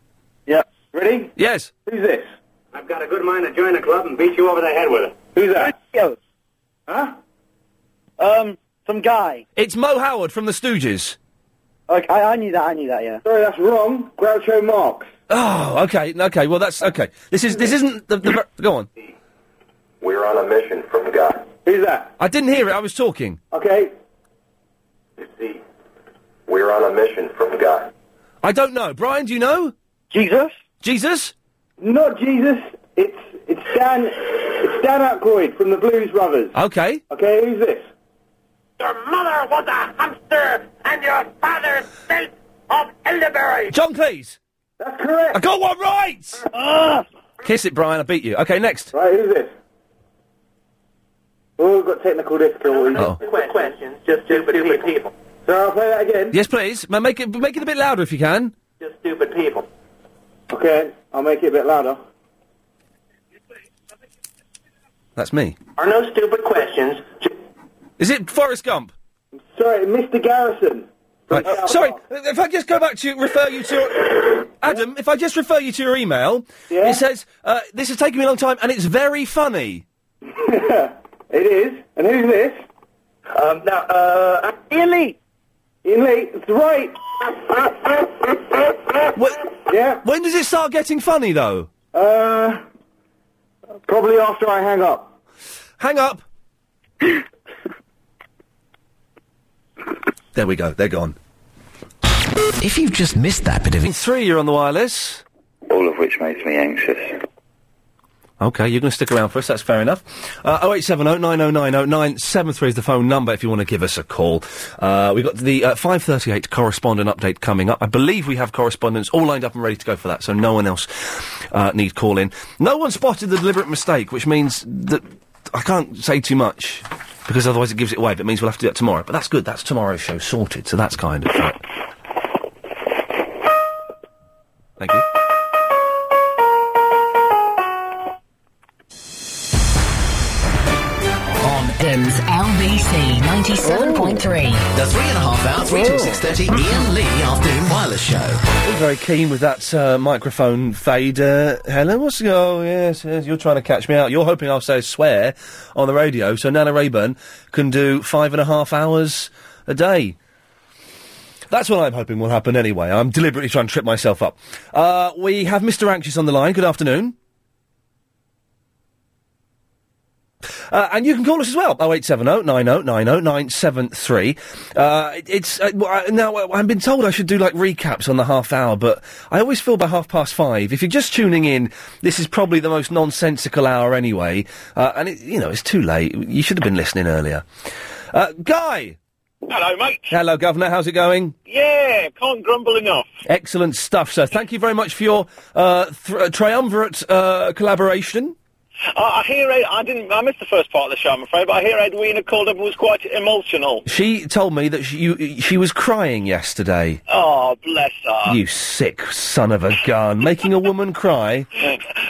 [SPEAKER 17] Yeah. Ready?
[SPEAKER 1] Yes.
[SPEAKER 17] Who's this?
[SPEAKER 22] I've got a good mind to join the club and beat you over the head with it.
[SPEAKER 17] Who's that?
[SPEAKER 13] Yo.
[SPEAKER 17] Huh?
[SPEAKER 13] Um, some guy.
[SPEAKER 1] It's Mo Howard from the Stooges.
[SPEAKER 13] Okay, I, I knew that, I knew that, yeah.
[SPEAKER 17] Sorry, that's wrong. Groucho Marx.
[SPEAKER 1] Oh, okay, okay. Well, that's okay. This is this isn't the, the ver- go on.
[SPEAKER 17] We're on a mission from God. Who's that?
[SPEAKER 1] I didn't hear it. I was talking.
[SPEAKER 17] Okay. We're on a mission from God.
[SPEAKER 1] I don't know. Brian, do you know?
[SPEAKER 17] Jesus.
[SPEAKER 1] Jesus.
[SPEAKER 17] Not Jesus. It's it's Dan. It's Dan Aykroyd from the Blues Brothers.
[SPEAKER 1] Okay.
[SPEAKER 17] Okay. Who's this?
[SPEAKER 22] Your mother was a hamster and your father built of elderberry.
[SPEAKER 1] John Cleese.
[SPEAKER 17] That's correct.
[SPEAKER 1] I got one right. Kiss it, Brian. I beat you. Okay, next.
[SPEAKER 17] Right. Who's this? Oh, we've got technical difficulties.
[SPEAKER 1] Oh.
[SPEAKER 17] questions, just stupid, people. So I'll play that again.
[SPEAKER 1] Yes, please. Ma- Make it make it a bit louder if you can.
[SPEAKER 17] Just stupid people. Okay, I'll make it a bit louder.
[SPEAKER 1] That's me.
[SPEAKER 17] Are no stupid questions.
[SPEAKER 1] Is it Forrest Gump?
[SPEAKER 17] Sorry, Mr. Garrison.
[SPEAKER 1] Right. Sorry, if I just go back to refer you to Adam, if I just refer you to your email, it says uh, this has taken me a long time and it's very funny.
[SPEAKER 17] It is. And who's this? Um, now, uh, Ian Lee. Ian Lee, it's right. Yeah.
[SPEAKER 1] When does it start getting funny though?
[SPEAKER 17] Uh, probably after I hang up.
[SPEAKER 1] Hang up. There we go. They're gone. If you've just missed that bit of it, three, you're on the wireless.
[SPEAKER 32] All of which makes me anxious.
[SPEAKER 1] Okay, you're going to stick around for us. That's fair enough. Uh, 0870 9090 973 is the phone number if you want to give us a call. Uh, we've got the uh, 538 correspondent update coming up. I believe we have correspondents all lined up and ready to go for that, so no one else uh, need call in. No one spotted the deliberate mistake, which means that I can't say too much because otherwise it gives it away. But it means we'll have to do that tomorrow. But that's good. That's tomorrow's show sorted. So that's kind of. uh, Thank you.
[SPEAKER 18] On M's LBC 97.3. The three and a half hour, three till six thirty. Ian Lee afternoon wireless show.
[SPEAKER 1] You're very keen with that uh, microphone fade, uh, Helen. What's oh yes, yes, you're trying to catch me out. You're hoping I'll say swear on the radio, so Nana Rayburn can do five and a half hours a day. That's what I'm hoping will happen anyway. I'm deliberately trying to trip myself up. Uh, we have Mr. Anxious on the line. Good afternoon. Uh, and you can call us as well, 0870 90 90 973. Uh, it- it's, uh, well, I- now, uh, I've been told I should do, like, recaps on the half hour, but I always feel by half past five, if you're just tuning in, this is probably the most nonsensical hour anyway, uh, and, it, you know, it's too late. You should have been listening earlier. Uh, Guy!
[SPEAKER 19] Hello, mate.
[SPEAKER 1] Hello, Governor. How's it going?
[SPEAKER 19] Yeah, can't grumble enough.
[SPEAKER 1] Excellent stuff, sir. Thank you very much for your uh, thr uh, triumvirate uh, collaboration.
[SPEAKER 19] I, I hear. Ed- I didn't. I missed the first part of the show, I'm afraid. But I hear Edwina called up and was quite emotional.
[SPEAKER 1] She told me that she, you, she was crying yesterday.
[SPEAKER 19] Oh, bless her.
[SPEAKER 1] You sick son of a gun, making a woman cry.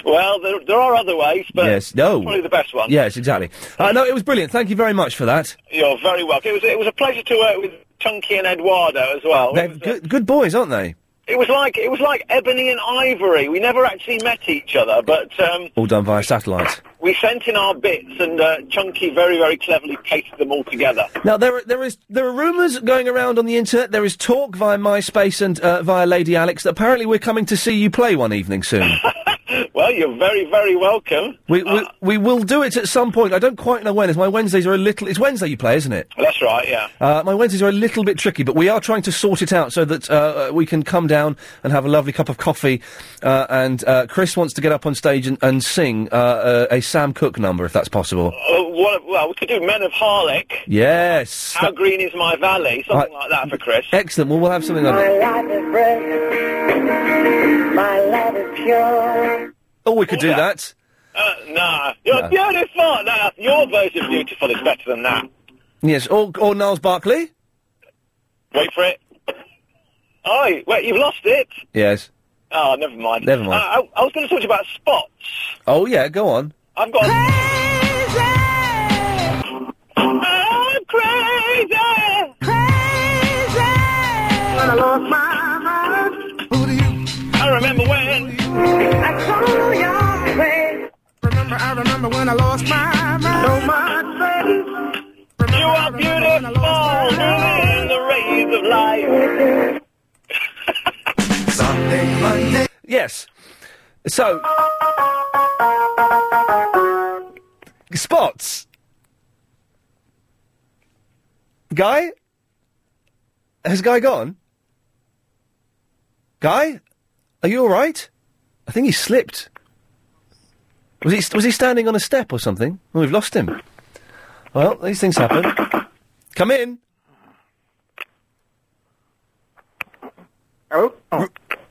[SPEAKER 19] well, there, there are other ways, but
[SPEAKER 1] yes, no.
[SPEAKER 19] probably the best one.
[SPEAKER 1] Yes, exactly. Uh, no, it was brilliant. Thank you very much for that.
[SPEAKER 19] You're very welcome. It was it was a pleasure to work with Tunky and Eduardo as well.
[SPEAKER 1] They're good, good boys, aren't they?
[SPEAKER 19] It was like it was like ebony and ivory. We never actually met each other, but um,
[SPEAKER 1] All done via satellite.
[SPEAKER 19] we sent in our bits, and uh, Chunky very very cleverly pasted them all together.
[SPEAKER 1] Now there are, there is there are rumours going around on the internet. There is talk via MySpace and uh, via Lady Alex that apparently we're coming to see you play one evening soon.
[SPEAKER 19] Well, you're very very welcome.
[SPEAKER 1] we, we we will do it at some point. I don't quite know when. It's my Wednesdays are a little. It's Wednesday you play, isn't it?
[SPEAKER 19] That's right. Yeah.
[SPEAKER 1] Uh, my Wednesdays are a little bit tricky, but we are trying to sort it out so that uh, uh, we can come down and have a lovely cup of coffee. Uh, and uh, Chris wants to get up on stage and, and sing uh, uh, a Sam Cooke number, if that's possible.
[SPEAKER 19] Uh, well, well, we could do Men of Harlech.
[SPEAKER 1] Yes.
[SPEAKER 19] How green is my valley? Something like
[SPEAKER 1] Right.
[SPEAKER 19] that for Chris.
[SPEAKER 1] Excellent. Well, we'll have something like that.
[SPEAKER 5] life is bright. My love is pure.
[SPEAKER 1] Oh, we could do that.
[SPEAKER 19] Uh, nah, you're
[SPEAKER 1] No.
[SPEAKER 19] beautiful. Nah, your version of beautiful is better than that.
[SPEAKER 1] Yes. Or, or Niles Barkley.
[SPEAKER 19] Wait for it. Oh, wait, you've lost it.
[SPEAKER 1] Yes.
[SPEAKER 19] Oh, never mind.
[SPEAKER 1] Never mind.
[SPEAKER 19] Uh, I, I was going to talk to you about Spot.
[SPEAKER 1] Oh, yeah. Go on.
[SPEAKER 19] I've got. I'm crazy.
[SPEAKER 5] When I lost my mind,
[SPEAKER 19] I remember when.
[SPEAKER 5] I saw your face. Remember, I remember when I lost my mind. So much faith.
[SPEAKER 19] You are beautiful, living in the rays of light.
[SPEAKER 1] Yes. So. Spots. Guy? Has Guy gone? Guy? Are you alright? I think he slipped. Was he, was he standing on a step or something? Oh, we've lost him. Well, these things happen. Come in.
[SPEAKER 20] Oh,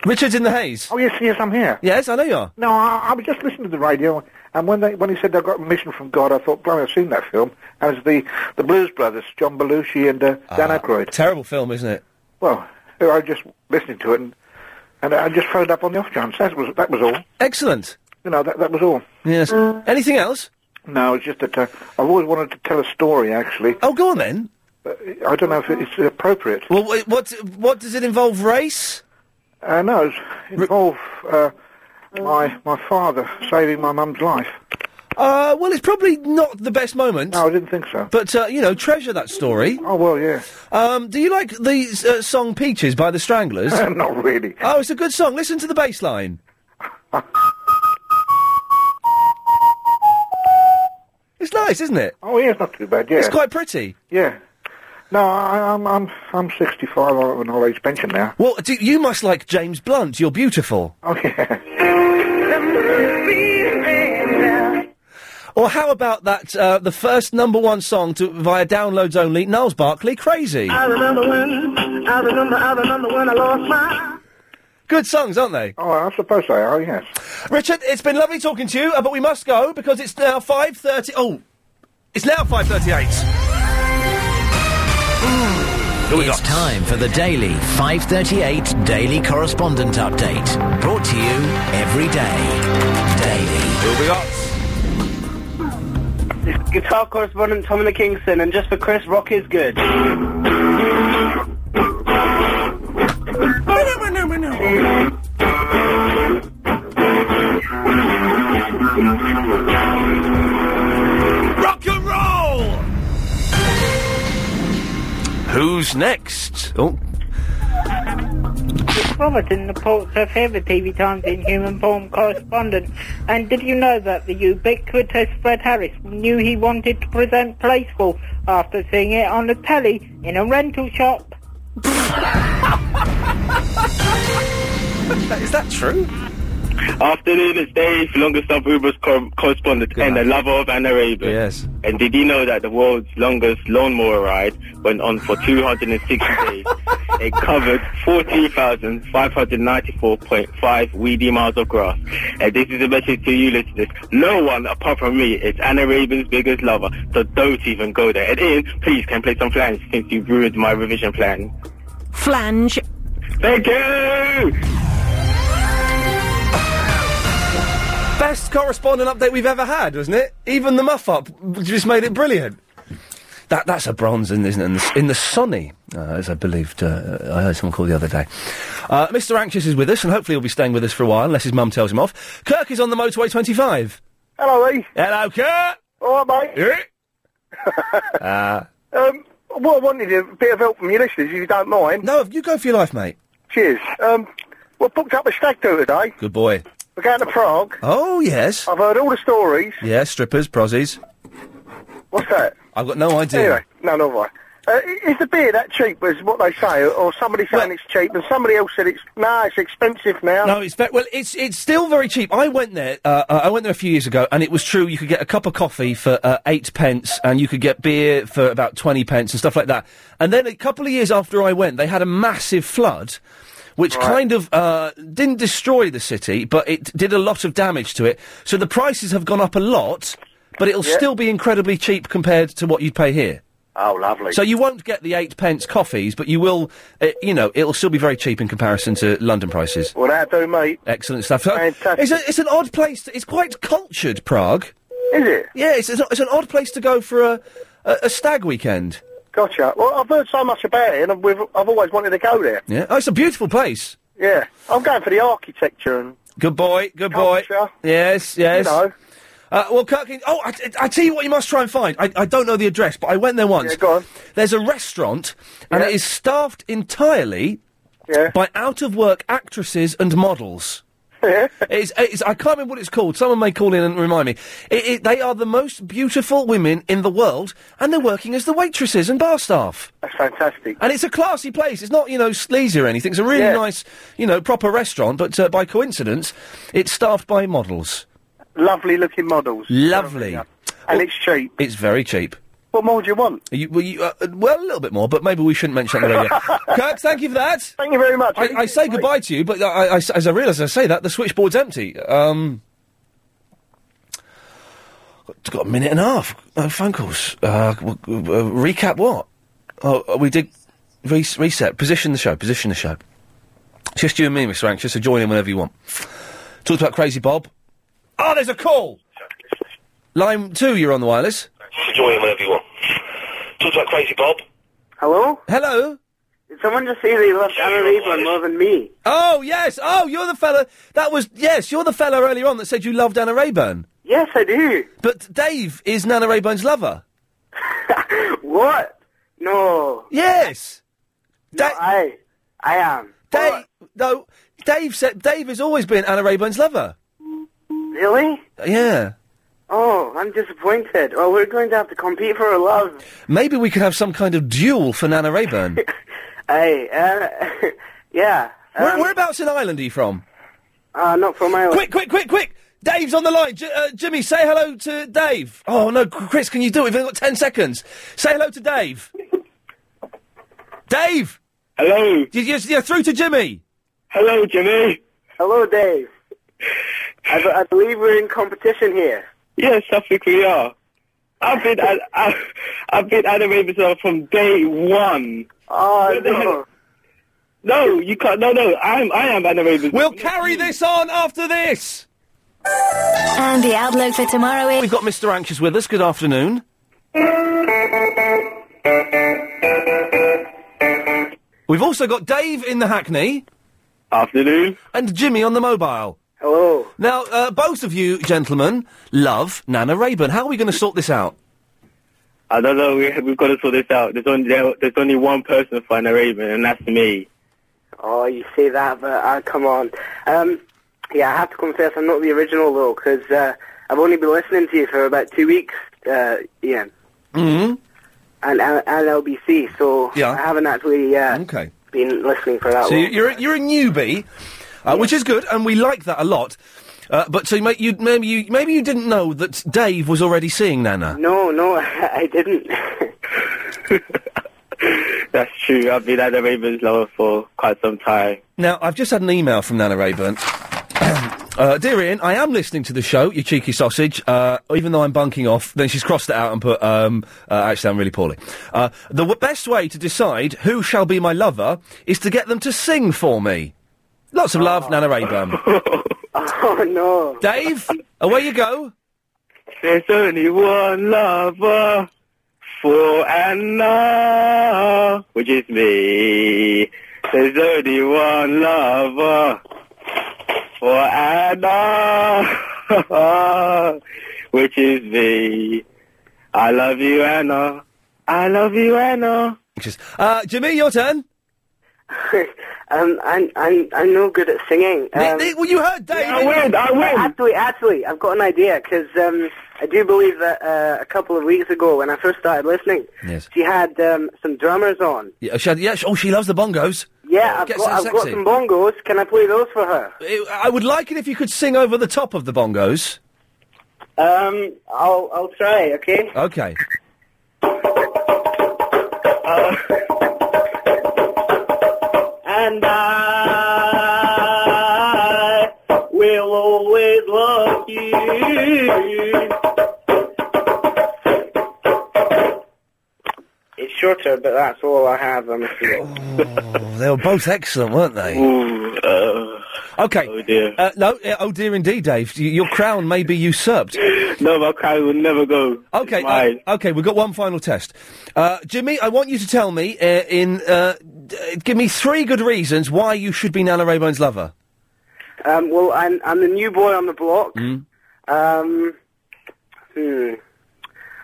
[SPEAKER 1] Richard's in the haze.
[SPEAKER 20] Oh, yes, yes, I'm here.
[SPEAKER 1] Yes, I know you are.
[SPEAKER 20] No, I, I was just listening to the radio, and when they when he said they got a mission from God, I thought, blimey, I've seen that film. And it's the the Blues Brothers, John Belushi and uh,
[SPEAKER 1] Ah.
[SPEAKER 20] Dan Aykroyd.
[SPEAKER 1] Terrible film, isn't it?
[SPEAKER 20] Well, I was just listening to it, and and I just phoned up on the off chance. That was that was all.
[SPEAKER 1] Excellent.
[SPEAKER 20] You know that that was all.
[SPEAKER 1] Yes. Anything else?
[SPEAKER 20] No, it's just that uh, I've always wanted to tell a story. Actually. Uh,
[SPEAKER 1] Oh, go on then.
[SPEAKER 20] I don't know if it's appropriate.
[SPEAKER 1] Well, wh- what what does it involve? Race?
[SPEAKER 20] Uh, no, it's involved uh, my my father saving my mum's life.
[SPEAKER 1] Uh, well, it's probably not the best moment. No,
[SPEAKER 20] I didn't think so.
[SPEAKER 1] But, uh, you know, treasure that story.
[SPEAKER 20] Oh, well, yeah.
[SPEAKER 1] Um, do you like the uh, song Peaches by the Stranglers?
[SPEAKER 20] not really.
[SPEAKER 1] Oh, it's a good song. Listen to the bass line. it's nice, isn't it?
[SPEAKER 20] Oh, yeah, it's not too bad. Yeah,
[SPEAKER 1] It's quite pretty.
[SPEAKER 20] Yeah. No, I, I'm I'm I'm 65. I'm on an old age pension now.
[SPEAKER 1] Well, do, you must like James Blunt. You're beautiful.
[SPEAKER 20] Oh yeah.
[SPEAKER 1] Or how about that, uh, the first number one song to, via downloads only, Niles Barkley, Crazy.
[SPEAKER 5] I remember when, I remember, I remember when I lost my
[SPEAKER 1] Good songs, aren't they?
[SPEAKER 20] Oh, I suppose they are, yes.
[SPEAKER 1] Richard, it's been lovely talking to you, uh, but we must go because it's now 5.30... Oh, it's now 5.38.
[SPEAKER 33] It's time for the daily 538 Daily Correspondent Update. Brought to you every day. Daily.
[SPEAKER 1] Who we got?
[SPEAKER 2] Guitar correspondent Tommy the Kingston, and just for Chris, rock is good.
[SPEAKER 1] Rock and roll! Who's next? Oh,
[SPEAKER 14] Chris Robertson reports her favourite TV Times Inhuman Form correspondent. And did you know that the ubiquitous Fred Harris knew he wanted to present Placeful after seeing it on the telly in a rental shop?
[SPEAKER 1] is that true?
[SPEAKER 28] Afternoon, it's Dave, longest of Uber's cor- correspondent and a lover of Anna Raven.
[SPEAKER 1] Yes.
[SPEAKER 28] And did you know that the world's longest lawnmower ride went on for 260 days? It covered 14,594.5 weedy miles of grass. And this is a message to you listeners. No one apart from me is Anna Raven's biggest lover, so don't even go there. And Ian, please can play some flange since you ruined my revision plan.
[SPEAKER 16] Flange.
[SPEAKER 28] Thank you!
[SPEAKER 1] Best correspondent update we've ever had, wasn't it? Even the muff up just made it brilliant. That that's a bronze in, isn't it? In the, in the sunny, uh, as I believed uh, I heard someone call the other day. Uh, Mr. Anxious is with us, and hopefully he'll be staying with us for a while, unless his mum tells him off. Kirk is on the motorway 25.
[SPEAKER 9] Hello, Lee.
[SPEAKER 1] Hello, Kurt.
[SPEAKER 9] All right, mate.
[SPEAKER 1] Uh,
[SPEAKER 9] Um, what I wanted a bit of help from you listeners, if you don't mind.
[SPEAKER 1] No, you go for your life, mate.
[SPEAKER 9] Cheers. Um, we booked up a stag do today.
[SPEAKER 1] good boy.
[SPEAKER 9] We're going to Prague.
[SPEAKER 1] Oh yes,
[SPEAKER 9] I've heard all the stories.
[SPEAKER 1] yeah, strippers, prozzies.
[SPEAKER 9] What's that?
[SPEAKER 1] I've got no idea.
[SPEAKER 9] Anyway, no, no, right. Uh, i- is the beer that cheap? Is what they say, or somebody saying it's cheap, and somebody else said it's nah, it's expensive now.
[SPEAKER 1] No, it's ve- well, it's it's still very cheap. I went there. Uh, uh, I went there a few years ago, and it was true. You could get a cup of coffee for uh, eight pence, and you could get beer for about twenty pence and stuff like that. And then a couple of years after I went, they had a massive flood. Which kind of uh, didn't destroy the city, but it did a lot of damage to it. So the prices have gone up a lot, but it'll
[SPEAKER 9] Yeah.
[SPEAKER 1] still be incredibly cheap compared to what you'd pay here.
[SPEAKER 9] Oh, lovely.
[SPEAKER 1] So you won't get the eight pence coffees, but you will, uh, you know, it'll still be very cheap in comparison to London prices.
[SPEAKER 9] Well, that do, mate.
[SPEAKER 1] Excellent stuff. So It's, a, it's an odd place. To, it's quite cultured, Prague.
[SPEAKER 9] Is it?
[SPEAKER 1] Yeah, it's, it's, a- it's an odd place to go for a, a, a stag weekend.
[SPEAKER 9] Gotcha. Well, I've heard so much about it, and we've, I've always wanted to go there.
[SPEAKER 1] Yeah, oh, it's a beautiful place.
[SPEAKER 9] Yeah, I'm going for the architecture and
[SPEAKER 1] Good boy, good boy. Yes, yes.
[SPEAKER 9] know.
[SPEAKER 1] Uh, well, Kirk, oh, I, I tell you what you must try and find. I, I don't know the address, but I went there once.
[SPEAKER 9] Yeah, go on.
[SPEAKER 1] There's a restaurant, and it is staffed entirely by out-of-work actresses and models. it's, it's, I can't remember what it's called. Someone may call in and remind me. It, it, they are the most beautiful women in the world, and they're working as the waitresses and bar staff.
[SPEAKER 9] that's fantastic.
[SPEAKER 1] And it's a classy place. It's not, you know, sleazy or anything. It's a really
[SPEAKER 9] Yeah.
[SPEAKER 1] nice, you know, proper restaurant. But uh, by coincidence, it's staffed by models.
[SPEAKER 9] Lovely looking models.
[SPEAKER 1] Lovely.
[SPEAKER 9] And it's cheap.
[SPEAKER 1] It's very cheap.
[SPEAKER 9] What more do you want?
[SPEAKER 1] You, well, you, uh, uh, well, a little bit more, but maybe we shouldn't mention that. on the radio. Kirk, thank you for that.
[SPEAKER 9] Thank you very much.
[SPEAKER 1] I, I say goodbye to you, but I, I, as I realise I say that, the switchboard's empty. Um, it's got a minute and a half. No phone calls. Uh, w- w- uh, recap what? Oh, uh, we did res- reset. Position the show. Position the show. It's just you and me, Mr. Anxious, so join in whenever you want. Talked about Crazy Bob. Oh, there's a call! Line 2, you're on the wireless.
[SPEAKER 19] Enjoy it whenever you want. Talk about Crazy Bob.
[SPEAKER 2] Hello?
[SPEAKER 1] Hello?
[SPEAKER 2] Did someone just say they loved Anna Rayburn more than me?
[SPEAKER 1] Oh, yes! Oh, you're the fella. That was. Yes, you're the fella earlier on that said you loved Anna Rayburn.
[SPEAKER 2] Yes, I do.
[SPEAKER 1] But Dave is Nana Rayburn's lover.
[SPEAKER 2] What? No.
[SPEAKER 1] Yes.
[SPEAKER 2] No, I, I am.
[SPEAKER 1] Dave, no, Dave said Dave has always been Anna Rayburn's lover.
[SPEAKER 2] Really?
[SPEAKER 1] Yeah.
[SPEAKER 2] Oh, I'm disappointed. Well, we're going to have to compete for her love.
[SPEAKER 1] Maybe we could have some kind of duel for Nana Rayburn.
[SPEAKER 2] Hey, uh, yeah. um,
[SPEAKER 1] Where, Um, whereabouts in Ireland are you from?
[SPEAKER 2] Uh, not from Ireland.
[SPEAKER 1] Quick, quick, quick, quick! Dave's on the line. J- uh, Jimmy, say hello to Dave. Oh no, C- Chris, can you do it? We've only got ten seconds. Say hello to Dave. Dave.
[SPEAKER 19] Hello.
[SPEAKER 1] You, you you're through to Jimmy.
[SPEAKER 19] Hello, Jimmy.
[SPEAKER 2] Hello, Dave. I, be- I believe we're in competition here.
[SPEAKER 28] Yes, I think we are. I've been I, I, I've been animated myself from day one.
[SPEAKER 2] Oh
[SPEAKER 28] no. No, you can't. No, no. I'm I am animated.
[SPEAKER 1] We'll carry this on after this.
[SPEAKER 11] And the outlook for tomorrow is.
[SPEAKER 1] We've got Mr. Anxious with us. Good afternoon.
[SPEAKER 5] Oh,
[SPEAKER 1] We've also got Dave in the Hackney.
[SPEAKER 28] Afternoon.
[SPEAKER 1] And Jimmy on the mobile.
[SPEAKER 2] Hello.
[SPEAKER 1] Now, uh, both of you gentlemen love Nana Rayburn. How are we going to sort this out?
[SPEAKER 28] I don't know. We, we've got to sort this out. There's only there, there's only one person for an Raven, and that's me.
[SPEAKER 2] Oh, you say that, but uh, come on. Um, yeah, I have to confess I'm not the original though, because uh, I've only been listening to you for about two weeks, uh, Ian,
[SPEAKER 1] Mm.
[SPEAKER 2] and and LBC. So
[SPEAKER 1] Yeah.
[SPEAKER 2] I haven't actually uh,
[SPEAKER 1] Okay.
[SPEAKER 2] been listening for that
[SPEAKER 1] So
[SPEAKER 2] long.
[SPEAKER 1] you- you're a, you're a newbie. uh, which is good, and we like that a lot. Uh, but so you, may- you, maybe you maybe you didn't know that Dave was already seeing Nana.
[SPEAKER 2] No, no, I didn't.
[SPEAKER 28] That's true. I've been Anna Raven's lover for quite some time.
[SPEAKER 1] Now, I've just had an email from Nana Rayburn. Uh, dear Ian, I am listening to the show, you cheeky sausage. Uh, even though I'm bunking off, then she's crossed it out and put, um, uh, actually, I'm really poorly. Uh, the w- best way to decide who shall be my lover is to get them to sing for me. Lots of love, Nana Rayburn.
[SPEAKER 2] oh no,
[SPEAKER 1] Dave, away you go.
[SPEAKER 28] There's only one lover for Anna, which is me. There's only one lover for Anna, which is me. I love you, Anna. I love you, Anna.
[SPEAKER 1] Uh, Jimmy, your turn.
[SPEAKER 2] um, I'm, I'm, I'm no good at singing.
[SPEAKER 1] Nick,
[SPEAKER 2] Um,
[SPEAKER 1] Nick, well, you heard Dave.
[SPEAKER 2] Yeah, Actually, actually, I've got an idea because um, I do believe that uh, a couple of weeks ago, when I first started listening,
[SPEAKER 1] Yes.
[SPEAKER 2] she had um, some drummers on.
[SPEAKER 1] Yeah, she had- yeah, she- oh, she loves the bongos.
[SPEAKER 2] Yeah, I've,
[SPEAKER 1] Oh, Gets
[SPEAKER 2] got,
[SPEAKER 1] her
[SPEAKER 2] I've got
[SPEAKER 1] sexy.
[SPEAKER 2] some bongos. Can I play those for her?
[SPEAKER 1] I- I would like it if you could sing over the top of the bongos.
[SPEAKER 2] Um, I'll, I'll try. Okay.
[SPEAKER 1] Okay.
[SPEAKER 20] And I will always love you.
[SPEAKER 2] It's shorter, but that's all I have. I'm afraid.
[SPEAKER 1] Oh, they were both excellent, weren't they?
[SPEAKER 2] uh,
[SPEAKER 1] Oh. okay. Oh
[SPEAKER 28] dear.
[SPEAKER 1] Uh, no, uh, oh dear indeed, Dave. Y- Your crown may be usurped.
[SPEAKER 28] No, my crown will never go.
[SPEAKER 1] Okay. uh, okay. We've got one final test. Uh, Jimmy, I want you to tell me uh, in uh, d- uh, give me three good reasons why you should be Nana Rayburn's lover.
[SPEAKER 2] Um, well, I'm, I'm the new boy on the block.
[SPEAKER 1] Mm.
[SPEAKER 2] Um, hmm.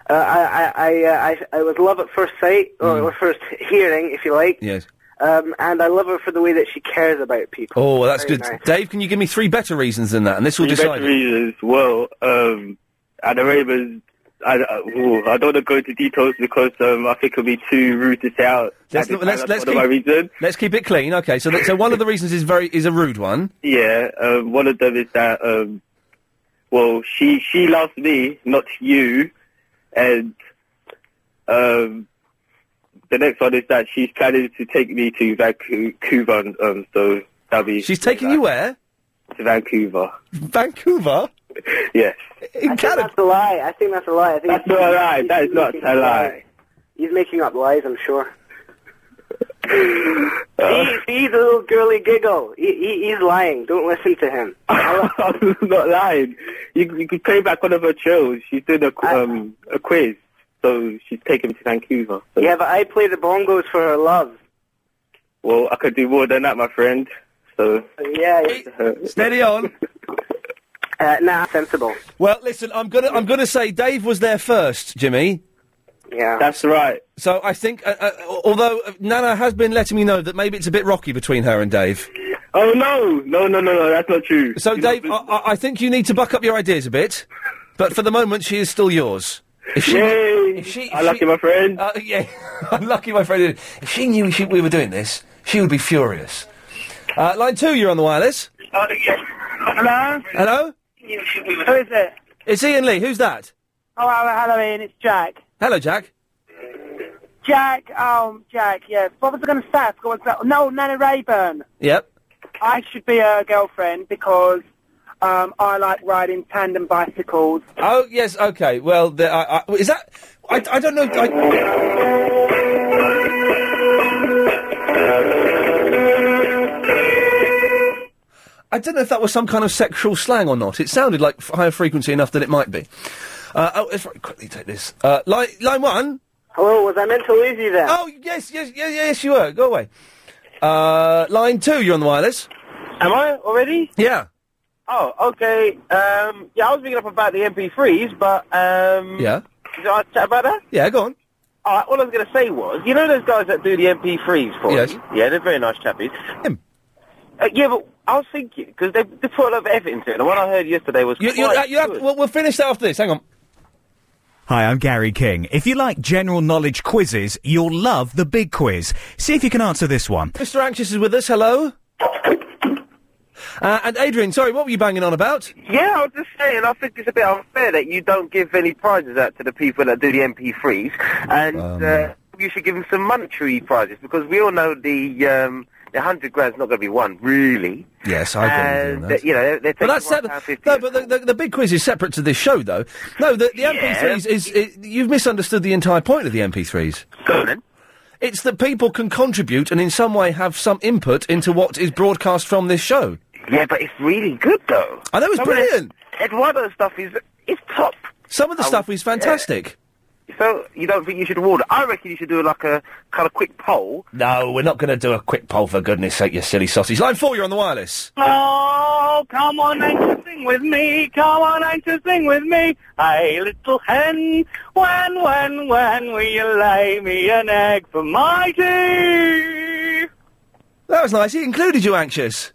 [SPEAKER 2] Uh, I, I, I, uh, I, I was love at first sight, or,
[SPEAKER 1] Mm.
[SPEAKER 2] or first hearing, if you like.
[SPEAKER 1] Yes.
[SPEAKER 2] Um, and I love her for the way that she cares about people.
[SPEAKER 1] Oh, well, that's
[SPEAKER 2] Very
[SPEAKER 1] good.
[SPEAKER 2] nice.
[SPEAKER 1] Dave, can you give me three better reasons than that, and this will
[SPEAKER 28] Three
[SPEAKER 1] decide.
[SPEAKER 28] better reasons. Well, um, at the Ravens, I, I, ooh, I don't want to go into details because um, I think it'll be too rude to say out.
[SPEAKER 1] Let's,
[SPEAKER 28] at this
[SPEAKER 1] not- let's,
[SPEAKER 28] time.
[SPEAKER 1] let's,
[SPEAKER 28] That's one of my
[SPEAKER 1] keep,
[SPEAKER 28] reasons.
[SPEAKER 1] let's keep it clean. Okay, so that, so one of the reasons is very is a rude one.
[SPEAKER 28] Yeah, um, one of them is that, um, well, she she loves me, not you, and um, the next one is that she's planning to take me to Vancouver. Um, so that'll be
[SPEAKER 1] She's taking you where?
[SPEAKER 28] to Vancouver.
[SPEAKER 1] Vancouver.
[SPEAKER 28] Yes,
[SPEAKER 2] I think that's a lie. I think that's a lie. I think
[SPEAKER 28] that's not a lie. That is not a lie.
[SPEAKER 2] He's making up lies, I'm sure.
[SPEAKER 28] Uh.
[SPEAKER 2] see, see the little girly giggle. He, he, he's lying. Don't listen to him.
[SPEAKER 28] I'm not lying. You, you could play back one of her shows. She's doing a qu- um, a quiz, so she's taking me to Vancouver. So,
[SPEAKER 2] Yeah, but I play the bongos for her love.
[SPEAKER 28] Well, I could do more than that, my friend. So
[SPEAKER 2] Yeah. yeah.
[SPEAKER 1] Steady on.
[SPEAKER 2] Uh, nah, sensible.
[SPEAKER 1] Well, listen, I'm gonna I'm gonna say Dave was there first, Jimmy.
[SPEAKER 2] Yeah,
[SPEAKER 28] that's right.
[SPEAKER 1] So I think, uh, uh, al- although uh, Nana has been letting me know that maybe it's a bit rocky between her and Dave.
[SPEAKER 28] Oh no, no, no, no, no, that's not true.
[SPEAKER 1] So Dave, I, I I think you need to buck up your ideas a bit, but for the moment she is still yours. If she,
[SPEAKER 28] Yay!
[SPEAKER 1] if she, if
[SPEAKER 28] Unlucky,
[SPEAKER 1] she-
[SPEAKER 28] my friend.
[SPEAKER 1] Uh, yeah, unlucky, my friend. If she knew she, we were doing this, she would be furious. Uh, line two, you're on the wireless.
[SPEAKER 12] Uh,
[SPEAKER 4] Hello?
[SPEAKER 1] Hello,
[SPEAKER 4] Who is it?
[SPEAKER 1] it's Ian Lee. Who's that?
[SPEAKER 4] Oh, hello, hello, Ian. It's Jack.
[SPEAKER 1] Hello, Jack.
[SPEAKER 4] Jack, um, Jack, yeah. What was I going to say? I forgot what I was- No, Nana Rayburn.
[SPEAKER 1] Yep.
[SPEAKER 4] I should be her girlfriend because um, I like riding tandem bicycles.
[SPEAKER 1] Oh yes, okay. Well, the, I, I, is that? I, I don't know. I, I don't know if that was some kind of sexual slang or not. It sounded like f- higher frequency enough that it might be. Uh, oh, let's very quickly take this. Uh, line, line one.
[SPEAKER 2] Hello, was I meant to lose you there?
[SPEAKER 1] Oh yes, yes, yes, yes, you were. Go away. Uh, line two. You're on the wireless.
[SPEAKER 12] Am I already?
[SPEAKER 1] Yeah.
[SPEAKER 12] Oh, okay. Um, yeah, I was thinking up about the MP3s, but um,
[SPEAKER 1] Yeah.
[SPEAKER 12] did I chat about that?
[SPEAKER 1] Yeah. Go on.
[SPEAKER 12] All right, all I was going to say was, you know those guys that do the MP3s for
[SPEAKER 1] Yes.
[SPEAKER 12] you? Yeah, they're very nice chappies. Uh, yeah, but I was thinking because they, they put a lot of effort into it. And the one I heard yesterday was
[SPEAKER 1] You, you,
[SPEAKER 12] quite
[SPEAKER 1] uh, you have,
[SPEAKER 12] good.
[SPEAKER 1] we'll, we'll finish that after this. Hang on.
[SPEAKER 14] Hi, I'm Gary King. If you like general knowledge quizzes, you'll love the big quiz. See if you can answer this one.
[SPEAKER 1] Mr. Anxious is with us. Hello. Uh, and Adrian, sorry, what were you banging on about?
[SPEAKER 19] Yeah, I was just saying, I think it's a bit unfair that you don't give any prizes out to the people that do the MP3s, and uh, you should give them some monetary prizes, because we all know the, um, the 100 grand's not going to be won, really.
[SPEAKER 1] Yes, I agree
[SPEAKER 19] And, uh,
[SPEAKER 1] with you on that.
[SPEAKER 19] you know, they're, they're
[SPEAKER 1] but that's
[SPEAKER 19] taking
[SPEAKER 1] that, no, but the, the, the big quiz is separate to this show, though. No, the, the MP3s is, is you've misunderstood the entire point of the MP3s.
[SPEAKER 19] Go then.
[SPEAKER 1] It's that people can contribute and in some way have some input into what is broadcast from this show.
[SPEAKER 19] Yeah, but it's really good though.
[SPEAKER 1] I know it's
[SPEAKER 19] Some of the-
[SPEAKER 1] Oh, brilliant.
[SPEAKER 19] Eduardo's stuff is is top.
[SPEAKER 1] Some of the stuff is fantastic.
[SPEAKER 19] So you don't think you should award it? I reckon you should do like a kind of quick poll.
[SPEAKER 1] No, we're not going to do a quick poll for goodness sake, you silly sausage. Line four, you're on the wireless.
[SPEAKER 5] Oh, come on and sing with me. Come on and sing with me. Hey, little hen, when, when, when will you lay me an egg for my tea?
[SPEAKER 1] That was nice. He included you, anxious.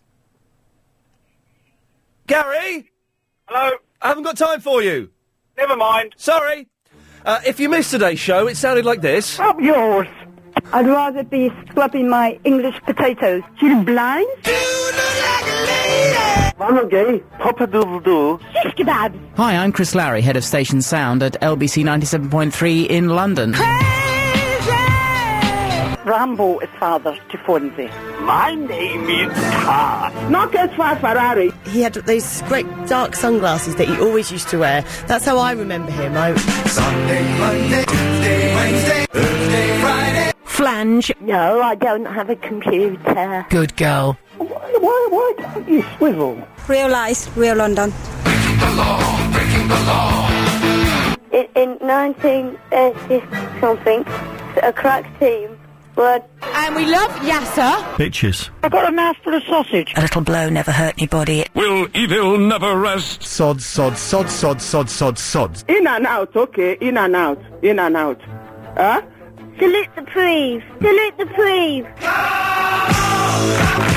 [SPEAKER 1] Gary?
[SPEAKER 34] Hello?
[SPEAKER 1] I haven't got time for you.
[SPEAKER 34] Never mind.
[SPEAKER 1] Sorry. Uh, if you missed today's show, it sounded like this.
[SPEAKER 14] Up yours. I'd rather be scrubbing my English potatoes. You blind?
[SPEAKER 19] I'm not gay. Papa doodle doo.
[SPEAKER 14] Shish kebabs.
[SPEAKER 35] Hi, I'm Chris Larry, head of station sound at LBC 97.3 in London.
[SPEAKER 14] Rambo is father to Fonzie.
[SPEAKER 5] My name is Car.
[SPEAKER 14] Not as far Ferrari.
[SPEAKER 30] He had those great dark sunglasses that he always used to wear. That's how I remember him. I... Sunday, Monday, Tuesday, Wednesday, Thursday, Friday.
[SPEAKER 14] Flange. No, I don't have a computer.
[SPEAKER 30] Good girl.
[SPEAKER 14] Why, why, why don't you swivel?
[SPEAKER 36] Real lies, real London.
[SPEAKER 18] In, in 1930 something, a crack team were. And we love Yasser.
[SPEAKER 17] Bitches.
[SPEAKER 18] I got a mouthful of sausage.
[SPEAKER 35] A little blow never hurt anybody.
[SPEAKER 17] Will evil never rest? Sod, sod, sod, sod, sod, sod, sod.
[SPEAKER 28] In and out, okay, in and out, in and out. Huh?
[SPEAKER 18] Salute the Preve. Salute the Preve.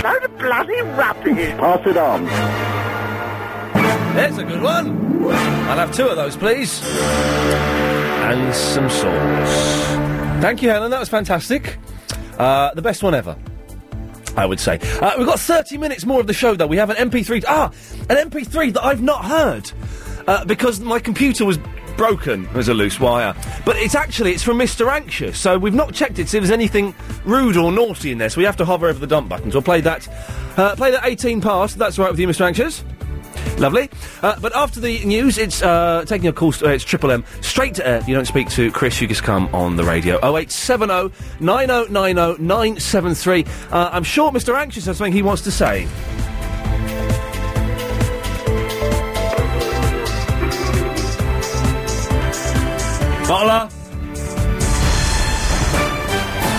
[SPEAKER 5] Load of bloody rubbish.
[SPEAKER 1] Pass it on. There's a good one. I'll have two of those, please. And some sauce. Thank you, Helen. That was fantastic. Uh, the best one ever. I would say. Uh, we've got 30 minutes more of the show, though. We have an MP3. Ah, an MP3 that I've not heard uh, because my computer was broken. There's a loose wire, but it's actually it's from Mr. Anxious. So we've not checked it to see if there's anything rude or naughty in there. So we have to hover over the dump buttons. We'll play that. Uh, play that 18 past. if That's all right with you, Mr. Anxious. Lovely. Uh, but after the news, it's uh, taking a call. Uh, it's Triple M. Straight to air. If you don't speak to Chris, you just come on the radio. Oh, 0870 9090 973. Uh, I'm sure Mr. Anxious has something he wants to say. Bottler.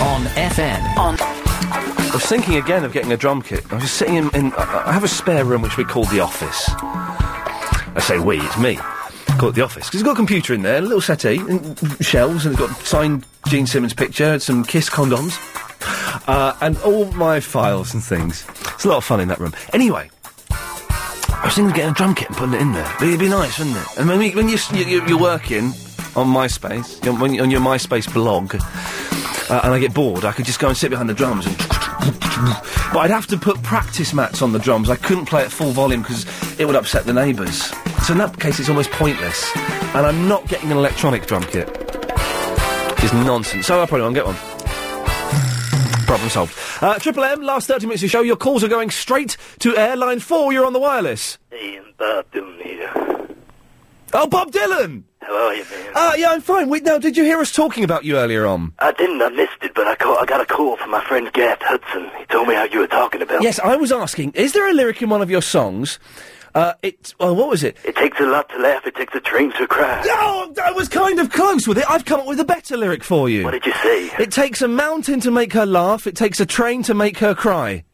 [SPEAKER 30] On FM. On.
[SPEAKER 1] I was thinking again of getting a drum kit. I was just sitting in. in I I have a spare room which we call the office. I say we, it's me. Call it the office. Because it's got a computer in there, a little settee, and shelves, and it's got signed Gene Simmons picture, some Kiss condoms, uh, and all my files and things. It's a lot of fun in that room. Anyway, I was thinking of getting a drum kit and putting it in there. But it'd be nice, wouldn't it? And when, we, when you, you, you- you're working on MySpace, you're, when you, on your MySpace blog, uh, and I get bored, I could just go and sit behind the drums and. But I'd have to put practice mats on the drums. I couldn't play at full volume because it would upset the neighbours. So in that case, it's almost pointless. And I'm not getting an electronic drum kit. It's nonsense. So I probably won't get one. Problem solved. Uh, Triple M, last 30 minutes of the show. Your calls are going straight to airline 4. You're on the wireless.
[SPEAKER 37] Ian Bob Dylan here.
[SPEAKER 1] Oh, Bob Dylan!
[SPEAKER 37] How are you, man?
[SPEAKER 1] Ah, yeah, I'm fine. Wait, now, did you hear us talking about you earlier on?
[SPEAKER 37] I didn't. I missed it, but I caught. I got a call from my friend Gareth Hudson. He told me how you were talking about.
[SPEAKER 1] Yes, I was asking, is there a lyric in one of your songs? Uh, it, oh, what was it?
[SPEAKER 37] It takes a lot to laugh. It takes a train to cry.
[SPEAKER 1] Oh, I was kind of close with it. I've come up with a better lyric for you. What
[SPEAKER 37] did you say?
[SPEAKER 1] It takes a mountain to make her laugh. It takes a train to make her cry.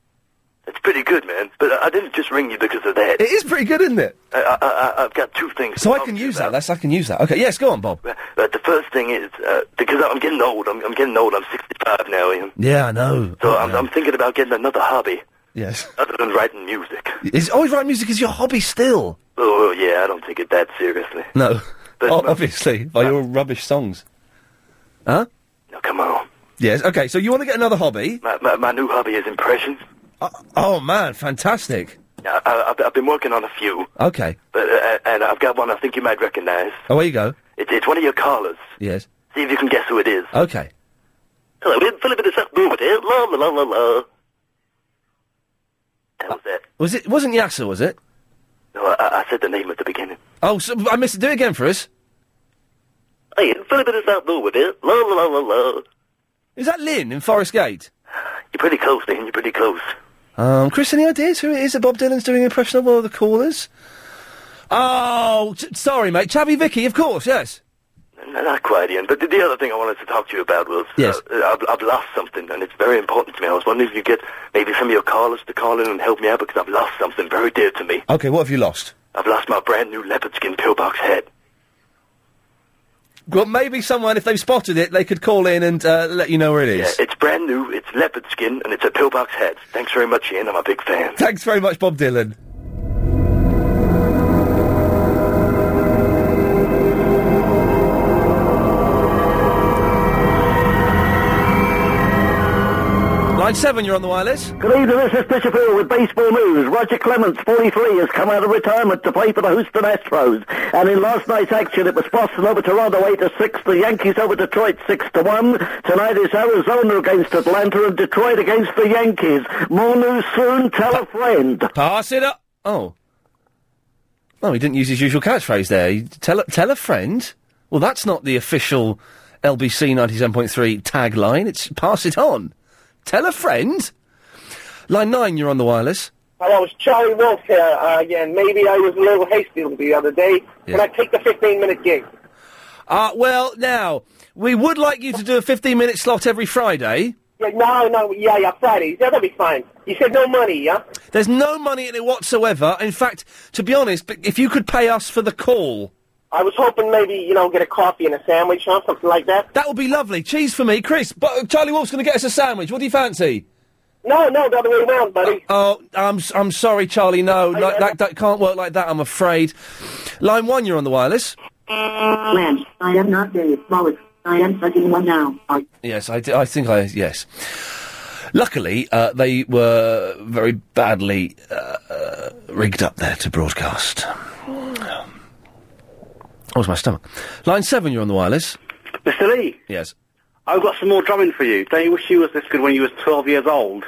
[SPEAKER 37] It's pretty good, man. But I, I didn't just ring you because of that.
[SPEAKER 1] It is pretty good, isn't it?
[SPEAKER 37] I, I, I, I've got two things.
[SPEAKER 1] So I can use that. That's I can use that. Okay, yes, go on, Bob.
[SPEAKER 37] But the first thing is uh, because I'm getting old. I'm, I'm getting old. I'm 65 now, Ian.
[SPEAKER 1] Yeah, I know.
[SPEAKER 37] So I'm, I'm thinking about getting another hobby
[SPEAKER 1] Yes.
[SPEAKER 37] other than writing music.
[SPEAKER 1] Is always writing music is your hobby still?
[SPEAKER 37] Oh yeah, I don't take it that seriously.
[SPEAKER 1] No. Oh, obviously, by your rubbish songs. Huh?
[SPEAKER 37] No, come on.
[SPEAKER 1] Yes. Okay. So you want to get another hobby?
[SPEAKER 37] My, my, my new hobby is impressions.
[SPEAKER 1] Oh man, fantastic.
[SPEAKER 37] I, I, I've- I've been working on a few,
[SPEAKER 1] Okay.
[SPEAKER 37] but uh, and I've got one I think you might recognise.
[SPEAKER 1] Away you go.
[SPEAKER 37] It's, it's one of your callers.
[SPEAKER 1] Yes.
[SPEAKER 37] See if you can guess who it is.
[SPEAKER 1] Okay.
[SPEAKER 37] Hello, it's Philip in the South Boom here. La la la la la. That was it.
[SPEAKER 1] Was it wasn't Yasser? Was it?
[SPEAKER 37] No, I- I, I said the name at the beginning.
[SPEAKER 1] Oh, so I missed it. Do it again for us.
[SPEAKER 37] Hey, it's Philip in the South Boom here. La la la la la.
[SPEAKER 1] Is that Lynn in Forest Gate?
[SPEAKER 37] You're pretty close, man. You're pretty close.
[SPEAKER 1] Um, Chris, any ideas who it is that Bob Dylan's doing an impression of one of the callers? Oh, t- sorry, mate. Chabby Vicky, of course. Yes.
[SPEAKER 37] No, Not quite, Ian. But the, the other thing I wanted to talk to you about was
[SPEAKER 1] Yes.
[SPEAKER 37] uh, I've, I've lost something, and it's very important to me. I was wondering if you could get maybe some of your callers to call in and help me out because I've lost something very dear to me.
[SPEAKER 1] Okay. What have you lost?
[SPEAKER 37] I've lost my brand new leopard skin pillbox head.
[SPEAKER 1] Well, maybe someone, if they've spotted it, they could call in and uh, let you know where it is.
[SPEAKER 37] Yeah, it's brand new. It's leopard skin, and it's a pillbox head. Thanks very much, Ian. I'm a big fan.
[SPEAKER 1] Thanks very much, Bob Dylan. Line seven, you're on the wireless.
[SPEAKER 5] Good evening, this is Bishop Hill with Baseball News. Roger Clements, 43, has come out of retirement to play for the Houston Astros. And in last night's action, it was Boston over Toronto 8 to 6, the Yankees over Detroit 6 to 1. Tonight it's Arizona against Atlanta and Detroit against the Yankees. More news soon, tell a friend.
[SPEAKER 1] Pass it up. Oh. Oh, he didn't use his usual catchphrase there. He- Tell, a- tell a friend. Well, that's not the official LBC 97.3 tagline. It's pass it on. Tell a friend. Line nine, you're on the wireless.
[SPEAKER 38] Hello, it's Charlie Wolf here. Uh, yeah, maybe I was a little hasty the other day. Can I take the 15-minute gig?
[SPEAKER 1] Uh, well, now, we would like you to do a 15 minute slot every Friday.
[SPEAKER 38] Yeah, no, no, yeah, yeah, Fridays. Yeah, that'll be fine. You said no money, yeah?
[SPEAKER 1] There's no money in it whatsoever. In fact, to be honest, but if you could pay us for the call.
[SPEAKER 38] I was hoping maybe, you know, get a coffee and a sandwich, huh? Something like that.
[SPEAKER 1] That would be lovely. Cheese for me. Chris, but uh, Charlie Wolf's going to get us a sandwich. What do you fancy?
[SPEAKER 38] No, no, the other way around, buddy.
[SPEAKER 1] Oh, I'm s- I'm sorry, Charlie. No, like, that that can't work like that. I'm afraid. Line one, you're on the wireless.
[SPEAKER 23] Lance, I am not Dave Mullet. I am sucking one now.
[SPEAKER 15] Oh,
[SPEAKER 23] I
[SPEAKER 1] Yes, I, d- I think I yes. Luckily, uh, they were very badly uh, uh, rigged up there to broadcast. Oh, it's my stomach. Line seven, you're on the wireless.
[SPEAKER 39] Mr. Lee,
[SPEAKER 1] Yes.
[SPEAKER 39] I've got some more drumming for you. Don't you wish you was this good when you was 12 years old?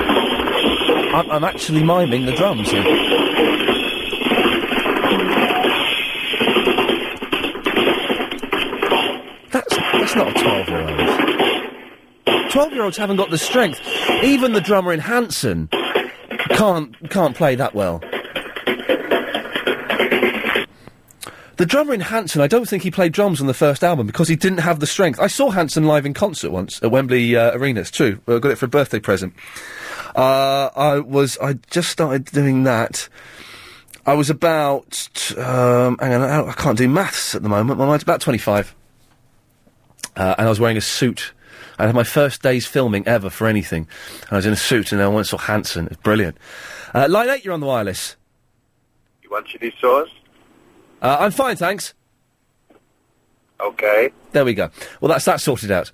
[SPEAKER 1] I'm, I'm actually miming the drums here. That's, that's not a 12 year old. 12 year olds haven't got the strength. Even the drummer in Hanson can't, can't play that well. The drummer in Hanson, I don't think he played drums on the first album because he didn't have the strength. I saw Hanson live in concert once at Wembley uh, Arena. It's true. I got it for a birthday present. Uh, I was. I just started doing that. I was about. Um, hang on, I, I can't do maths at the moment. My mind's about twenty-five, uh, and I was wearing a suit. I had my first day's filming ever for anything, and I was in a suit, and I went and saw Hanson. It's brilliant. Uh, line eight, you're on the wireless.
[SPEAKER 19] You want chili sauce?
[SPEAKER 1] Uh, I'm fine, thanks.
[SPEAKER 19] Okay.
[SPEAKER 1] There we go. Well, that's that sorted out.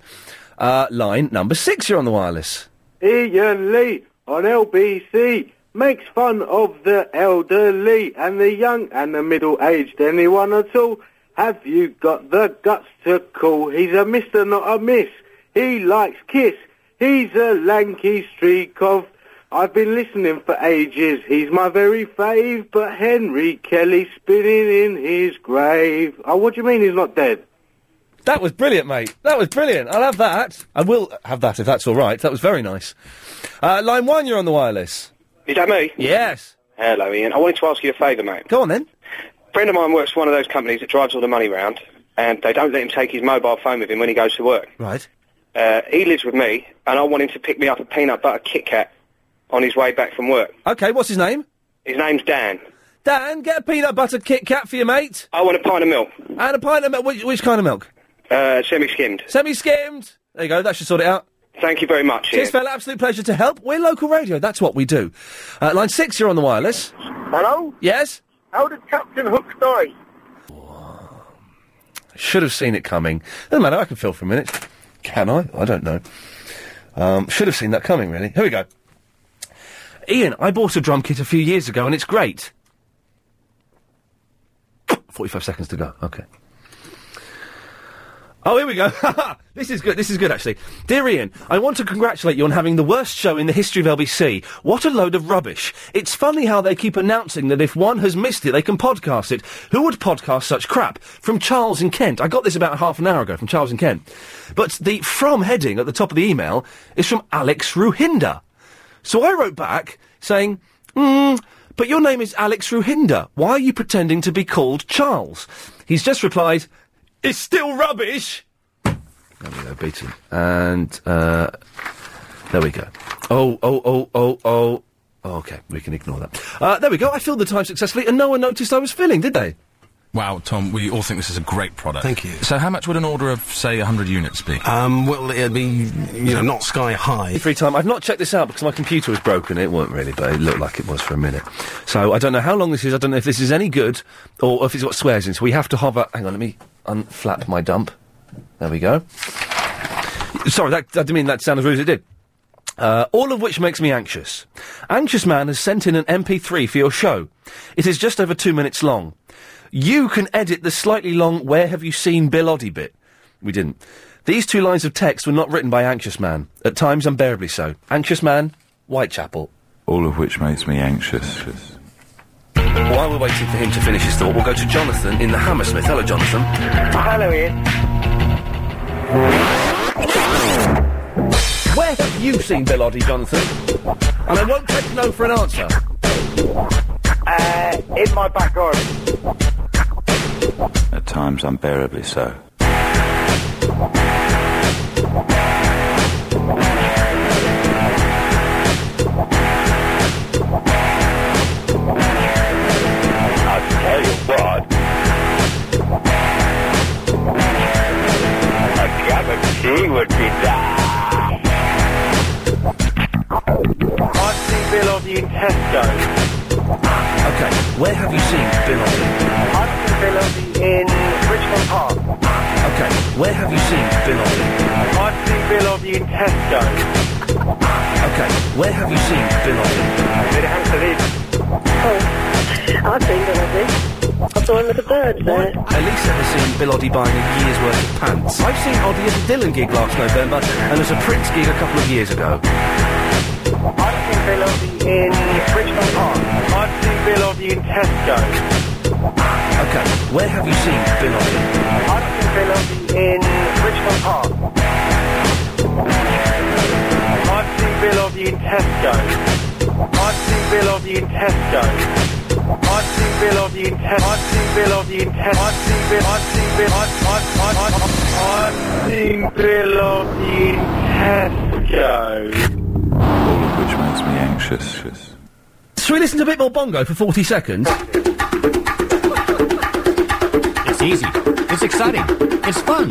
[SPEAKER 1] Uh, line number six, you're on the wireless.
[SPEAKER 2] Ian Lee on LBC makes fun of the elderly and the young and the middle-aged. Anyone at all? Have you got the guts to call? He's a mister, not a miss. He likes kiss. He's a lanky streak of... I've been listening for ages. He's my very fave, but Henry Kelly spinning in his grave. Oh, what do you mean he's not dead?
[SPEAKER 1] That was brilliant, mate. That was brilliant. I'll have that. I will have that if that's all right. That was very nice. Uh, line one, you're on the wireless.
[SPEAKER 19] Is that me?
[SPEAKER 1] Yes.
[SPEAKER 19] Hello, Ian. I wanted to ask you a favour, mate.
[SPEAKER 1] Go on then.
[SPEAKER 19] A friend of mine works for one of those companies that drives all the money round, and they don't let him take his mobile phone with him when he goes to work.
[SPEAKER 1] Right.
[SPEAKER 19] Uh, he lives with me, and I want him to pick me up a peanut butter Kit Kat on his way back from work.
[SPEAKER 1] Okay, what's his name?
[SPEAKER 19] His name's Dan.
[SPEAKER 1] Dan, get a peanut butter Kit Kat for your mate.
[SPEAKER 19] I want a pint of milk.
[SPEAKER 1] And a pint of milk. Which, which kind of milk?
[SPEAKER 19] Uh, semi-skimmed.
[SPEAKER 1] Semi-skimmed. There you go. That should sort it out.
[SPEAKER 19] Thank you very much, Ian.
[SPEAKER 1] Cheers, fella. Absolute pleasure to help. We're local radio. That's what we do. Uh, line six, you're on the wireless.
[SPEAKER 40] Hello?
[SPEAKER 1] Yes?
[SPEAKER 40] How did Captain Hook die?
[SPEAKER 1] Should have seen it coming. Doesn't matter, I can fill for a minute. Can I? I don't know. Um, should have seen that coming, really. Here we go. Ian, I bought a drum kit a few years ago and it's great. 45 seconds to go. Okay. Oh, here we go. this is good. This is good, actually. Dear Ian, I want to congratulate you on having the worst show in the history of LBC. What a load of rubbish. It's funny how they keep announcing that if one has missed it, they can podcast it. Who would podcast such crap? From Charles in Kent. I got this about half an hour ago from Charles in Kent. But the from heading at the top of the email is from Alex Ruhinda. So I wrote back saying, mm, but your name is Alex Ruhinda. Why are you pretending to be called Charles? He's just replied, it's still rubbish. There we go, beaten. And, uh, there we go. Oh, oh, oh, oh, oh. Oh, Okay, we can ignore that. Uh, there we go. I filled the time successfully, and no one noticed I was filling, did they?
[SPEAKER 11] Wow, Tom, we all think this is a great product. Thank you. So, how much would an order of, say, 100 units be? Um, well, it'd be, you know, not sky high.
[SPEAKER 1] Free time. I've not checked this out because my computer was broken. It weren't really, but it looked like it was for a minute. So I don't know how long this is. I don't know if this is any good or if it's got swears in. So we have to hover. Hang on, let me unflap my dump. There we go. Sorry, that, I didn't mean that to sound as rude as it did. Uh, all of which makes me anxious. Anxious Man has sent in an MP3 for your show. It is just over two minutes long. You can edit the slightly long Where Have You Seen Bill Oddie bit. We didn't. These two lines of text were not written by Anxious Man. At times, unbearably so. Anxious Man, Whitechapel.
[SPEAKER 16] All of which makes me anxious.
[SPEAKER 1] While we're waiting for him to finish his thought, we'll go to Jonathan in the Hammersmith. Hello, Jonathan.
[SPEAKER 4] Hello, Ian.
[SPEAKER 1] Where have you seen Bill Oddie, Jonathan? And I won't take no for an answer.
[SPEAKER 4] Uh, in my back garden.
[SPEAKER 16] At times, unbearably so.
[SPEAKER 18] I tell you what. A cup of tea would be nice.
[SPEAKER 4] I've seen Bill on the in Tesco.
[SPEAKER 1] Okay, where have you seen Bill Oddie?
[SPEAKER 4] I've seen Bill on the in Richmond Park.
[SPEAKER 1] Okay, where have you seen Bill Oddie?
[SPEAKER 4] I've seen Bill on the in Tesco.
[SPEAKER 1] Okay, where have you seen Bill Oddie?
[SPEAKER 4] It has to be-
[SPEAKER 15] I've seen it, I think. I saw him with the birds there.
[SPEAKER 1] Elisa has seen Bill Oddie buying a year's worth of pants. I've seen Oddie at a Dylan gig last November and at a Prince gig a couple of years ago.
[SPEAKER 4] I've seen Bill on the in Richmond Park. I've seen Bill on the in Tesco.
[SPEAKER 1] Okay, where have you seen Bill Oddie?
[SPEAKER 4] I've seen Bill on the in Richmond Park. I've seen Bill on the in Tesco. I've seen Bill on the in Tesco. I've seen Bill on the in Tesco. I've seen Bill on the in Tesco. I've seen Bill. I've seen Bill. I've, I've, I've, I've, I've seen Bill on the in Tesco.
[SPEAKER 16] All of which makes me anxious.
[SPEAKER 1] Should we listen to a bit more bongo for 40 seconds?
[SPEAKER 21] It's easy. It's exciting. It's fun.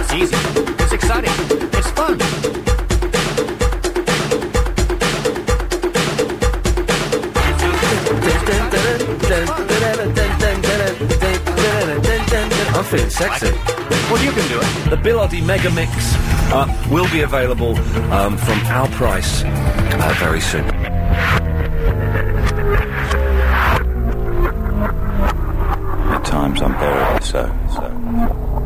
[SPEAKER 21] It's easy. It's exciting. It's fun.
[SPEAKER 1] I'm feeling sexy. Well, you can do it. The Bill Oddie Mega Mix uh, will be available um, from our price uh, very soon.
[SPEAKER 16] At times, unbearably so.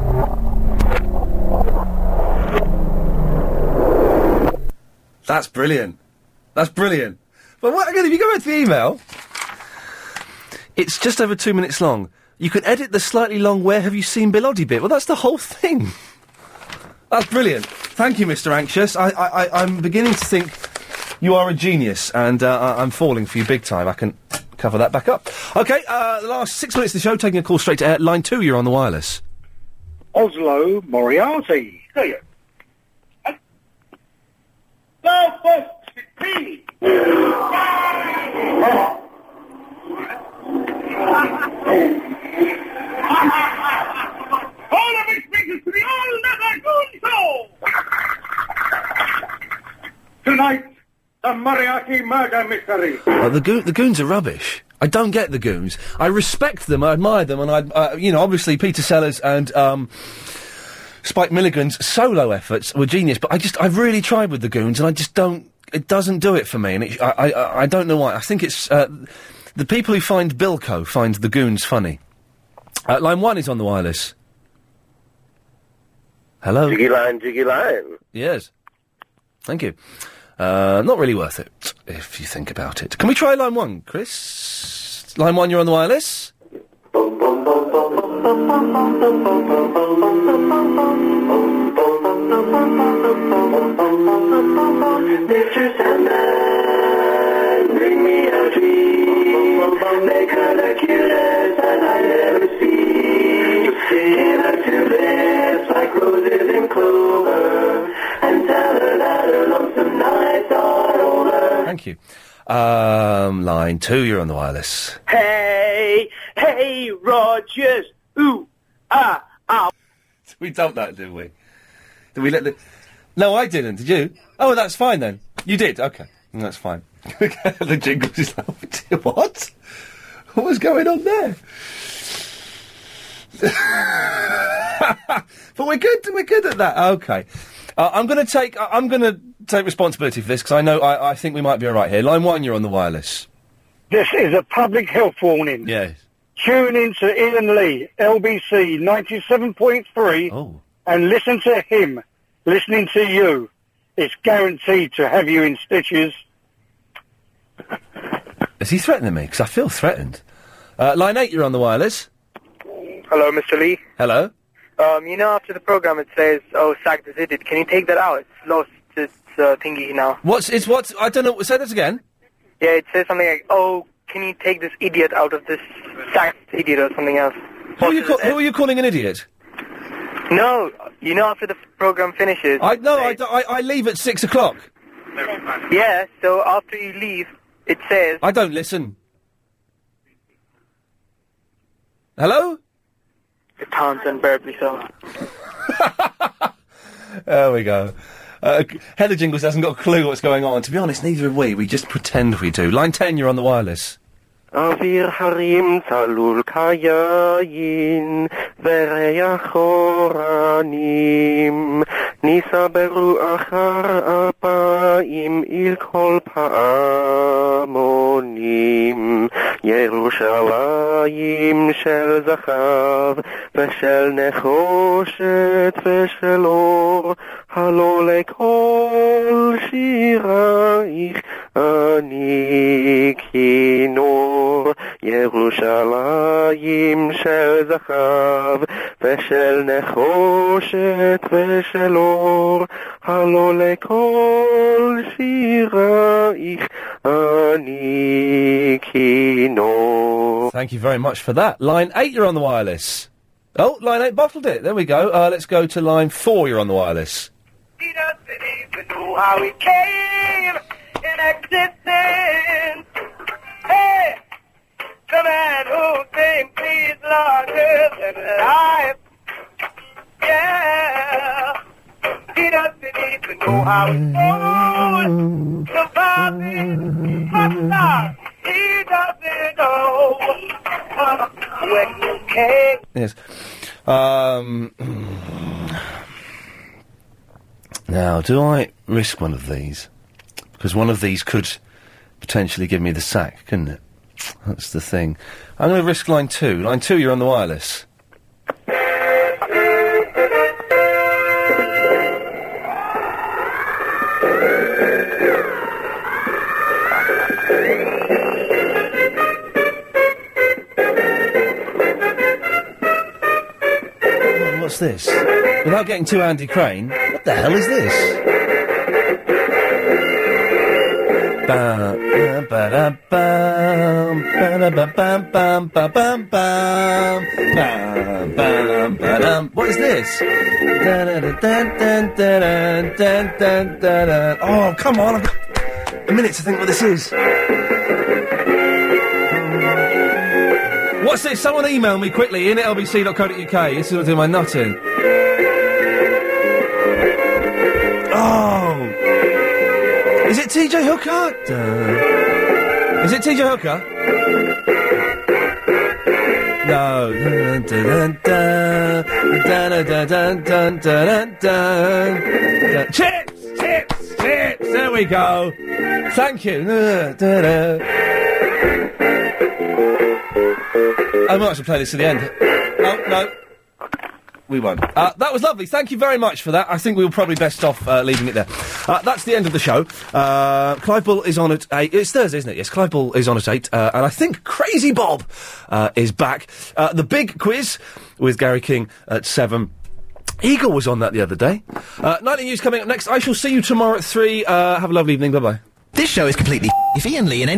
[SPEAKER 1] That's brilliant. That's brilliant. But what, again, if you go back to the email, it's just over two minutes long. You can edit the slightly long "Where have you seen Bill Oddie" bit. Well, that's the whole thing. That's brilliant. Thank you, Mr. Anxious. I, I, I, I'm beginning to think you are a genius, and uh, I- I'm falling for you big time. I can cover that back up. Okay, uh, the last six minutes of the show, taking a call straight to air. Line two, you're on the wireless.
[SPEAKER 22] Oslo Moriarty. There you go.
[SPEAKER 20] All of it speakers to the All Never Goon Show!
[SPEAKER 22] Tonight, the Moriarty murder mystery.
[SPEAKER 1] Uh, the, goo- the goons are rubbish. I don't get the goons. I respect them, I admire them, and I, uh, you know, obviously Peter Sellers and um, Spike Milligan's solo efforts were genius. But I just, I've really tried with the goons, and I just don't. It doesn't do it for me, and it, I, I- I, I don't know why. I think it's uh, the people who find Bilko find the goons funny. Uh, line one is on the wireless. Hello.
[SPEAKER 11] Jiggy line, jiggy line.
[SPEAKER 1] Yes. Thank you. Uh, not really worth it, if you think about it. Can we try line one, Chris? Line one, you're on the wireless? Thank you. Um, line two, you're on the wireless.
[SPEAKER 41] Hey, hey, Rogers. Ooh, ah, ah.
[SPEAKER 1] We dumped that, did we? Did we let the. No, I didn't, did you? Oh, that's fine then. You did? Okay. That's fine. the jingle is like, what? What was going on there? but we're good. We're good at that. Okay. Uh, I'm going to take. I- I'm going to take responsibility for this because I know. I, I think we might be all right here. Line one, you're on the wireless.
[SPEAKER 19] This is a public health warning.
[SPEAKER 1] Yes.
[SPEAKER 19] Tune in to Ian Lee, LBC 97.3, and listen to him listening to you. It's guaranteed to have you in stitches.
[SPEAKER 1] Is he threatening me? Because I feel threatened. Uh, line eight, you're on the wireless.
[SPEAKER 22] Hello, Mr. Lee.
[SPEAKER 1] Hello.
[SPEAKER 22] Um, you know, after the program, it says, "Oh, Sack visited." Can you take that out? It's lost. It's uh, thingy now.
[SPEAKER 1] What's it's what's I don't know. Say that again.
[SPEAKER 22] Yeah, it says something like, "Oh, can you take this idiot out of this sack idiot or something else?"
[SPEAKER 1] Who are you, call, who are you calling an idiot?
[SPEAKER 22] No, you know, after the program finishes.
[SPEAKER 1] I no, I, don't- I, I leave at six o'clock.
[SPEAKER 22] Yeah, so after you leave, it says.
[SPEAKER 1] I don't listen. Hello.
[SPEAKER 22] The town's unbearably so.
[SPEAKER 1] There we go. Uh, Heather Jingles hasn't got a clue what's going on. To be honest, neither have we. We just pretend we do. Line ten, you're on the wireless.
[SPEAKER 22] אוויר הרימצה לולקה יין, וריח אורנים, נסברו אחר אפיים אל כל פעמונים, ירושלים של זכב, ושל נחושת ושל אור, הלא לכל שירייך אני כינור, ירושלים של זכב, ושל נחושת ושל אור, הלא לכל שירייך אני כינור.
[SPEAKER 1] Thank you very much for that. Line eight, you're on the wireless. Oh, line eight bottled it. There we go. Uh, let's go to line four. You're on the wireless.
[SPEAKER 19] How we came in existence.
[SPEAKER 5] Hey, the man who came please longer than life. Yeah, he doesn't even know how it's going. Surviving, but not. He doesn't know uh, when you came.
[SPEAKER 1] Yes. Um, now, do I risk one of these? Because one of these could potentially give me the sack, couldn't it? That's the thing. I'm going to risk line two. Line two, you're on the wireless. Oh, What's this? Without getting too Andy Crane, what the hell is this? Ba- ba- ba- bam, ba- bam, bam, ba- bam, bam, bam, bam, ba-dam. What is this? Da-da-da-dun-dun-dun-dun-dun-dun-dun. Oh, come on! I've got a minute to think what this is. What's this? Someone email me quickly in at lbc.co.uk. This is what I do my nutting. Oh! Is it TJ Hooker? Duh. Is it TJ Hooker? No. Dun, dun, dun, dun, dun, dun, dun, dun, dun, dun, dun. Chips! Chips! Chips! There we go. Thank you. Uh, dun, dun. I might as well play this at the end. No, no. We won't. Uh, that was lovely. Thank you very much for that. I think we were probably best off uh, leaving it there. Uh, that's the end of the show. Uh, Clive Bull is on at eight. It's Thursday, isn't it? Yes, Clive Bull is on at eight. Uh, and I think Crazy Bob uh, is back. Uh, the big quiz with Gary King at seven. Eagle was on that the other day. Uh, nightly news coming up next. I shall see you tomorrow at three. Uh, have a lovely evening. Bye bye. This show is completely. If Ian Lee and any.